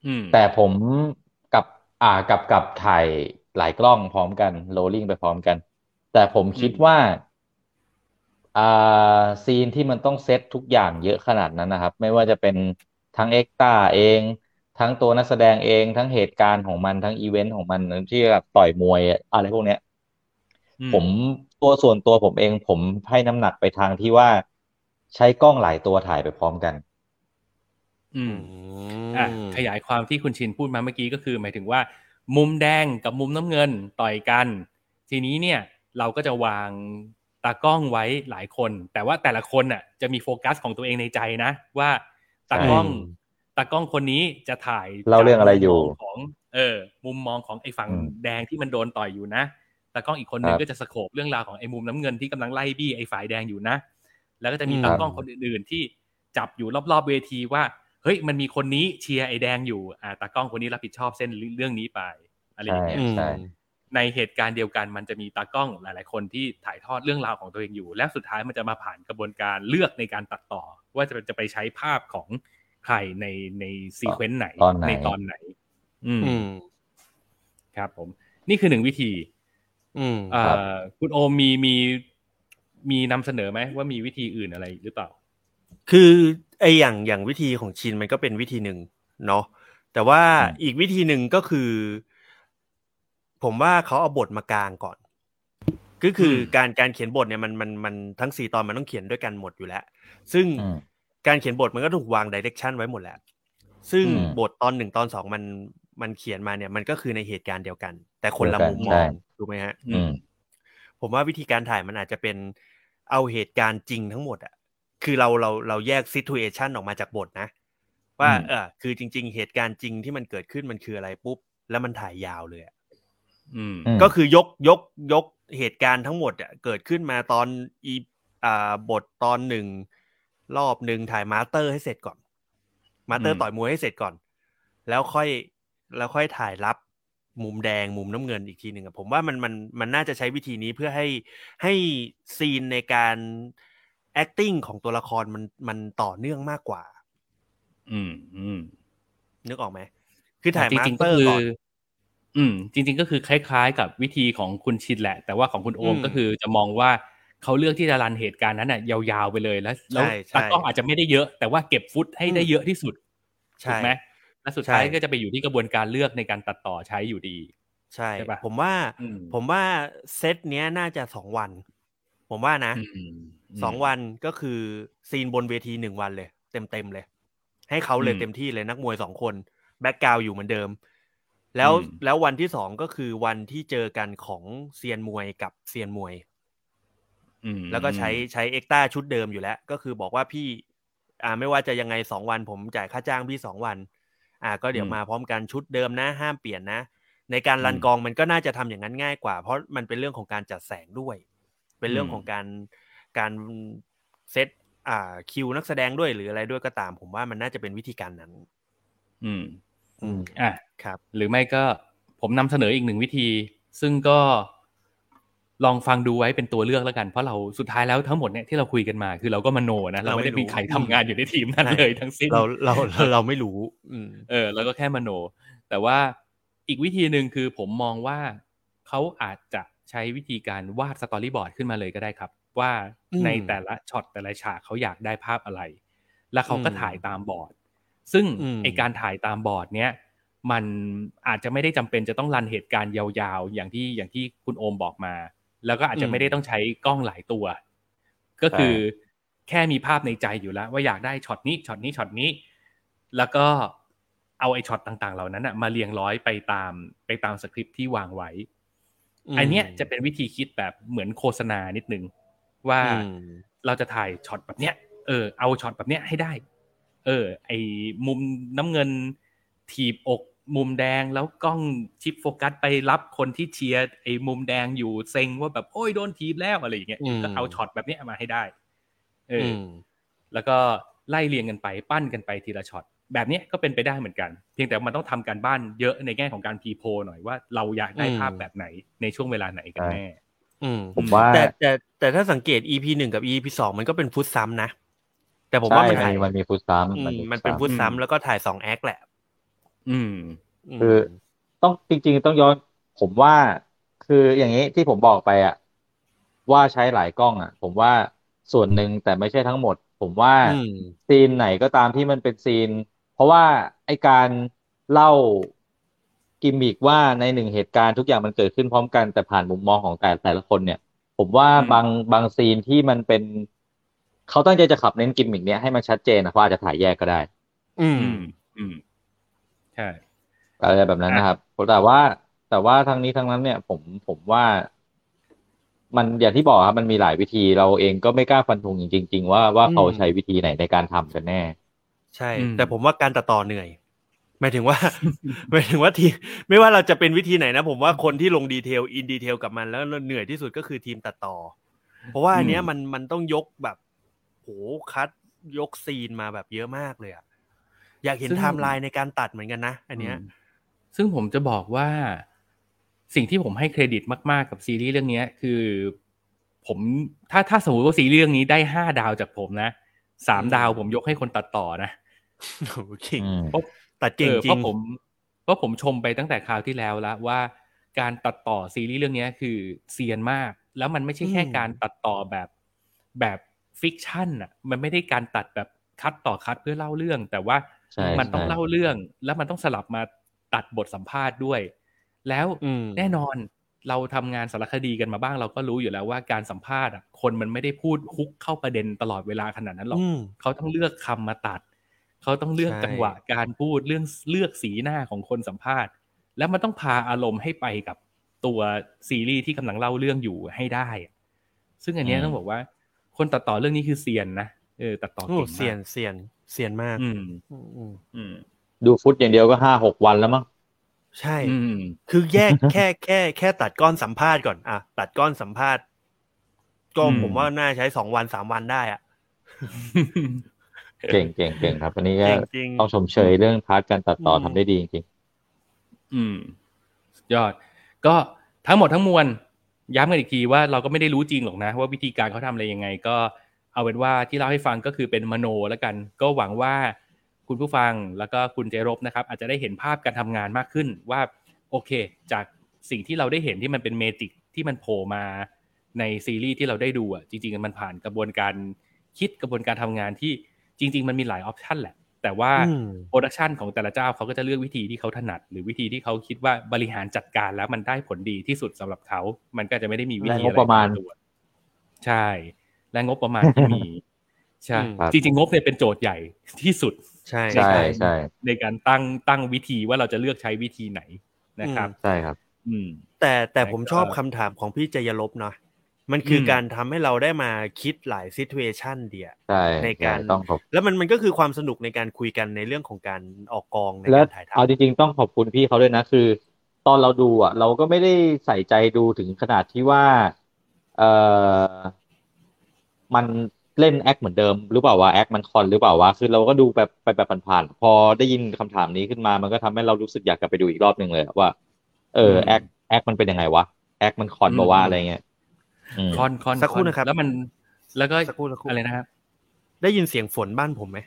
S2: อืม
S3: แต่ผมกับอ่ากับกับถ่ายหลายกล้องพร้อมกันโรลลิ่งไปพร้อมกัน แต่ผมคิดว่าอ่าซีนที่มันต้องเซตทุกอย่างเยอะขนาดนั้นนะครับ ไม่ว่าจะเป็นทั้งเอ็กตาเอง ทั้งตัวนักแสดงเอง ทั้งเหตุการณ์ของมันทั้งอีเวนต์ของมันที่แบบต่อยมวยอะไรพวกเนี้ย
S2: อื
S3: ผมตัวส่วนตัวผมเอง ผมให้น้ำหนักไปทางที่ว่าใช้กล้องหลายตัวถ่ายไปพร้อมกัน
S2: อื
S4: อื
S2: ม
S4: ม
S2: อ่ะขยายความที่คุณชินพูดมาเมื่อกี้ก็คือ หมายถึงว่า มุมแดงกับมุมน้ำเงินต่อยกัน ทีนี้เนี่ยเราก็จะวางตากล้องไว้หลายคน แต่ว่าแต่ละคนน่ะจะมีโฟกัสของตัวเองในใจนะว่าตากล้องตากล้องคนนี้จะถ่าย
S3: เล่าเรื่องอะไรอยู่
S2: จากมุมมงของเออมุมมองของไอ้ฝั่ง
S3: อืม
S2: แดงที่มันโดนต่อยอยู่นะตากล้องอีกคนหนึ
S3: ค
S2: ง
S3: รับ
S2: ก็จะสโคบเรื่องราวของไอ้มุมน้ำเงินที่กำลังไล่บี้ไอ้ฝ่ายแดงอยู่นะ แล้วก็จะมี
S3: ครั
S2: ตา
S3: บ
S2: กล้องคนอื่นๆที่จับอยู่รอบๆเวทีว่า เฮ้ยมันมีคนนี้เชียร์ไอ้แดงอยู่อ่าตากล้องคนนี้รับผิดชอบเส้นเรื่องนี้ไปอะไรอย่างเงี้ย
S4: อืม
S3: ใช่
S2: ในเหตุการณ์เดียวกันมันจะมีตากล้องหลาย ๆ คนที่ถ่ายทอดเรื่องราวของตัวเองอยู่ และสุดท้ายมันจะมาผ่านกระบวนการเลือกในการตัดต่อ ว่าจะจะไปใช้ภาพของใครในในซีเควนต์ไหน
S3: ตอนไหน
S2: ในตอนไหน อืม
S4: อืม
S2: ครับผม นี่คือหนึ่งวิธี
S4: อืม
S2: เอ่อคุณโอมมีมีมีนำเสนอไหมว่ามีวิธีอื่นอะไรหรือเปล่า
S4: คือไออย่างอย่างวิธีของชินมันก็เป็นวิธีหนึ่งเนาะแต่ว่า
S3: อืม
S4: อีกวิธีหนึ่งก็คือ ผมว่าเขาเอาบทมากลางก่อน ก็คืออ
S2: ม
S4: การการเขียนบทเนี่ยมันมันมันทั้งสี่ตอนมันต้องเขียนด้วยกันหมดอยู่แล้ว ซึ่ง
S3: อืม
S4: การเขียนบทมันก็ถูกวางดิเรกชันไว้หมดแล้ว ซึ่ง
S3: อืม
S4: บทตอนหนึ่งตอนสองมันมันเขียนมาเนี่ยมันก็คือในเหตุการณ์เดียวกัน แต่คนละ
S3: เดียวกัน
S4: มุมมอง
S3: ใช่
S4: ถูกไหมฮะ
S3: อืม
S4: ผมว่าวิธีการถ่ายมันอาจจะเป็นเอาเหตุการณ์จริงทั้งหมดอะคือเราเราเราแยกซิทูเอชันออกมาจากบทนะ ว่า
S3: อืม
S4: เออคือจริง ๆ เหตุการณ์จริงที่มันเกิดขึ้นมันคืออะไรปุ๊บ แล้วมันถ่ายยาวเลยอะ
S2: อืม
S3: อืม
S4: ก็คือยกยกยกเหตุการณ์ทั้งหมดอะเกิดขึ้นมาตอนอีอ่าบทตอนหนึ่งรอบหนึ่งถ่ายมาสเตอร์ให้เสร็จก่อน มาสเตอร์
S2: อืม
S4: ต่อยมวยให้เสร็จก่อน แล้วค่อยแล้วค่อยถ่ายรับ มุมแดงมุมน้ำเงินอีกทีหนึ่งอะผมว่ามันมันมันน่าจะใช้วิธีนี้เพื่อให้ให้ซีนในการ acting ของตัวละครมันมันต่อเนื่องมากกว่า
S2: อืมอืม
S4: นึกออกไหม คือถ่าย
S2: จ
S4: มา
S2: ริ
S4: ส
S2: งๆ
S4: เต
S2: ก็
S4: อร์
S2: คือ
S4: ก่อน
S2: อืม จริง ๆ ก็คือคล้าย ๆ กับวิธีของคุณชินแหละ แต่ว่าของคุณโอม
S4: อืม
S2: ก็คือจะมองว่าเขาเลือกที่จะรันเหตุการณ์นั้นน่ะยาวๆไปเลยแล้วแล้ว
S4: ใช่ใช่
S2: ตากล้องอาจจะไม่ได้เยอะ แต่ว่าเก็บฟุตให้ได้เยอะที่สุด
S4: ใช่
S2: ถูกไหมและสุดท้าย
S4: ใช่
S2: ก็จะไปอยู่ที่กระบวนการเลือกในการตัดต่อใช้อยู่ดี
S4: ใช่
S2: ใช่ปะ
S4: ผมว่า
S2: อืม
S4: ผมว่าเซตเนี้ยน่าจะสองวัน ผมว่านะ
S2: อืม
S4: สองวันก็คือซีนบนเวทีหนึ่งวันเลย เต็มเต็มๆเลย ให้เขาเลย
S2: อืม
S4: เต็มที่เลยนักมวยสองคนแบ็กกราวอยู่เหมือนเดิม แล้ว
S2: อืม
S4: แล้ววันที่สองก็คือวันที่เจอกันของเซียนมวยกับเซียนมวย
S2: อืม
S4: แล้วก็ใช้ใช้เอ็กตาชุดเดิมอยู่แล้ว ก็คือบอกว่าพี่ อ่าไม่ว่าจะยังไงสองวันผมจ่ายค่าจ้างพี่สองวัน อ่า ก็เดี๋ยวมาพร้อมกันชุดเดิมนะ ห้ามเปลี่ยนนะ ในการรันกองมันก็น่าจะทำอย่างนั้นง่ายกว่า เพราะมันเป็นเรื่องของการจัดแสงด้วย เป็นเรื่องของการการเซตอ่าคิวนักแสดงด้วยหรืออะไรด้วยก็ตาม ผมว่ามันน่าจะเป็นวิธีการนั้น
S2: อืม
S4: อืม
S2: อ่ะ
S4: ครับ
S2: หรือไม่ก็ผมนำเสนออีกหนึ่งวิธี ซึ่งก็ลองฟังดูไว้เป็นตัวเลือกแล้วกัน เพราะเราสุดท้ายแล้วทั้งหมดเนี่ยที่เราคุยกันมาคือเราก็มโนนะเราไม่ได้มีใครทำงานอยู่ในทีมนั้น
S4: ใช่
S2: เลยทั้งสิ้น
S4: เราเราเราเราไม่รู้ อืม
S2: เออเราก็แค่มโน แต่ว่าอีกวิธีหนึ่งคือผมมองว่าเขาอาจจะใช้วิธีการวาดสตอรี่บอร์ดขึ้นมาเลยก็ได้ครับ ว่า
S4: อืม
S2: ในแต่ละช็อตแต่ละฉากเขาอยากได้ภาพอะไร แล้วเขาก็
S4: อืม
S2: ถ่ายตามบอร์ด ซึ่ง
S4: อืม
S2: ไอการถ่ายตามบอร์ดเนี้ย มันอาจจะไม่ได้จำเป็นจะต้องรันเหตุการณ์ยาวๆ อย่างที่อย่างที่คุณโอมบอกมา แล้วก็อาจจะ
S4: อืม
S2: ไม่ได้ต้องใช้กล้องหลายตัว ก็คือแค่มีภาพในใจอยู่แล้ว ว่าอยากได้ช็อตนี้ช็อตนี้ช็อตนี้ แล้วก็เอาไอช็อตต่างๆ เหล่านั้นน่ะมาเรียงร้อยไปตามไปตามสคริปต์ที่วางไว้ อันเนี้ยจะเป็นวิธีคิดแบบเหมือนโฆษณานิดนึง ว่า
S4: อืม
S2: เราจะถ่ายช็อตแบบเนี้ย เออ เอาช็อตแบบเนี้ยให้ได้ เออ ไอมุมน้ำเงิน ถีบอก มุมแดงแล้วกล้องชิปโฟกัสไปรับคนที่เชียร์ไอ้มุมแดงอยู่เซ็งว่าแบบโอ้ยโดนทีบแล้วอะไรอย่างเงี้ย
S4: อืม
S2: ก็เอาช็อตแบบเนี้ยมาให้ได้ เออ
S4: อื
S2: อ
S4: ม
S2: แล้วก็ไล่เรียงกันไปปั้นกันไปทีละช็อตแบบเนี้ยก็เป็นไปได้เหมือนกัน เพียงแต่มันต้องทำการบ้านเยอะในแง่ของการพีโพหน่อยว่าเราอยากได้
S4: อืม
S2: ภาพแบบไหนในช่วงเวลาไหนกันแน่
S4: อืม
S3: ผมว่า
S4: แต่แต่แต่ถ้าสังเกต EP หนึ่งกับ EP สองมันก็เป็นฟุตซ้ำนะ แต่ผม
S3: ใช่มัน
S4: ว่ามันถ่าย
S3: มีมันมีฟุตซ้ำ
S4: อืม
S3: ฟุต
S4: มันเป็น
S3: ซ้ำ
S4: ฟุต
S2: อืม
S4: ซ้ำแล้วก็ถ่ายสองแอคแหละ
S2: อืม
S4: ม
S3: คือต้องจริงๆต้องย้อนผมว่าคืออย่างนี้ที่ผมบอกไปอะว่าใช้หลายกล้องอะผมว่าส่วนหนึ่งแต่ไม่ใช่ทั้งหมด ผมว่า
S4: อืม
S3: ซีนไหนก็ตามที่มันเป็นซีน เพราะว่าไอการเล่ากิมมิกว่าในหนึ่งเหตุการณ์ทุกอย่างมันเกิดขึ้นพร้อมกันแต่ผ่านมุมมองของแต่แต่ละคนเนี่ย ผมว่า
S2: อืม
S3: บางบางซีนที่มันเป็นเขาตั้งใจจะขับเน้นกิมมิกเนี้ยให้มันชัดเจนนะเขาอาจจะถ่ายแยกก็ได้
S4: อืม
S2: อืมอืมใช่
S3: อะไรแบบนั้นนะครับแต่ว่าแต่ว่าทั้งนี้ทั้งนั้นเนี่ย ผมผมว่า มันอย่างที่บอกครับมันมีหลายวิธีเราเองก็ไม่กล้าฟันธงจริง ๆ ว่าว่า
S4: อืม
S3: เขาใช้วิธีไหนในการทำกันแน่
S4: ใช่
S2: อืม
S4: แต่ผมว่าการตัดต่อเหนื่อยหมายถึงว่า หมายถึงว่าทีมไม่ว่าเราจะเป็นวิธีไหนนะ ผมว่าคนที่ลงดีเทลอินดีเทลกับมันแล้วเหนื่อยที่สุดก็คือทีมตัดต่อ เพราะว่าอันเนี้ยมันมันต้องยกแบบโหคัดยกซีนมาแบบเยอะมากเลยอะอยากเห็น
S2: ซึ่ง
S4: ไทม์ไลน์ในการตัดเหมือนกันนะอันเนี้ย
S2: มซึ่งผมจะบอกว่าสิ่งที่ผมให้เครดิตมาก ๆ กับซีรีส์เรื่องเนี้ย คือ ผมถ้าถ้าสมมติว่าซีรีส์เรื่องนี้ได้ห้าดาวจากผมนะสาม
S4: อืม
S2: ดาวผมยกให้คนตัดต่อนะ
S4: โหเก่ง
S3: อืม
S4: ตัดเก่ง
S2: ออ
S4: จริ
S2: เพราะ
S4: ง
S2: ผมเพราะผมชมไปตั้งแต่คราวที่แล้วละว่าการตัดต่อซีรีส์เรื่องเนี้ยคือเซียนมาก แล้วมันไม่ใช่แค่
S4: อืม
S2: การตัดต่อแบบแบบฟิกชันอ่ะมันไม่ได้การตัดแบบคัดต่อคัดเพื่อเล่าเรื่อง แต่ว่า
S3: ใช่
S2: มันต้อง
S3: ใช่
S2: เล่าเรื่อง แล้วมันต้องสลับมาตัดบทสัมภาษณ์ด้วย แล้ว
S4: อืม
S2: แน่นอน เราทำงานสารคดีกันมาบ้างเราก็รู้อยู่แล้วว่าการสัมภาษณ์อะคนมันไม่ได้พูดฮุกเข้าประเด็นตลอดเวลาขนาดนั้นหรอก
S4: อืม
S2: เขาต้องเลือกคำมาตัด เขาต้องเลือก
S4: ใช่
S2: จังหวะการพูดเรื่องเลือกสีหน้าของคนสัมภาษณ์ แล้วมันต้องพาอารมณ์ให้ไปกับตัวซีรีส์ที่กำลังเล่าเรื่องอยู่ให้ได้อะซึ่งอันเนี้ย
S3: อืม
S2: ต้องบอกว่า คนตัดต่อเรื่องนี้คือเซียนนะเออตัดต่อ
S4: โอ้
S2: เก่งมาก
S4: เสียนเสียนเสียนมาก
S2: อืม
S4: อืม
S2: อืม
S3: ดูฟุตอย่างเดียวก็ห้าหกวันแล้วมั้ง
S4: ใช่
S2: อืม
S4: คือแยก แค่ แค่แค่ตัดก้อนสัมภาษณ์ก่อนอ่ะตัดก้อนสัมภาษณ์ก็
S2: อืม
S4: ผมว่าน่าใช้สองวันสามวันได้อ่ะ
S3: เก่งเก่งเก่งครับ อันนี้ก็
S4: จริงจริงๆ
S3: ต้องชมเชยเรื่องพาร์ทการตัดต่ออ
S4: ม
S3: ทำได้ดีจริง
S2: อืมสุดยอด ก็ทั้งหมดทั้งมวลย้ำกันอีกทีว่าเราก็ไม่ได้รู้จริงหรอกนะ ว่าวิธีการเขาทำอะไรยังไง ก็เอาเป็นว่าที่เล่าให้ฟังก็คือเป็นมโนแล้วกัน ก็หวังว่าคุณผู้ฟังแล้วก็คุณเจรบนะครับ อาจจะได้เห็นภาพการทำงานมากขึ้นว่า โอเค จากสิ่งที่เราได้เห็นที่มันเป็นเมจิกที่มันโผล่มาในซีรีส์ที่เราได้ดูอ่ะจริงๆ มันผ่านกระบวนการคิดกระบวนการทำงานที่จริง ๆ มันมีหลายออปชันแหละ แต่ว่า
S4: อืม
S2: โปรดักชันของแต่ละเจ้าเขาก็จะเลือกวิธีที่เขาถนัด หรือวิธีที่เขาคิดว่าบริหารจัดการแล้วมันได้ผลดีที่สุดสำหรับเขา มันก็จะไม่ได้มี
S3: ๆ
S2: วิ
S3: และ
S2: ธี
S3: ง
S2: อบ
S3: ประมาณ
S2: ไตยตัวใช่ และงบประมาณที่มี ใช่
S4: อืม
S3: ครับ
S2: จริงๆ งบเนี่ยเป็นโจทย์ใหญ่ที่สุด
S4: ใช่
S3: ใช่ใช่
S2: ในการตั้งตั้งวิธีว่าเราจะเลือกใช้วิธีไหนนะครับ
S3: ใช่ครับ
S2: อืม
S4: แต่แต่
S2: ใช่
S4: ผม
S2: ครับ
S4: ชอบคำถามของพี่จยลบเนาะมันคือการทำให้เราได้มาคิดหลายซิ t u a ชันเดีย
S3: ใช่
S4: ในการ
S3: ใช่ต้องขอบ
S4: แล้วมันมันก็คือความสนุกในการคุยกันในเรื่องของการออกกองใน
S3: และ
S4: การถ่ายท
S3: เอาจริงๆต้องขอบคุณพี่เขาด้วยนะคือ ตอนเราดูอ่ะ เราก็ไม่ได้ใส่ใจดูถึงขนาดที่ว่าเออมันเล่นแอคเหมือนเดิมหรือเปล่าวะแอคมันคอนหรือเปล่าวะคือเราก็ดูแบบไปแบบผ่านๆพอได้ยินคำถามนี้ขึ้นมามันก็ทำให้เรารู้สึกอยากกลับไปดูอีกรอบหนึ่งเลยอะว่า เออแอคแอคมันเป็นยังไงวะแอคมันคอนปะวะอะไรเงี้ยอืม
S2: คอนคอน
S4: ำสักครู่นะครับ
S2: แล้วมัน แล้วก็
S4: สักครู่สักครู่
S2: อะไรนะครับ
S4: ได้ยินเสียงฝนบ้านผมไหม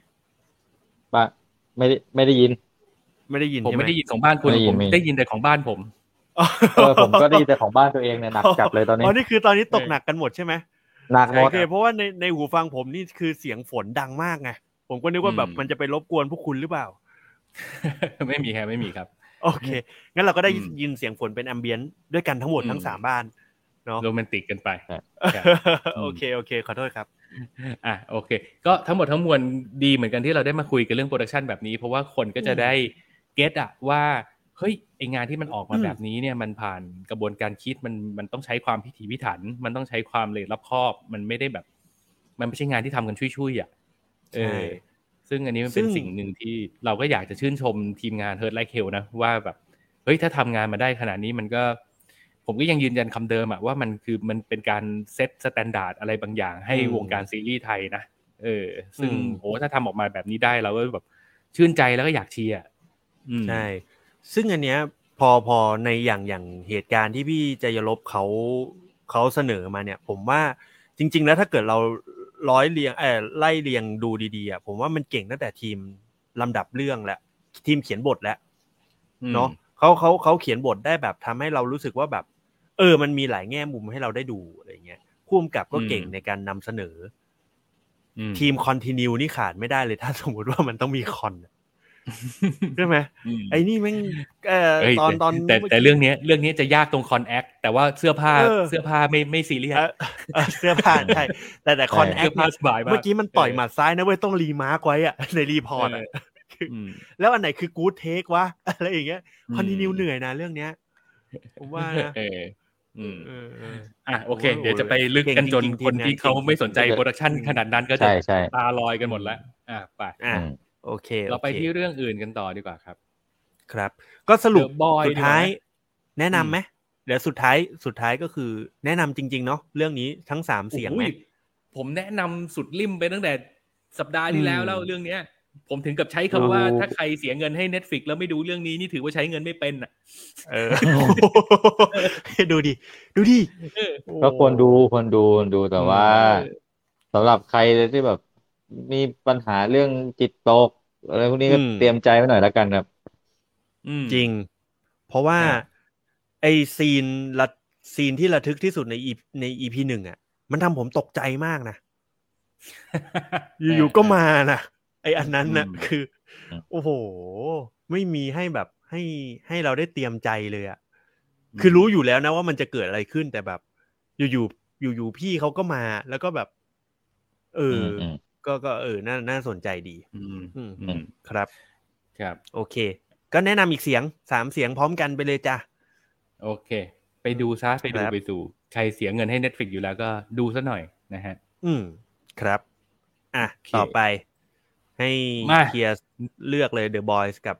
S3: บ้านไม่ได้ไม่ได้ยิน
S4: ไม่ได้ยิน
S2: ผม
S4: ใช่
S2: ไม่ได้ยินของบ้านคุณ
S3: ไม่ได้ยิน
S2: ผม
S3: ไม่
S2: ได้ยินแต่ของบ้านผม
S4: อ๋อ
S3: เออผมก็ได้ยินแต่ของบ้านตัวเองเนี่ยหนักจัดเลยตอนนี้
S4: อ๋อนี่คือตอนนี้ตกหนักกันหมดใช่ไหม
S3: หนักหม
S4: โอ
S3: ด
S4: เคเพราะว่าในในหูฟังผมนี่คือเสียงฝนดังมากไงผมก็นึกว่าแบบ
S2: อืม
S4: มันจะไปรบกวนพวกคุณหรือเปล่า
S2: ไม่มีครับไม่มีครับ
S4: โอเค งั้นเราก็ได้
S2: อืม
S4: ยินเสียงฝนเป็นแอมเบียนต์ด้วยกันทั้งหมด
S2: อืม
S4: ทั้งสามบ้านเนาะ
S2: โรแมนติกกันไป
S4: โอเคโอเค ขอโทษครับ
S2: อ่ะโอเค ก็ทั้งหมดทั้งมวลดีเหมือนกันที่เราได้มาคุยกันเรื่องโปรดักชันแบบนี้ เพราะว่าคนก็จะได้เก็ตอะว่าเฮ้ยไองานที่มันออกมา
S4: อืม
S2: แบบนี้เนี่ยมันผ่านกระบวนการคิดมันมันต้องใช้ความพิถีพิถัน มันต้องใช้ความละเอียดรอบคอบ มันไม่ได้แบบ มันไม่ใช่งานที่ทำกันชุ่ยๆอ่ะเอ
S4: ใช่
S2: อ ซึ่งอันนี้มันเป็น
S4: ซึ่ง
S2: สิ่งหนึ่งที่เราก็อยากจะชื่นชมทีมงานเฮิร์ตไลค์เ l ลนะ ว่าแบบ เฮ้ยถ้าทำงานมาได้ขนาดนี้มันก็ ผมก็ยังยืนยันคำเดิมอะว่ามันคือมันเป็นการเซตสแตนดาร์ดอะไรบางอย่างให้
S4: อืม
S2: วงการซีรีส์ไทยนะเออ ซึ่ง
S4: อืม
S2: โอ้ถ้าทำออกมาแบบนี้ได้เราก็แบบชื่นใจแล้วก็อยากเชียร์อืม
S4: ใช่ ซึ่งอันเนี้ยพอพอในอย่างอย่างเหตุการณ์ที่พี่จยลบเขาเขาเสนอมาเนี่ย ผมว่าจริง ๆ แล้วถ้าเกิดเราร้อยเรียงเออไล่เรียงดูดีๆอ่ะผมว่ามันเก่งตั้งแต่ทีมลำดับเรื่องแล้วทีมเขียนบทแล้ว
S2: อืม
S4: เนาะเขาเขาเขาเขียนบทได้แบบทำให้เรารู้สึกว่าแบบ เออ มันมีหลายแง่มุมให้เราได้ดูอะไรเงี้ยพ่วมกับก็เก่งในการนำเสนอ
S2: อื
S4: อ
S2: ม
S4: ทีมคอนติเนียนี่ขาดไม่ได้เลยถ้า สมมติว่ามันต้องมีคอนอะใช่ไหม
S2: อืม
S4: ไอ้นี่แม่งเออ
S2: เฮ้ย
S4: ตอน
S2: แต่
S4: ตอน
S2: แต่
S4: มื่กี้
S2: แต่เรื่องเนี้ยเรื่องเนี้ยจะยากตรงคอนแอคแต่ว่าเสื้อผ้า
S4: เออ
S2: เสื้อผ้าไม่ไม่ซีเรียส
S4: เออเออเสื้อผ้าใช่แต่แต่คอนแอ
S2: เสื้
S4: ค
S2: อผ้าสบายมาก
S4: เมื่อกี้มันต่อยหมัดซ้ายนะเว้ยต้องรีมาร์กไว้อะ ในรีพอร์ตอะ
S2: อืม
S4: แล้วอันไหนคือกู๊ดเทควะอะไรอย่างเงี้ยคอนติเนียเหนื่อยนะเรื่องเนี้ยผมว่านะ
S2: เอออืม
S4: เออเออ
S2: อ่ะโอเค
S4: โอ้โห
S2: เดี๋ยวจะไปลึกกันจน
S4: เก่งจ
S2: คน
S4: ริงๆ
S2: ที่เขาไม่สนใจ
S4: เก่งจริง
S2: โปรดักชันขนาดนั้นก็จะ
S3: ใช่ใช่
S2: ตาลอยกันหมดแล้ว อ่ะไป
S4: อ่ะ
S3: อืม
S4: โอเค
S2: เราไป
S4: โอค
S2: ที่เรื่องอื่นกันต่อดีกว่าครับ
S4: ครับ ก็สรุป
S2: The Boy
S4: สุดท้าย
S2: ดีกว่า
S4: แนะนำไหมเดี๋ยวสุดท้ายสุดท้ายก็คือ แนะนำจริง ๆ เนาะเรื่องนี้ทั้งสามเสียงไหม
S2: โอ้โหผมแนะนำสุดริมไปตั้งแต่สัปดาห์ที่แล้ว
S4: อืม
S2: แล้วเรื่องเนี้ย ผมถึงกับใช้คำว่า
S3: โอ้
S2: ถ้าใครเสียเงินให้ Netflix แล้วไม่ดูเรื่องนี้นี่ถือว่าใช้เงินไม่เป็นอ่ะ
S4: เออ ดูดิ ดูดิ
S2: เออ
S4: โอ้
S3: ก็ควรดูควรดูควรดูแต่ว่าสำหรับใครที่แบบมีปัญหาเรื่องจิตตกอะไรพวกนี้ก็เตรียมใจไว้หน่อยแล้วกันครับ
S2: อืม
S4: จริง เพราะว่า
S2: ครับ
S4: ไอซีนละซีนที่ระทึกที่สุดใน EP ในอีพีหนึ่งอ่ะ มันทำผมตกใจมากนะ อยู่ๆก็มานะไออันนั้นนะ
S2: อืม
S4: คือ
S3: อืม
S4: โอ้โห ไม่มีให้แบบให้ให้เราได้เตรียมใจเลยอะ คือรู้อยู่แล้วนะว่ามันจะเกิดอะไรขึ้นแต่แบบ อยู่ๆอยู่ๆพี่เขาก็มาแล้วก็แบบ เออ
S3: ม
S4: อ
S3: อืม
S4: ก็ก็เออน่าน่าสนใจดี
S2: อืม
S4: อืม
S2: อืม
S4: ครับ
S2: ครับ
S4: โอเค ก็แนะนำอีกเสียงสามเสียงพร้อมกันไปเลยจ้ะ
S2: โอเค ไปดูซะไปดู
S4: ครับ
S2: ไปดูใครเสียเงินให้ Netflix อยู่แล้วก็ดูซะหน่อยนะฮะ
S4: อืม ครับ อ่ะ
S2: โอเค
S4: ต่อไป ให้
S2: มา
S4: เคียร์เลือกเลย The Boys กับ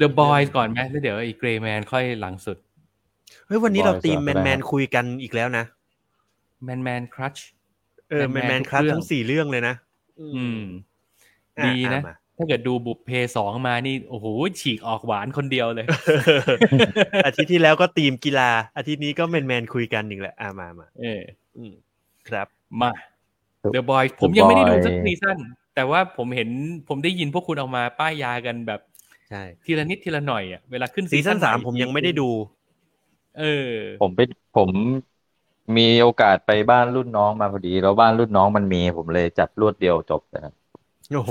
S2: The Boys ก่อนไหมแล้วเดี๋ยวไอีกเกรย์แมนค่อยหลังสุด
S4: เฮ้ย วันนี้
S3: The
S4: เรา
S3: Boys
S4: ตีม
S3: ก็
S4: แม
S3: ได้
S4: นแมน
S3: ครับ
S4: คุยกันอีกแล้วนะ
S2: แมนแมนครัช
S4: เออ แมน
S2: Man
S4: แมน
S2: Man
S4: ครับ
S2: ทุกเรื่อง
S4: ทั้งสี่เรื่องเลยนะ
S2: อืม
S4: อ่
S2: ดีนะ
S4: อ่มา
S2: ถ้าเกิดดูบุพเพสองมานี่ โอ้โห ฉีกออกหวานคนเดียว เลย
S4: อาทิตย์ที่แล้วก็ตีมกีฬา อาทิตย์นี้ก็แมนแมนคุยกันอีกแหละอ่ะมามา
S2: เออ
S4: อืม ครับ
S2: มา
S3: The-
S2: The Boys
S3: The
S2: ผมยังไม่ได้ดู
S3: Boys
S2: สักซีซั่นแต่ว่าผมเห็นผมได้ยินพวกคุณเอามาป้ายยากันแบบ
S4: ใช่
S2: ทีละนิดทีละหน่อยอ่ะเวลาขึ้น
S4: ซีซั่นสาม
S2: ให
S4: ผมยังไม่ได้ดู
S2: เออ
S3: ผมไปผมมีโอกาสไปบ้านรุ่นน้องมาพอดี แล้วบ้านรุ่นน้องมันมี ผมเลยจัดรวดเดียวจบนะครับ
S4: โอ้โห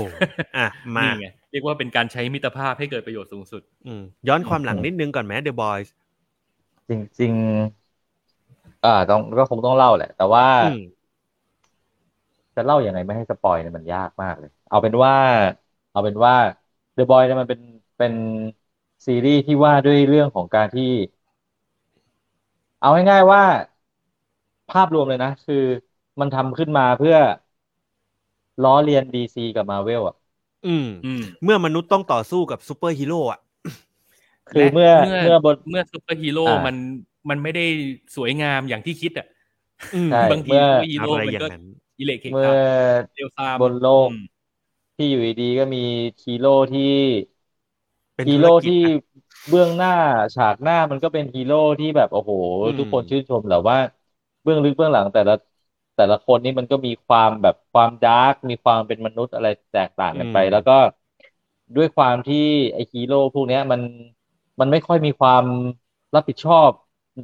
S4: อ่ะ มา
S2: นี่ไงเรียกว่าเป็นการใช้มิตรภาพให้เกิดประโยชน์สูงสุด
S4: อืมย้อนความหลังนิดนึงก่อนไหม The Boys
S3: จริง ๆ อ่า ต้องก็คงต้องเล่าแหละ แต่ว่า
S4: อืม
S3: จะเล่ายังไงไม่ให้สปอยเนี่ยมันยากมากเลย เอาเป็นว่า เอาเป็นว่า The Boy เนี่ยมันเป็นเป็นซีรีส์ที่ว่าด้วยเรื่องของการที่ เอาง่ายๆว่า ภาพรวมเลยนะ คือมันทำขึ้นมาเพื่อล้อเลียน DC กับ Marvel อ่ะ
S4: อืม
S2: อืม
S4: เมื่อมนุษย์ต้องต่อสู้กับซูเปอร์ฮีโร่อ่ะ
S3: คือ
S2: และ
S3: เมื่อ
S2: เมื่อ
S3: เมื่อบน
S2: เมื่อซูเปอร์ฮีโร่
S3: อ่ามั
S2: มันมันไม่ได้สวยงามอย่างที่คิดอ่ะ
S4: อืม
S3: ใช่
S2: บางที
S3: เมื่อ
S2: ซูเปอร์ฮี
S4: อะ
S2: โร่
S4: ไร
S2: มัน
S4: อย่าง
S2: ก็
S4: นั้น
S2: อิเล็กเก
S3: เมื่อ
S2: เดลซาม
S3: บนโลก
S2: อืม
S3: ที่อยู่ดีๆก็มีฮีโร่ที่
S4: เป็น
S3: ฮี
S4: ธุร
S3: โร่
S4: กิจ
S3: ที่
S4: อะ
S3: เบื้องหน้าฉากหน้ามันก็เป็นฮีโร่ที่แบบโอ้โห
S4: อืม
S3: ทุกคนชื่นชมแหละว่า เบื้องลึกเบื้องหลังแต่ละแต่ละคนนี่มันก็มีความแบบความดาร์กมีความเป็นมนุษย์อะไรแตกต่างกันไป แล้วก็ด้วยความที่ไอฮีโร่พวกเนี้ยมันมันไม่ค่อยมีความรับผิดชอบ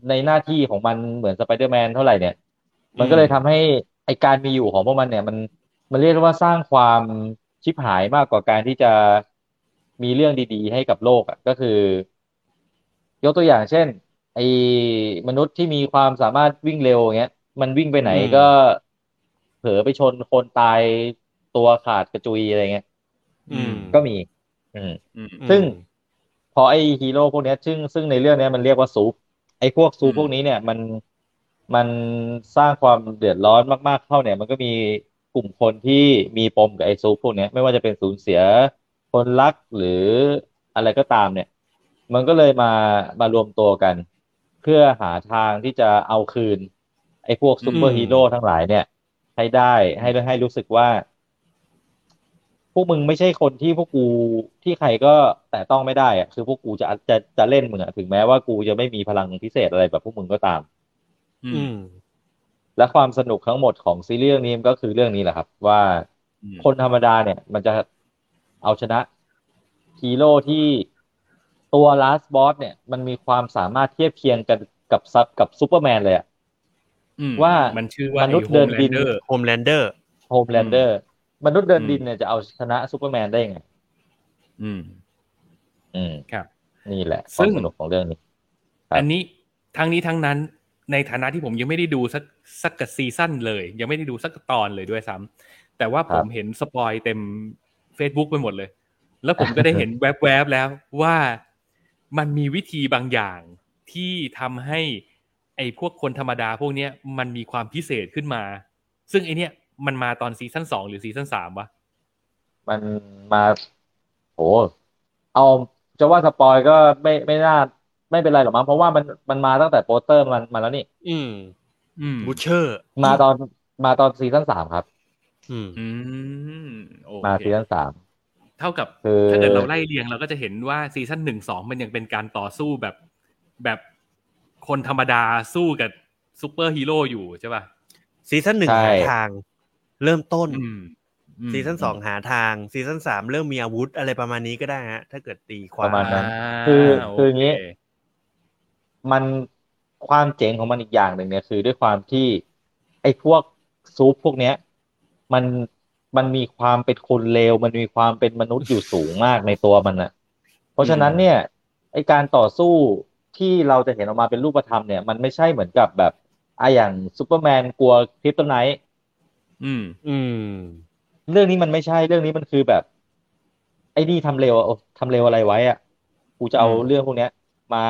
S3: ในหน้าที่ของมันเหมือนสไปเดอร์แมนเท่าไหร่เนี่ย มันก็เลยทำให้ไอการมีอยู่ของพวกมันเนี่ยมัน มันเรียกได้ว่าสร้างความชิบหายมากกว่าการที่จะมีเรื่องดีๆ ให้กับโลกอ่ะก็คือ ยกตัวอย่างเช่น ไอ้มนุษย์ที่มีความสามารถวิ่งเร็วอย่างเงี้ย มันวิ่งไปไหน
S4: อืม
S3: ก็ เผลอไปชนคนตายตัวขาดกระจุยอะไรเงี้ย
S4: อืม
S3: ก็มี อืม
S2: อืม
S3: ซึ่ง พอไอ้ฮีโร่พวกเนี้ยซึ่งซึ่งในเรื่องเนี้ยมันเรียกว่าซูปไอ้พวกซูป
S2: อืม
S3: พวกนี้เนี่ยมันมันสร้างความเดือดร้อนมากๆเข้าเนี่ย มันก็มีกลุ่มคนที่มีปมกับไอ้ซูปพวกเนี้ยไม่ว่าจะเป็นสูญเสียคนรักหรืออะไรก็ตามเนี่ย มันก็เลยมามารวมตัวกัน เพื่อหาทางที่จะเอาคืน ไอ้พวกซูเปอร์ฮีโร่ทั้งหลายเนี่ย ให้ได้ให้ให้รู้สึกว่า พวกมึงไม่ใช่คนที่พวกกูที่ใครก็แตะต้องไม่ได้อะคือพวกกูจะจะจะเล่นมึงอะถึงแม้ว่ากูจะไม่มีพลังพิเศษอะไรแบบพวกมึงก็ตาม
S2: อื
S4: อื
S2: ม
S4: ม
S3: และความสนุกทั้งหมดของซีรีส์เรื่องนี้มันก็คือเรื่องนี้แหละครับ ว่า
S2: อืม
S3: คนธรรมดาเนี่ย มันจะเอาชนะฮีโร่ที่ตัวลาสบอสเนี่ย มันมีความสามารถเทียบเคียงกันกับซับกับซูเปอร์แมนเลยอะ
S2: อืม
S3: ว่า
S2: มันชื่อว่าม
S3: นุษย์เดินดิน
S2: ไอ้ Homelander
S4: โฮมแลนเดอร์
S3: โฮมแลนเดอร์มนุษย์เดินดินเนี่ยจะเอาชนะซูเปอร์แมนได้ยังไง
S2: อืม
S3: อืม
S2: ครับ
S3: นี่แหละค
S2: ซึ่
S3: วาม
S2: ง
S3: สนุกของเรื่องนี้ ครับ
S2: อันนี้ทั้งนี้ทั้งนั้นในฐานะที่ผมยังไม่ได้ดูสักสักกบซีซั่นเลย ยังไม่ได้ดูสักตอนเลยด้วยซ้ำแต่ว่าผมเห็นสปอยเต็ม Facebook ไปหมดเลย แล้วผมก็ได้ เห็น แวบๆแล้วว่ามันมีวิธีบางอย่างที่ทำให้ ไอ้พวกคนธรรมดาพวกเนี้ยมันมีความพิเศษขึ้นมา ซึ่งไอเนี้ยมันมาตอนซีซั่นสองหรือซีซั่นสามวะ
S3: มันมาโหเอาจะว่าสปอยก็ไม่ไม่น่า ไม่เป็นไรหรอกมั้งเพราะว่ามันมันมาตั้งแต่โปสเตอร์มันมาแล้วนี่
S4: อืม
S2: อืม
S4: บูเชอร์
S3: มาตอนมาตอนซีซั่นสามครับ
S4: อืม
S2: อืมโอ
S3: มา
S2: เค
S3: ซีซั่นสาม
S2: เท่ากับ
S3: คือ
S2: ถ้าเกิดเราไล่เรียงเราก็จะเห็นว่าซีซั่นหนึ่งสองมันยังเป็นการต่อสู้แบบแบบคนธรรมดาสู้กับซูเปอร์ฮีโร่อยู่ใช่ป่ะ
S4: ซีซั่นหนึ่ง
S3: ใช่
S4: หาทาง เริ่มต้น
S2: อืมอืม
S4: ซีซั่นสองหาทาง ซีซั่นสามเริ่มมีอาวุธอะไรประมาณนี้ก็ได้ฮะ ถ้าเกิดตีควา
S3: ประ
S4: ม
S3: มาณนั้น
S2: า
S3: คือ
S2: โ
S3: คืออย่างงี้
S2: เ
S3: มันความเจ๋งของมันอีกอย่างหนึ่งเนี่ยคือด้วยความที่ ไอ้พวกซูปพวกเนี้ย มันมันมีความเป็นคนเลวมันมีความเป็นมนุษย์อยู่สูงมากในตัวมันอะเพราะฉะนั้นเนี่ย ไอ้การต่อสู้ ที่เราจะเห็นออกมาเป็นรูปธรรมเนี่ย มันไม่ใช่เหมือนกับแบบอ่ะอย่างซูเปอร์แมนกลัวคริปโตไนท์
S2: อืม
S4: อืม
S3: เรื่องนี้มันไม่ใช่เรื่องนี้มันคือแบบ ไอ้นี่ทำเร็วอะโอ้ทำเร็วอะไรไว้อะกูจะเอา
S2: อืม
S3: เรื่องพวกเนี้ย มา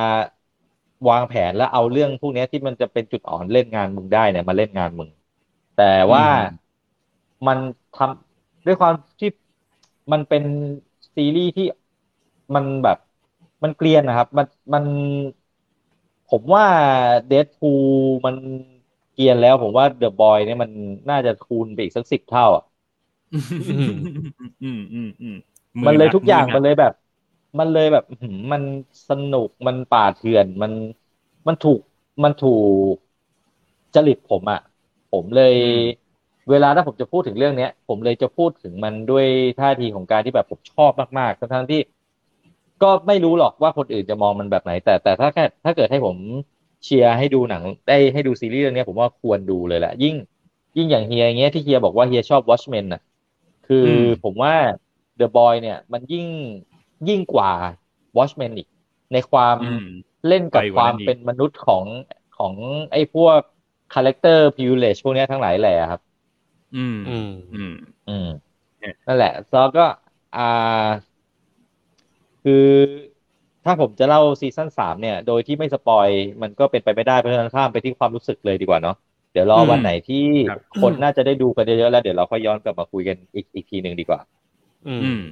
S3: วางแผนแล้วเอาเรื่องพวกเนี้ยที่มันจะเป็นจุดอ่อนเล่นงานมึงได้เนี่ยมาเล่นงานมึง แต่ว่า
S4: อืม
S3: มันทำด้วยความที่มันเป็นซีรีส์ที่มันแบบมันเกลียนนะครับ มันมัน ผมว่าเด o พูมันเกลียนแล้ว ผมว่าเดอะบอยเนี่ยมันน่าจะคูณไปอีกสักสิบเท่าอะ
S2: อืมอืมอืมอืม
S3: มันเลยทุกอย่างมัน
S2: เลย
S3: เลยแบบ มันเลยแบบอื้อหือมันสนุกมันป่าเถื่อนมันมันถูกมันถูกจริตผมอะ่ะ ผมเลย เวลาถ้าผมจะพูดถึงเรื่องเนี้ย ผมเลยจะพูดถึงมันด้วยท่าทีของการที่แบบผมชอบมากๆทั้งๆที่ ก็ไม่รู้หรอกว่าคนอื่นจะมองมันแบบไหน แต่แต่ถ้าแค่ถ้าเกิดให้ผมเชียร์ให้ดูหนังได้ให้ดูซีรีส์เรื่องเนี้ยผมว่าควรดูเลยแหละ ยิ่ง ยิ่งอย่างเฮียอย่างเงี้ยที่เฮียบอกว่าเฮียชอบ Watchmen น่ะ คืออ
S2: ม
S3: ผมว่า The Boy เนี่ย มันยิ่งยิ่งกว่า Watchmen อีก ในความ
S2: อืม
S3: เล่นกับ
S2: ไปกว่าว
S3: คา
S2: นั้
S3: ม
S2: นอีก
S3: เป็นมนุษย์ของของไอ้พวก Character Privilege พวกเนี้ยทั้งหลายแหละครับ
S2: อืม
S4: อืม
S2: อืม
S3: อืม
S2: เนี่ย
S3: นั่นแหละซอก็ อ่า คือถ้าผมจะเล่าซีซั่นสามเนี่ย โดยที่ไม่สปอย มันก็เป็นไปไม่ได้ เพราะฉะนั้นข้ามไปที่ความรู้สึกเลยดีกว่าเนาะ เดี๋ยวรอวันไหนที่
S2: ครับ
S3: คนน่าจะได้ดูกันเยอะๆแล้ว เดี๋ยวเราค่อยย้อนกลับมาคุยกันอีกอีกทีหนึ่งดีกว่า
S4: อื
S2: อื
S4: ม
S2: ม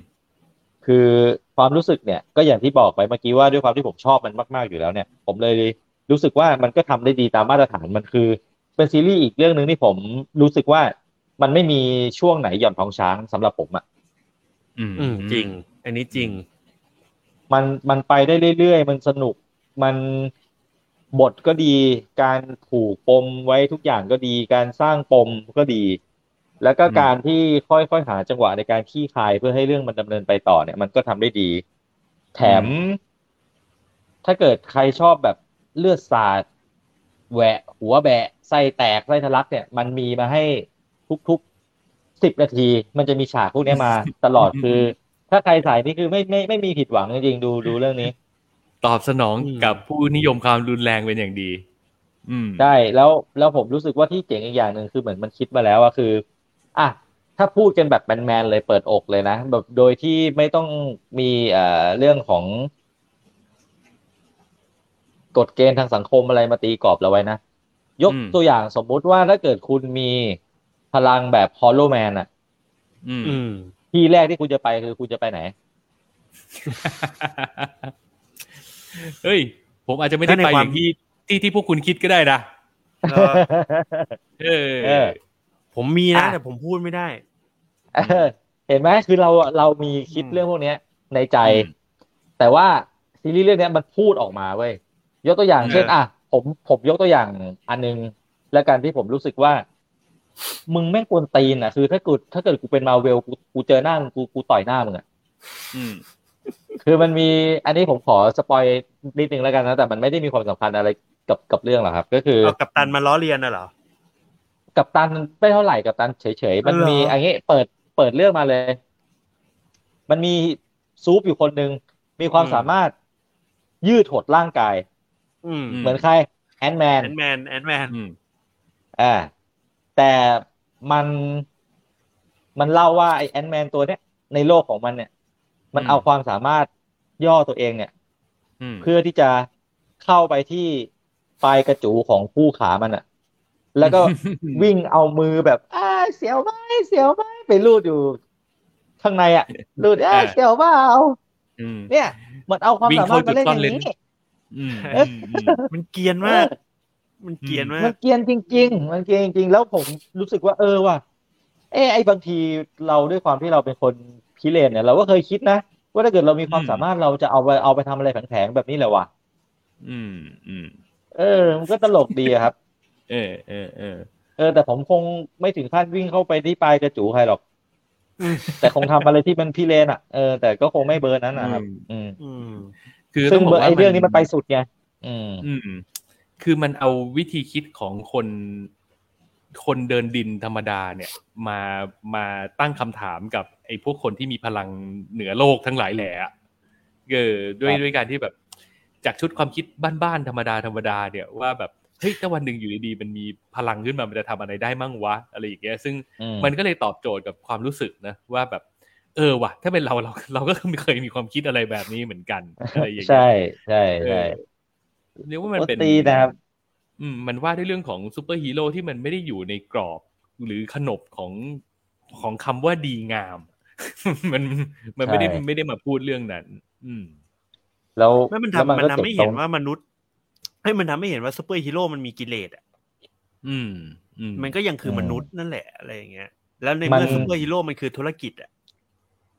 S3: คือความรู้สึกเนี่ย ก็อย่างที่บอกไปเมื่อกี้ว่าด้วยความที่ผมชอบมันมากๆอยู่แล้วเนี่ย ผมเลยรู้สึกว่ามันก็ทำได้ดีตามมาตรฐานมันคือ เป็นซีรีส์อีกเรื่องหนึ่งที่ผมรู้สึกว่ามันไม่มีช่วงไหนหย่อนท้องช้างสำหรับผมอะ
S2: อืม
S4: อืม จริง อันนี้จริง
S3: มันมันไปได้เรื่อยๆ มันสนุก มันบทก็ดี การผูกปมไว้ทุกอย่างก็ดี การสร้างปมก็ดี แล้วก็
S2: อืม
S3: การที่ค่อยๆ หาจังหวะในการขี้คายเพื่อให้เรื่องมันดำเนินไปต่อเนี่ย มันก็ทำได้ดี แถม ถ้าเกิดใครชอบแบบเลือดสาดแหวะ หัวแบะไส้แตกไส้ทะลักเนี่ย มันมีมาให้ทุกๆสิบนาที มันจะมีฉากพวกเนี้ยมา ตลอดคือ ถ้าใครสายนี่คือไม่ไม่ไม่มีผิดหวังจริงๆดูดูเรื่องนี้
S2: ตอบสนอง
S4: อืม
S2: กับผู้นิยมความรุนแรงเป็นอย่างดี อืม
S3: ใช่แล้วแล้วผมรู้สึกว่าที่เจ๋งอีกอย่างหนึ่งคือเหมือนมันคิดมาแล้วว่าคือ อ่ะถ้าพูดกันแบบแมนๆเลยเปิดอกเลยนะแบบโดยที่ไม่ต้องมีเอ่อเรื่องของกฎเกณฑ์ทางสังคมอะไรมาตีกรอบเราไว้นะ ยก
S2: อืม
S3: ตัวอย่างสมมุติว่าถ้าเกิดคุณมีพลังแบบฮอลโลแมนอะ
S2: อืม
S4: อืม
S3: ที่แรกที่คุณจะไปคือคุณจะไปไหน
S2: เฮ้ย ผมอาจจะไม่ได้
S4: ถ้าใน
S2: ไปอ
S4: ควา
S2: ย่าม งที่ที่ที่พวกคุณคิดก็ได้นะ
S4: เออ
S2: เออ
S3: เออ
S4: ผมมีนะ
S3: อ่ะ
S4: แต่ผมพูดไม่ได้
S3: เออเห็นไหมคือเราเรามีคิด
S4: อืม
S3: เรื่องพวกเนี้ย ในใจ
S2: อืม
S3: แต่ว่าซีรีส์เรื่องเนี้ยมันพูดออกมาเว้ยยกตัวอย่าง
S2: เออ
S3: เช่นอ่ะผมผมยกตัวอย่างอันนึงแล้วกันที่ผมรู้สึกว่า มึงไม่ควรตีนอ่ะ คือถ้ากูถ้าเกิดกูเป็นมาเวลกูกูเจอหน้ามึงกูกูต่อยหน้ามึงอ่ะ
S2: อืม
S3: คือมันมีอันนี้ผมขอสปอยนิดนึงแล้วกันนะแต่มันไม่ได้มีความสำคัญอะไรกับกับเรื่องหรอกครับ ก็คือ
S4: เอากับตันมาล้อเลียนน่ะเหรอ
S3: กับตันไม่เท่าไหร่กับตันเฉยๆ มัน
S4: เหรอ
S3: มีอันนี้เปิดเปิดเรื่องมาเลย มันมีซูปอยู่คนหนึ่งมีความสามารถยืดหดร่างกาย
S4: อืม
S2: ม
S3: เหมือนใครแอนแมน
S4: แอนแมนแอนแมน
S2: อืม
S3: อ่าแต่มันมันเล่าว่าไอแอนแมนตัวเนี้ยในโลกของมันเนี่ย มัน
S2: อืม
S3: เอาความสามารถย่อตัวเองเนี่ย
S2: อืม
S3: เพื่อที่จะเข้าไปที่ปลายกระจูของคู่ขามันอะแล้วก็ วิ่งเอามือแบบอ้ายเสียวไหมเสียวไหมไปลูดอยู่ข้างในอะลูดเอ้ย
S2: อ่า
S3: เสียวเปล่า
S2: อืม
S3: เนี่ยมันเอาความ
S2: วิ่ง
S3: สามารถมา
S2: เข้าจุด
S3: เล่น
S2: ซ่
S3: อ
S2: อน
S3: ย่า
S2: เลน
S3: งนี้
S2: อืม
S4: มันเกรียนมาก มันเกรียนมา
S3: มั
S4: ก
S3: นเกรียนจริง ๆ มันเกรียนจริงๆ แล้วผมรู้สึกว่าเออว่ะ เออไอบางทีเราด้วยความที่เราเป็นคนพิเรนเนี่ยเราก็เคยคิดนะ ว่าถ้าเกิดเรามีความ
S2: อืม
S3: สามารถเราจะเอาไปเอาไปทำอะไรแผลงๆแบบนี้แหละว่ะ
S2: อืมอืม
S3: เออ มันก็ตลกดีอะครับ
S2: เออเออเออ
S3: เออแต่ผมคงไม่ถึงขั้นวิ่งเข้าไปที่ปลายกระจูใครหรอก
S4: อืม
S3: แต่คงทำอะไรที่มันพิเรนอ่ะเออแต่ก็คงไม่เบอร์นั้นนะครับ
S2: อืม
S3: อืม
S4: อืม
S2: คือ
S3: ซึ่
S2: ต้
S3: ง
S2: องบอ
S3: เบอร์
S2: กว่า
S3: ไอ้เรื่องนี้มันไปสุดไงอืม
S2: อืม คือมันเอาวิธีคิดของคนคนเดินดินธรรมดาเนี่ย มามาตั้งคำถามกับไอ้พวกคนที่มีพลังเหนือโลกทั้งหลายแหล่อะเออด้วย
S3: ครับ
S2: ด้วยการที่แบบ จากชุดความคิดบ้านๆธรรมดาธรรมดาเนี่ยว่าแบบเฮ้ยถ้าวันหนึ่งอยู่ดีๆมันมีพลังขึ้นมามันจะทำอะไรได้มั่งวะอะไรอย่างเงี้ยซึ่ง
S3: อืม
S2: มันก็เลยตอบโจทย์กับความรู้สึกนะ ว่าแบบ เออว่ะ ถ้าเป็นเราเราเราก็เคยมีความคิดอะไรแบบนี้เหมือนกันอะไรอย่างเงี้
S3: ใช่
S2: ย
S3: ใช่ใช่
S2: เออ เรียกว่ามัน
S3: โค
S2: เป็น
S3: ตรตีนะครับ
S2: อืมมันว่าด้วยเรื่องของซูเปอร์ฮีโร่ที่มันไม่ได้อยู่ในกรอบ หรือขนบของของคำว่าดีงาม มันมันไม่ได้
S3: ใช่
S2: ไม่ได้มาพูดเรื่องนั้น อืม
S3: แล้ว
S4: ไม่มัน
S3: แล้ว
S4: ทำมัน
S3: ก็
S4: ทำให้
S3: จบ
S4: เห็น
S3: ตรง
S4: ว่ามนุษย์เฮ้ยมันทำให้เห็นว่าซูเปอร์ฮีโร่มันมีกิเลสอ่ะ
S2: อืม อืม
S4: มันก็ยังคือ
S3: อืม
S4: มนุษย์นั่นแหละอะไรอย่างเงี้ย แล้วใน
S3: มัน
S4: เมื่อซูเปอร์ฮีโร่มันคือธุรกิจอ่ะ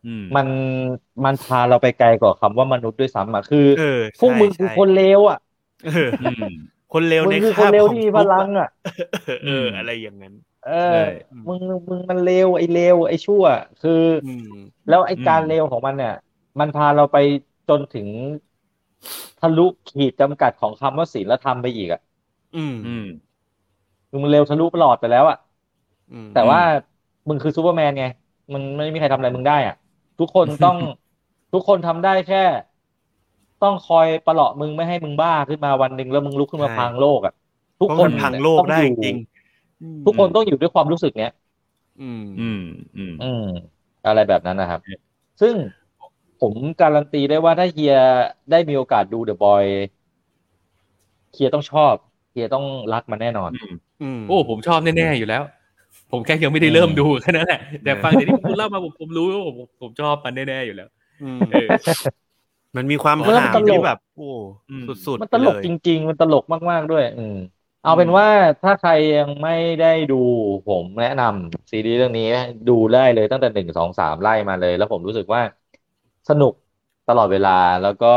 S2: อืม
S3: มันมันพาเราไปไกลกว่าคำว่ามนุษย์ด้วยซ้ำอ่ะคือ
S4: เออ
S3: พวกมึง
S4: ใช่
S3: คือ
S4: ใช่
S3: คนเลวอ่ะ
S4: เออ
S2: อืม
S4: คนเลว
S3: มึ
S4: ใน
S3: งคือ
S4: ค
S3: คน
S4: ราบ
S3: เลว
S4: ของ
S3: ที่มี
S4: ทุก
S3: พ
S4: ข์อะ
S3: ลังอ่ะ
S4: เออ
S2: ม
S4: ออะไรอย่างนั้น
S3: เอ
S2: ใช่
S3: อ มึงมึงมันเลวไอ้เลวไอ้ชั่ว คือ
S4: อืม
S3: แล้วไอ้การ
S2: อืม
S3: เลวของมันเนี่ย มันพาเราไปจนถึงทะลุขีดจำกัดของคำว่าศีลธรรมไปอีกอ่ะ
S4: อืม
S2: อืม
S3: คือมึงเลวทะลุปลอดไปแล้วอ่ะ
S4: อืม
S3: แต่ว่ามึงคือซูเปอร์แมนไง มันไม่มีใครทำอะไรมึงได้อะทุกคนต้อง ทุกคนทำได้แค่ ต้องคอยประหลาะมึงไม่ให้มึงบ้าขึ้นมาวันหนึ่งแล้วมึงลุกขึ้นมาพังโลกอ่ะ ทุก
S4: เพราะ
S3: ค
S4: มัน นพังโลก
S3: ต้อง
S4: ได้
S3: อ
S4: จ
S3: ยู่
S4: ริง
S3: ทุกคนต้องอยู่ด้วยความรู้สึกเนี้ย
S4: อืม
S2: อืม อืม
S3: อืม อะไรแบบนั้นนะครับ
S2: อืม
S3: ซึ่งผมการันตีได้ว่าถ้าเฮียได้มีโอกาสดูเดอะบอยเฮียต้องชอบเฮียต้องรักมันแน่นอน
S4: อืม
S2: โอ้ผมชอบแน่ๆอยู่แล้ว ผมแค่ยังไม่ได้เริ่มดูแค่นั้นแหละแต่ฟังจากที่คุณเล่ามาผมผมรู้ว่าผมผมชอบมันแน่ๆอยู่แล้ว
S4: อืม
S2: เออ
S4: มันมีความ
S3: เออ
S4: หาม
S3: ตลก
S4: ที่แบบ โอ้
S2: อืม
S4: สุดๆ
S3: มันตลก
S4: ไปเย
S3: จริง ๆ มันตลกมาก ๆ ด้วย อืม เอาเป็นว่าถ้าใครยังไม่ได้ดูผมแนะนำซีรีส์เรื่องนี้ดูได้เลยตั้งแต่หนึ่งสองสามไล่มาเลย แล้วผมรู้สึกว่าสนุกตลอดเวลาแล้วก็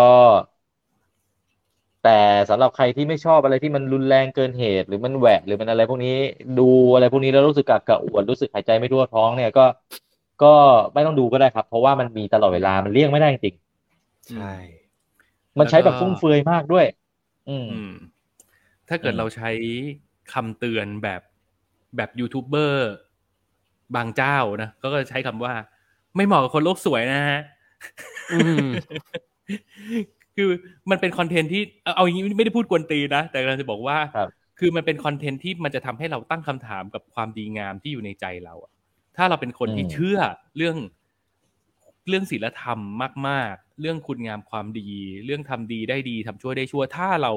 S3: แต่สำหรับใครที่ไม่ชอบอะไรที่มันรุนแรงเกินเหตุ หรือมันแหวะหรือมันอะไรพวกนี้ดูอะไรพวกนี้แล้วรู้สึกกระกระอ่วนรู้สึกหายใจไม่ทั่วท้องเนี่ยก็ ก็ไม่ต้องดูก็ได้ครับ เพราะว่ามันมีตลอดเวลามันเลี่ยงไม่ได้จริง
S4: ใช่
S3: ๆมันใช้
S2: แล้
S3: แบ
S2: ว
S3: บ
S2: ก็
S3: ฟุ่มเฟือยมากด้วย อืม
S2: อืม ถ้าเกิด
S3: อืม
S2: เราใช้คำเตือนแบบแบบยูทูบเบอร์บางเจ้านะก็จะใช้คำว่า ไม่เหมาะกับคนโลกสวยนะฮะ
S4: อืม
S2: คือมันเป็นคอนเทนต์ที่เอาเอาอย่างนี้ไม่ได้พูดกวนตีนนะ แต่เราจะบอกว่า
S3: ครับ
S2: อมันเป็นคอนเทนต์ที่มันจะทำให้เราตั้งคำถามกับความดีงามที่อยู่ในใจเราอะถ้าเราเป็นคนที่
S3: อืม
S2: เชื่อเรื่องเรื่องศีลธรรมมาก ๆ เรื่องคุณงามความดี เรื่องทำดีได้ดีทำชั่วได้ชั่ว ถ้าเรา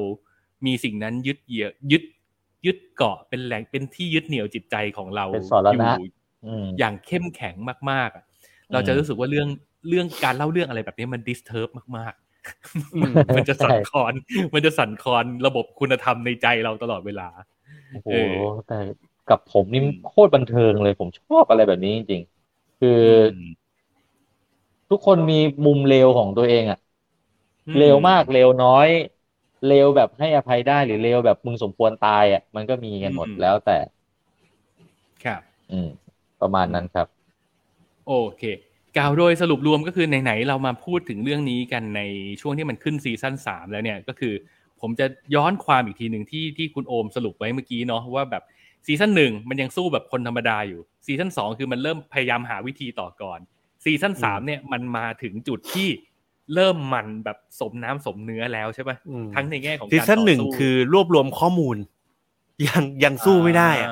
S2: มีสิ่งนั้นยึดเหยี่ยวยึดยึดเกาะเป็นแหล่งเป็นที่ยึดเหนี่ยวจิตใจของเรา
S3: เป็นสร
S2: อ
S3: ณะ
S2: ยู่
S3: อืม
S2: อย่างเข้มแข็งมากๆอะเราจะ
S3: อืม
S2: รู้สึกว่าเรื่องเรื่องการเล่าเรื่องอะไรแบบนี้มันดิสเทิร์บมาก
S4: อืม
S2: ๆ มันจะสั่น
S3: ใช่
S2: คลอน มันจะสั่นคลอนระบบคุณธรรมในใจเราตลอดเวลา
S3: โอ้โห
S2: เออ
S3: แต่กับผมนี่
S2: อืม
S3: โคตรบันเทิงเลยผมชอบอะไรแบบนี้จริงๆ คืออ
S2: ม
S3: ทุกคนมีมุมเลวของตัวเองอะ
S2: อืม
S3: เลวมากเลวน้อย เลวแบบให้อภัยได้หรือเลวแบบมึงสมควรตายอะมันก็มีกันหมดแล้วแต่
S2: ครับ
S3: อืม ประมาณนั้นครับ
S2: โอเค กล่าวโดยสรุปรวมก็คือไหนๆเรามาพูดถึงเรื่องนี้กันในช่วงที่มันขึ้นซีซั่นสามแล้วเนี่ยก็คือ ผมจะย้อนความอีกทีหนึ่งที่ที่คุณโอมสรุปไว้เมื่อกี้เนาะว่าแบบซีซั่นหนึ่งมันยังสู้แบบคนธรรมดาอยู่ซีซั่นสองคือมันเริ่มพยายามหาวิธีต่อก่อนซีซั่นสามเนี่ยมันมาถึงจุดที่เริ่มมันแบบสมน้ำสมเนื้อแล้วใช่ปะ
S4: อืม
S2: ทั้งในแง่ของ
S4: ซี
S2: การ
S4: ซั่น
S2: ต่อ
S4: หนึ่ง
S2: สู้
S4: คือรวบรวมข้อมูล ยังยังสู้ไม่ได้อะ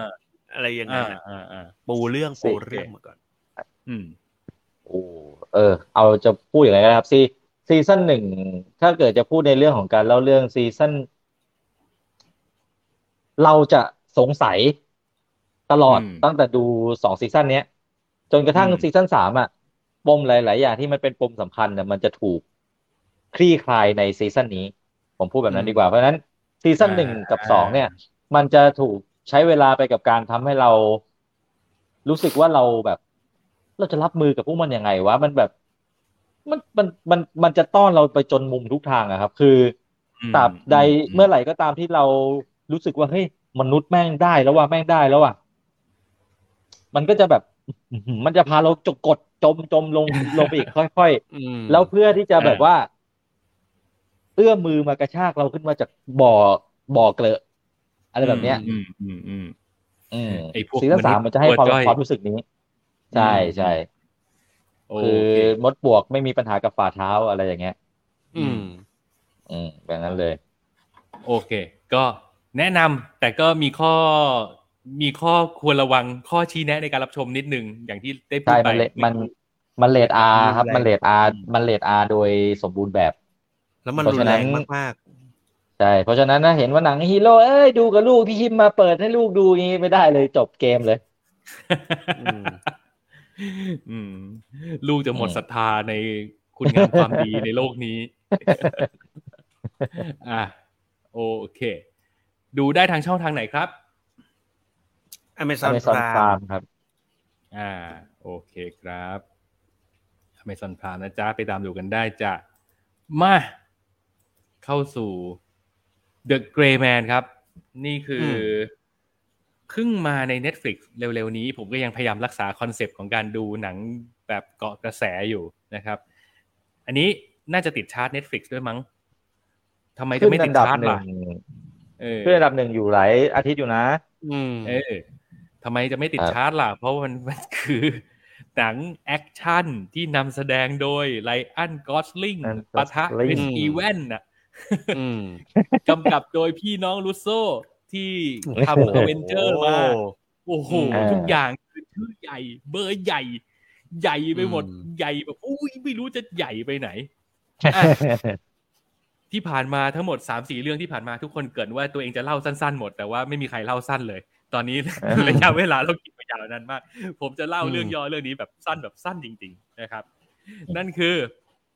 S4: อะไรอย่างนั้
S2: อ่าน
S4: อะ
S2: อ่าอ่า
S4: ปูเรื่อง
S3: สิ
S4: ปูเรื่องมาก่อน
S2: อืม
S3: โอ้เออ เอาจะพูดอย่างไรกันครับซีซีซั่นหนึ่งถ้าเกิดจะพูดในเรื่องของการเล่าเรื่องซีซั่นเราจะสงสัยตลอด
S2: อืม
S3: ตั้งแต่ดูสองซีซั่นเนี้ย จนกระทั่ง
S2: อืม
S3: ซีซั่นสามอ่ะปมหลาย ๆ อย่างที่มันเป็นปมสำคัญเนี่ยมันจะถูกคลี่คลายในซีซั่นนี้ ผมพูดแบบนั้นดีกว่าเพราะฉะนั้นซีซั่นหนึ่งกับสองเนี่ย มันจะถูกใช้เวลาไปกับการทำให้เรา รู้สึกว่าเราแบบ เราจะรับมือกับพวกมันยังไงวะมันแบบ มันมันมันมันจะต้อนเราไปจนมุมทุกทางอะครับ คืออ
S2: ม
S3: ตราบใด
S2: อืม
S3: เมื่อไหร่ก็ตามที่เรารู้สึกว่าเฮ้ยมนุษย์แม่งได้แล้วว่าแม่งได้แล้วอ่ะมันก็จะแบบ มันจะพาเราจกกดจมจมลงลงไปอีกค่อย ๆ
S4: อืม
S3: แล้วเพื่อที่จะ
S2: อ่า
S3: แบบว่า เอื้อมมือมากระชากเราขึ้นมาจากบ่อบ่อเกลอะอะไรแบบเนี้ย
S2: อืมอืมอืม
S3: อืม
S2: ไอ้พวก
S3: ซีซั่นสา
S2: มนุ
S3: ม
S2: ษย์
S3: มันจะให้ความ
S2: ตัวจ้อย
S3: ความรู้สึกนี้ ใช่ใช่
S2: โอ
S3: คือ
S2: เค
S3: มดปลวกไม่มีปัญหากับฝ่าเท้าอะไรอย่างเงี้ย
S4: อืม
S3: อืมแบบนั้นเลย
S2: โอเค ก็แนะนำแต่ก็มีข้อมีข้อควรระวังข้อชี้แนะในการรับชมนิดนึง อย่างที่ได้พูด
S3: ใช่
S2: ไป
S3: มันเลมันมันเลดอาครับ มันเลดอามันเลดอาโดยสมบูรณ์แบบ
S4: แล้วมัน
S3: เพ
S4: รุ
S3: ราะ
S4: น
S3: ฉะนั้
S4: แร
S3: น
S4: งมาก
S3: ใช่ เพราะฉะนั้นนะเห็นว่าหนังฮีโร่เอ้ยดูกับลูกพี่คิมมาเปิดให้ลูกดูอย่างนี้ไม่ได้เลยจบเกมเลย
S4: ๆอืม
S2: อืมลูกจะหมดศรัทธาในคุณงามความดี ในโลก นี้ อ่ะโอเค ดูได้ทางช่องทางไหนครับ
S4: อเมซอน
S3: Amazon
S4: พา
S3: Prime ครับ
S2: อ่า โอเคครับ Amazon Prime นะจ๊ะ ไปตามดูกันได้จ้ะ มา เข้าสู่ The Gray Man ครับ นี่คืออ
S4: ม
S2: เพิ่งมาใน Netflix เร็วๆนี้ ผมก็ยังพยายามรักษาคอนเซปต์ของการดูหนังแบบเกาะกระแสอยู่นะครับ อันนี้น่าจะติดชาร์ต Netflix ด้วยมั้งทำไมจะไม่ติดชาร์ตล่ะ
S3: ขึ้นอันดับหนึ่ง
S2: เออ
S3: ขึ้นอันดับหนึ่งอยู่หลายอาทิตย์อยู่นะ
S4: อืม
S2: เออทำไมจะไม่ติด
S3: ครับ
S2: ชาร์ตล่ะ เพราะมัน มันคือ หนังแอคชั่นที่นำแสดงโดยไลอันกอสลิง
S3: Ryan
S2: ปะทะ
S3: Gosling
S2: คริสอีแวนน่ะ
S4: อืม
S2: กำกับโดยพี่น้องลูโซที่ทำอเวนเจอร์มา
S4: โ
S2: โอ้โห
S3: อืม
S2: ทุกอย่างคือชื่อใหญ่ เบอร์ใหญ่ ใหญ่ไปหมด
S4: อืม
S2: ใหญ่แบบอุ้ยไม่รู้จะใหญ่ไปไหน อ่ะ ที่ผ่านมาทั้งหมด3ามสี่เรื่องที่ผ่านมาทุกคนเกริดว่าตัวเองจะเล่าสั้นๆหมด แต่ว่าไม่มีใครเล่าสั้นเลย ตอนนี้ ระยะเวลาเรากินมายาวนานมาก ผมจะเล่าเรื่องย่อเรื่องนี้แบบสั้นแบบสั้นจริง ๆ นะครับ นั่นคือ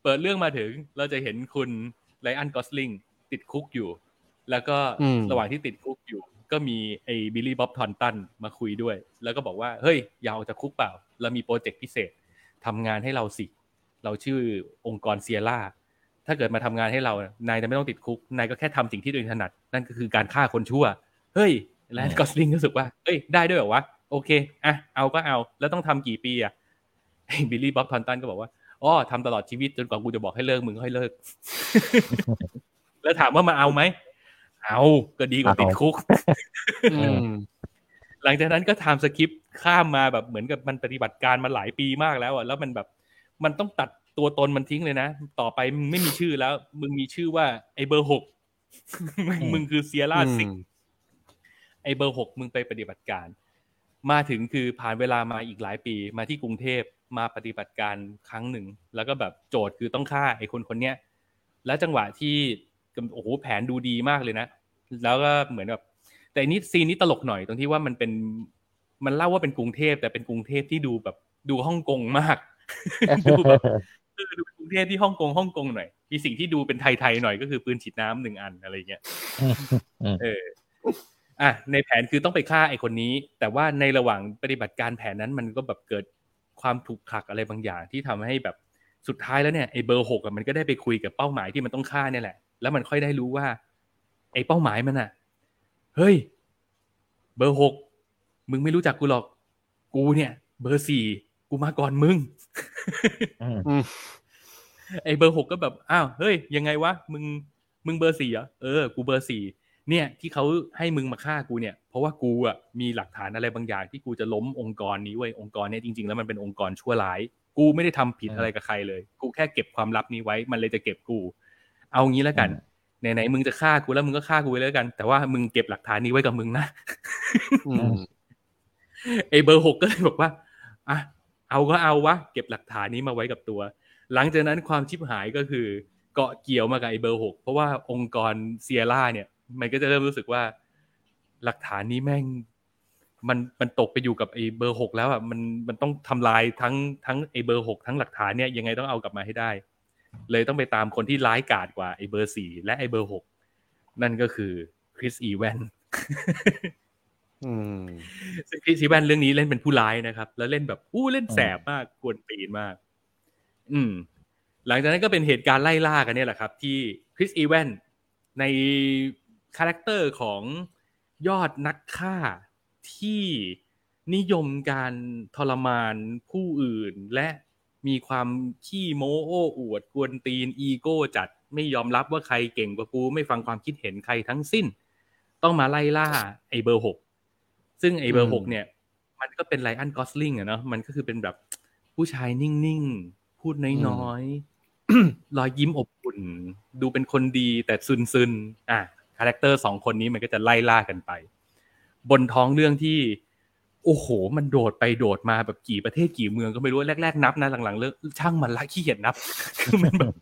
S2: เปิดเรื่องมาถึงเราจะเห็นคุณไลอันกอสลิงติดคุกอยู่ แล้วก็
S4: อืม
S2: ระหว่างที่ติดคุกอยู่ ก็มีไอ้บิลลี่บ๊อบทอนตันมาคุยด้วย แล้วก็บอกว่าเฮ้ยอยาออกจากคุกเปล่า เรามีโปรเจกต์พิเศษทำงานให้เราสิ เราชื่อองค์กรเซียร่า ถ้าเกิดมาทำงานให้เรา นายจะไม่ต้องติดคุก นายก็แค่ทำสิ่งที่ตัวเองถนัด นั่นก็คือการฆ่าคนชั่ว เฮ้ย แลน
S3: อืม
S2: กอสลิงรู้สึกว่า เอ้ย ได้ด้วยเหรอวะ โอเค อ่ะ เอาก็เอา แล้วต้องทำกี่ปีอ่ะไอ้บิลลี่บ๊อบทอนตันก็บอกว่า อ๋อทำตลอดชีวิตจนกว่ากูจะบอกให้เลิกมึงก็ให้ เลิก แล้วถามว่ามาเอาไหม เอา ก็ดีกว่าติดคุก
S4: อืม
S2: หลังจากนั้นก็ไทม์สคริปต์ข้ามมาแบบเหมือนกับมันปฏิบัติการมาหลายปีมากแล้วอ่ะแล้วมันแบบมันต้องตัดตัวตนมันทิ้งเลยนะ ต่อไปมึงไม่มีชื่อแล้ว มึงมีชื่อว่าไอเบอร์หก มึงคือเซียร่าซิก ไอเบอร์หกมึงไปปฏิบัติการ มาถึงคือผ่านเวลามาอีกหลายปีมาที่กรุงเทพมาปฏิบัติการครั้งหนึ่ง แล้วก็แบบโจทย์คือต้องฆ่าไอคนคนเนี้ยแล้วจังหวะที่กำโอ้โหแผนดูดีมากเลยนะ แล้วก็เหมือนแบบแต่อันนี้ซีนนี้ตลกหน่อยตรงที่ว่ามันเป็นมันเล่าว่าเป็นกรุงเทพแต่เป็นกรุงเทพที่ดูแบบดูฮ่องกงมาก ดูแบบ เออดูเป็นกรุงเทพที่ฮ่องกงฮ่องกงหน่อย มีสิ่งที่ดูเป็นไทยๆหน่อยก็คือปืนฉีดน้ำหนึ่งอันอะไรอย่างเงี้ย
S3: อืม
S2: เออ อ่ะ ในแผนคือต้องไปฆ่าไอ้คนนี้ แต่ว่าในระหว่างปฏิบัติการแผนนั้นมันก็แบบเกิดความถูกขลักอะไรบางอย่างที่ทำให้แบบสุดท้ายแล้วเนี่ยไอ้เบอร์หกอะมันก็ได้ไปคุยกับเป้าหมายที่มันต้องฆ่าเนี่ยแหละ แล้วมันค่อยได้รู้ว่า ไอ้เป้าหมายมันอะเฮ้ย เบอร์หกมึงไม่รู้จักกูหรอก กูเนี่ย เบอร์สี่กูมาก่อนมึง
S3: อืม
S2: ไอ้เบอร์หกก็แบบ อ้าว เฮ้ย ยังไงวะ มึง มึงเบอร์สี่เหรอ เออ กูเบอร์สี่ เนี่ย ที่เขาให้มึงมาฆ่ากูเนี่ย เพราะว่ากูอ่ะ มีหลักฐานอะไรบางอย่างที่กูจะล้มองค์กรนี้เว้ย องค์กรเนี่ยจริงๆ แล้วมันเป็นองค์กรชั่วร้าย กูไม่ได้ทำผิด
S3: อืม
S2: อะไรกับใครเลย กูแค่เก็บความลับนี้ไว้ มันเลยจะเก็บกู เอางี้แล้วกัน
S3: อื
S2: ไหนๆ มึงจะฆ่ากูแล้วมึงก็ฆ่ากูไปเลยแล้วกัน แต่ว่ามึงเก็บหลักฐานนี้ไว้กับมึงนะ
S4: อืม
S2: ไอ้เบอร์หกก็เลยบอกว่า อ่ะ เอาก็เอาวะ เก็บหลักฐานนี้มาไว้กับตัว หลังจากนั้นความชิบหายก็คือ เกาะเกี่ยวมากับไอ้เบอร์หกเพราะว่าองค์กรเซียร่าเนี่ย มันก็จะเริ่มรู้สึกว่า หลักฐานนี้แม่ง มันมันตกไปอยู่กับไอ้เบอร์หกแล้วอ่ะมันมันต้องทำลายทั้งทั้งไอ้เบอร์หกทั้งหลักฐานเนี่ยยังไงต้องเอากลับมาให้ได้ เลยต้องไปตามคนที่ร้ายกาจกว่าไอ้เบอร์สี่และไอ้เบอร์หกนั่นก็คือคริสอีแวน
S4: อืม
S2: ซึ่งคริสซีแวนเรื่องนี้เล่นเป็นผู้ร้ายนะครับ แล้วเล่นแบบอู้เล่นแสบมากกวนตีนมาก อืม หลังจากนั้นก็เป็นเหตุการณ์ไล่ล่ากันเนี่ยแหละครับ ที่คริสอีแวนในคาแรคเตอร์ของยอดนักฆ่าที่นิยมการทรมานผู้อื่น และมีความขี้โม้โอ้อวดกวนตีนอีโก้จัดไม่ยอมรับว่าใครเก่งกว่ากู ไม่ฟังความคิดเห็นใครทั้งสิ้น ต้องมาไล่ล่าไอ้เบอร์หกซึ่งไอ้เบอร์หกเนี่ย มันก็เป็นไลอันกอสลิงอะเนาะมันก็คือเป็นแบบผู้ชายนิ่ง ๆ พูดน้อย รอยยิ้มอบอุ่น ดูเป็นคนดีแต่ซึนซึนๆอ่ะคาแรคเตอร์สองคนนี้มันก็จะไล่ล่ากันไป บนท้องเรื่องที่ โอ้โห มันโดดไปโดดมาแบบกี่ประเทศกี่เมืองก็ไม่รู้แรกๆนับนะหลังๆเลิกช่างมันละขี้เกียจนับ คือมันแบบ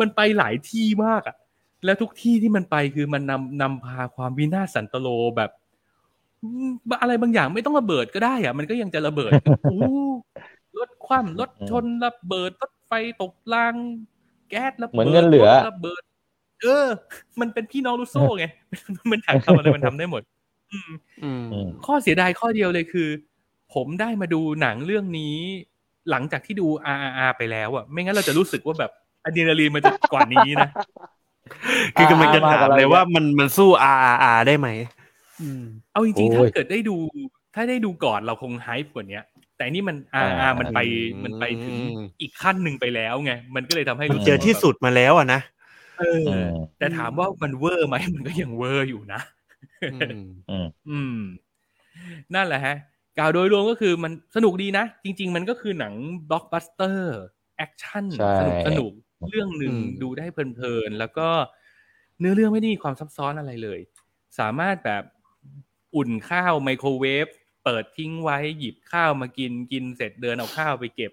S2: มันไปหลายที่มากอะแล้วทุกที่ที่มันไปคือมันนำนำพาความวินาศสันตโลแบบอืมอะไรบางอย่างไม่ต้องระเบิดก็ได้อะมันก็ยังจะระเบิด อู้รถคว่ำรถชนระเบิดรถไฟตกราง แก๊สระเบิด
S3: เหมือนเงินเหลือ
S2: รถระเบิด เออ มันเป็นพี่น้องลูกโซ่ไง มันอยากทำอะไรมันทำได้หมด อืม
S4: อืม
S3: อืม
S2: ข้อเสียดายข้อเดียวเลยคือ ผมได้มาดูหนังเรื่องนี้ หลังจากที่ดู RRR ไปแล้วอ่ะ ไม่งั้นเราจะรู้สึกว่าแบบอะดรีนาลีนมันจะกว่านี้นะ
S4: คือกำลังจะถามเลยว่ามันมันสู้ RRR ได้ไหมอืม
S2: เอาจริงๆ
S3: โอ้
S2: ถ้าย เกิดได้ดู ถ้าได้ดูก่อนเราคงไฮป์กว่าเนี้ย แต่นี่มัน RRR
S3: อ่ามั
S2: มันไป
S4: อืม
S2: มันไปถึงอีกขั้นหนึ่งไปแล้วไง มันก็เลยทำให้รู้
S3: มัน
S2: สึก
S4: เจอที่สุดมาแล้วอ่ะนะ
S2: เออ
S3: อืม
S2: แต่ถามว่ามันเวอร์ไหมมันก็ยังเวอร์อยู่นะ
S4: อืม
S3: อืม
S2: อืม นั่นแหละฮะ กล่าวโดยรวมก็คือมันสนุกดีนะ จริง ๆ มันก็คือหนังบล็อกบัสเตอร์ แอคชั่น
S3: ใช่
S2: สนุกสนุกเรื่องหนึ่ง
S4: อืม
S2: ดูได้เพลินๆ แล้วก็เนื้อเรื่องไม่ได้มีความซับซ้อนอะไรเลย สามารถแบบอุ่นข้าวไมโครเวฟเปิดทิ้งไว้หยิบข้าวมากินกินเสร็จเดินเอาข้าวไปเก็บ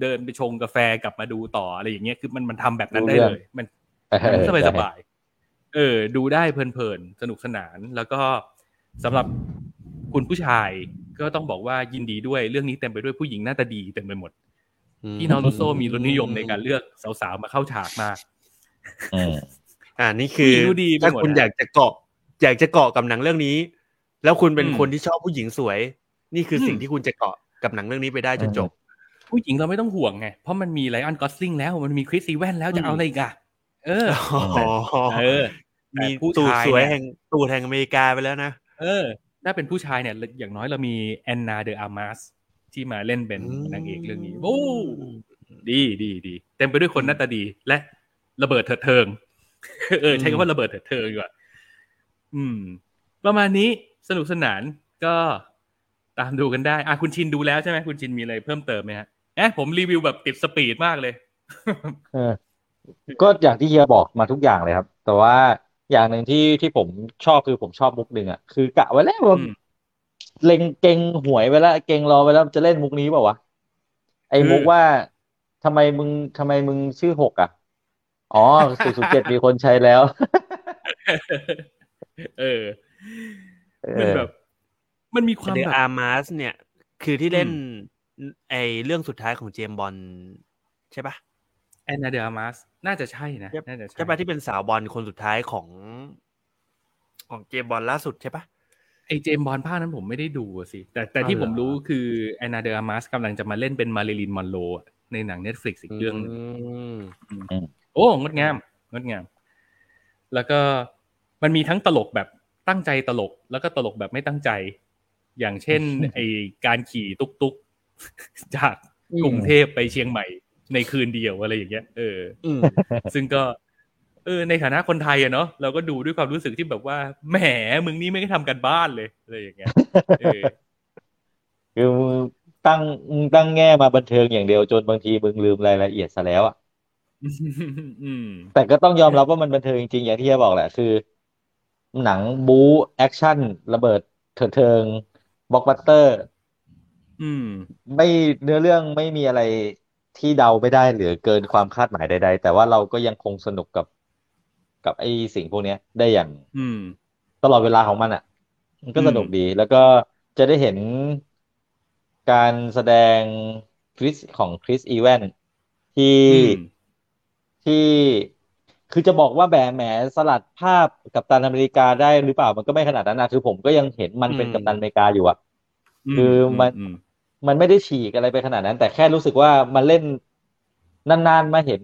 S2: เดินไปชงกาแฟกลับมาดูต่ออะไรอย่างเงี้ยคือมันมันทำแบบนั้นได้เล
S3: รู้เรื่อง
S2: ยมัน สบายสบายๆเออ ดูได้เพลินๆ สนุกสนาน แล้วก็สำหรับคุณผู้ชายก็ต้องบอกว่ายินดีด้วย เรื่องนี้เต็มไปด้วยผู้หญิงหน้าตาดีเต็มไปหมด พี่น้องรุโซมีรสนิยมในการเลือกสาวๆ มาเข้าฉากมาก
S3: อืม
S4: อ่านี่คือ
S2: ผู้หญิงดูดีไป
S4: ถ้า
S2: หมด
S4: คุณ
S2: นะ
S4: อยากจะเกาะ อยากจะเกาะกับหนังเรื่องนี้ แล้วคุณเป็นคนที่ชอบผู้หญิงสวย นี่คือสิ่งที่คุณจะเกาะกับหนังเรื่องนี้ไปได้จนจบ
S2: ผู้หญิงเราไม่ต้องห่วงไง เพราะมันมีไลออนกอสลิงแล้ว มันมีคริสซีแวนแล้วจะเอาอะไรอีกอะเออ เออ
S4: มี
S2: แต่ผู้
S4: ตูด
S2: ชาย
S4: สวย
S2: เนี่ย
S4: แห่งตูดแห่งอเมริกาไปแล้วนะ
S2: เออ ถ้าเป็นผู้ชายเนี่ย อย่างน้อยเรามีแอนนาเดออามาสที่มาเล่นเป็น
S4: อืม
S2: นางเอกเรื่องนี้ โอ้ดีดีดีเต็มไปด้วยคนหน้าตาดีและระเบิดเถิดเทิง เออ ใช้คำว่าระเบิดเถิดเทิงดีกว่าอืม ประมาณนี้สนุกสนานก็ตามดูกันได้ อ่ะคุณชินดูแล้วใช่ไหมคุณชินมีอะไรเพิ่มเติมไหมฮะเอ๊ะผมรีวิวแบบติดสปีดมากเลย
S3: เออก็อย่างที่เฮียบอกมาทุกอย่างเลยครับ แต่ว่าอย่างหนึ่งที่ที่ผมชอบคือผมชอบมุกหนึ่งอ่ะคือกะไว้แล้วว่า
S2: อืม
S3: เล็งเก่งหวยไว้แล้วเก่งรอไว้แล้วจะเล่นมุกนี้เปล่าวะไอ้
S2: คือ
S3: มุกว่าทำไมมึงทำไมมึงชื่อหกอ่ะ อ๋อศูนย์ศูนย์เจ็ดมีคนใช้แล้ว
S2: เออ
S3: เอ
S2: มัน
S3: อ
S2: แบบ มันมีความ
S4: เด
S2: แบ
S4: อะ
S2: บ
S4: อาร์มาสเนี่ย คือที่เล่นไอเรื่องสุดท้ายของเจมส์บอลใช่ปะ
S2: แอนนาเดอร์มาสน่าจะใช่นะน่าจะ
S4: ใช่ปะที่เป็นสาวบอลคนสุดท้ายของ ของเจมส์บอลล่าสุดใช่ปะ
S2: ไอเจมส์บอลภาคนั้นผมไม่ได้ดูอะสิ แต่แต่ที่
S4: อ๋อ
S2: ผ
S4: เหรอ
S2: มรู้คือแอนนาเดอร์มาสกำลังจะมาเล่นเป็นมาริลินมอนโรอะในหนัง Netflix อีกเรื่องหนึ่ง
S4: ม
S2: โอ้งดงามงดงาม แล้วก็มันมีทั้งตลกแบบตั้งใจตลก แล้วก็ตลกแบบไม่ตั้งใจ อย่างเช่น ไอการขี่ตุ๊กตุ๊ก จากกรุงเทพไปเชียงใหม่ ในคืนเดียวอะไรอย่างเงี้ยเอ อ ซึ่งก็ เออ ในฐานะคนไทยอะเนาะเราก็ดูด้วยความรู้สึกที่แบบว่าแหมมึงนี่ไม่ได้ทำกันบ้านเลยอะไรอย่างเงี้ยเออ
S3: คือมึงตั้งมึงตั้งแง่มาบันเทิงอย่างเดียวจนบางทีมึงลืมรายละเอียดซะแล้วอ่ะ
S2: อืม
S3: แต่ก็ต้องยอมรับว่ามันบันเทิงจริงๆอย่างที่จะบอกแหละคือ หนังบู๊แอคชั่น ระเบิดเถิดเทิงบล็อกบัสเตอร์
S2: อืม
S3: ไม่เนื้อเรื่องไม่มีอะไรที่เดาไม่ได้หรือเกินความคาดหมายใด ๆ แต่ว่าเราก็ยังคงสนุกกับ กับไอ้สิ่งพวกเนี้ย ได้อย่าง
S2: อืม
S3: ตลอดเวลาของมันอ่ะ มันก็
S2: อืม
S3: สนุกดี แล้วก็จะได้เห็นการแสดงคริสของคริสอีแวนที่
S2: อืม
S3: ที่คือจะบอกว่าแหมแหมสลัดภาพกัปตันอเมริกาได้หรือเปล่ามันก็ไม่ขนาดนั้นนะคือผมก็ยังเห็นมันเป็น
S4: อืม
S3: กัปตันอเมริกาอยู่อะ
S2: ม
S3: คือมัน
S2: ม
S3: มันไม่ได้ฉีกอะไรไปขนาดนั้น แต่แค่รู้สึกว่ามันเล่นนานๆมาเห็น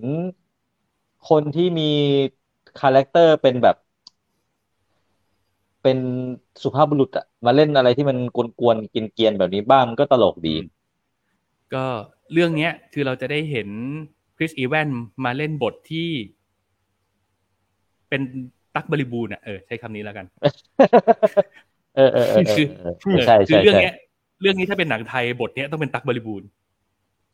S3: คนที่มีคาแรคเตอร์เป็นแบบ เป็นสุภาพบุรุษอะมาเล่นอะไรที่มันกวนๆเกรียนๆแบบนี้บ้างมันก็ตลกดี
S2: ก็เรื่องเนี้ย คือเราจะได้เห็นคริสอีแวนมาเล่นบทที่ เป็นตักบริบูรณ์อ่ะเออใช้คำนี้แล้วกัน
S3: เออเออเออเออเออ
S2: เออ
S3: ใช่
S2: คือ
S3: ใช่
S2: เรื่อง
S3: ใช่
S2: เนี้ย เรื่องนี้ถ้าเป็นหนังไทยบทเนี้ยต้องเป็นตักบริบูรณ์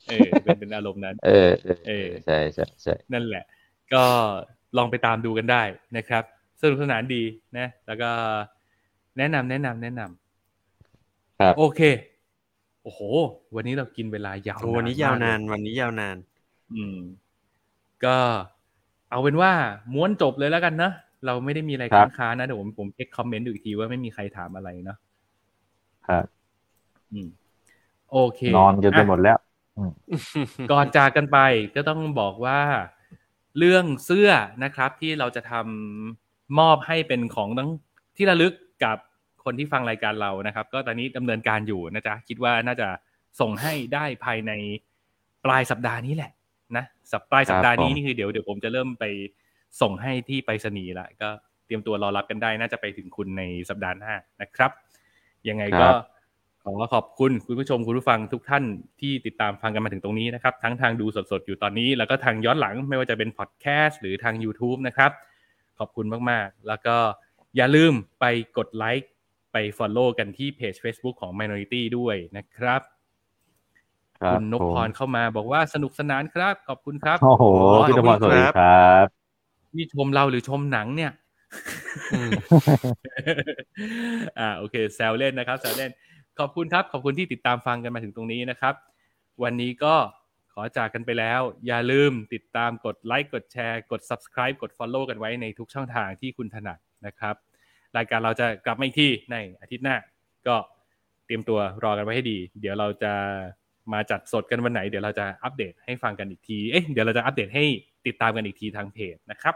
S2: เออเป็นเป็นอารมณ์นั้น
S3: เออเออ
S2: เออ
S3: ใช่ใช่ใช่
S2: นั่นแหละ ก็ลองไปตามดูกันได้นะครับ สนุกสนานดีนะ แล้วก็แนะนำแนะนำแนะนำ
S3: ครับ
S2: โอเค โอ้โห วันนี้เรากินเวลายาว
S4: โอ้วันนี้ยาวนาน
S2: มกเลย
S4: วันนี้ยาวนาน
S2: อืม ก็เอาเป็นว่าม้วนจบเลยแล้วกันนะเราไม่ได้มีอะไร
S3: ครั
S2: ค้า
S3: บ
S2: งค้านะเดี๋ยวผมผมเช็คคอมเมนต์ดูอีกทีว่าไม่มีใครถามอะไรเนาะ
S3: ครับ
S2: อืม โอเคน
S3: อนจนไปหมดแล้ว
S2: ะ ก่อนจากกันไปก็ต้องบอกว่าเรื่องเสื้อนะครับ ที่เราจะทำมอบให้เป็นของทั้งที่ระลึกกับคนที่ฟังรายการเรานะครับ ก็ตอนนี้ดำเนินการอยู่นะจ๊ะคิดว่าน่าจะส่งให้ได้ภายในปลายสัปดาห์นี้แหละ นะสัปปลายสัปดาห์นี้
S3: ครับผม
S2: นี่คือเดี๋ยวเดี๋ยวผมจะเริ่มไปส่งให้ที่ไปรษณีย์ละก็เตรียมตัวรอรับกันได้ น่าจะไปถึงคุณในสัปดาห์หน้านะครับ ยังไงก็ขอขอบคุณคุณผู้ชมคุณผู้ฟังทุกท่านที่ติดตามฟังกันมาถึงตรงนี้นะครับ ทั้งทางดูสดๆ อยู่ตอนนี้ แล้วก็ทางย้อนหลังไม่ว่าจะเป็นพอดแคสต์หรือทาง YouTube นะครับ ขอบคุณมากๆ แล้วก็อย่าลืมไปกดไลค์ไป Follow กันที่เพจ Facebook ของ Minority ด้วยนะครับ
S3: รับ
S2: คุณนพพรเข้ามาบอกว่าสนุกสนานครับ ขอบคุณครับ
S3: โอ้โห
S4: ขอบคุณ
S3: พี่นพพรสวัสดี
S4: ครับ
S3: ครับ
S2: นี่ชมเราหรือชมหนังเนี่ย อ่าโอเคแซวเล่นนะครับแซวเล่น ขอบคุณครับ ขอบคุณที่ติดตามฟังกันมาถึงตรงนี้นะครับ วันนี้ก็ขอจากกันไปแล้ว อย่าลืมติดตามกดไลค์กดแชร์ กด subscribe กด follow กันไว้ในทุกช่องทางที่คุณถนัดนะครับ รายการเราจะกลับมาอีกที่ในอาทิตย์หน้า ก็เตรียมตัวรอกันไว้ให้ดี เดี๋ยวเราจะมาจัดสดกันวันไหน เดี๋ยวเราจะอัปเดตให้ฟังกันอีกทีเอ๊ะเดี๋ยวเราจะอัปเดตให้ติดตามกันอีกทีทางเพจนะครับ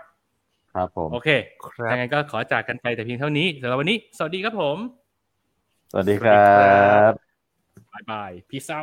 S3: ครับผม
S2: โอเค
S4: ครับ
S2: ยังไงก็ขอจากกันไปแต่เพียงเท่านี้สำหรับวันนี้ สวัสดีครับผม
S3: สวัสดีครับ
S2: บายบาย พี่เศร้า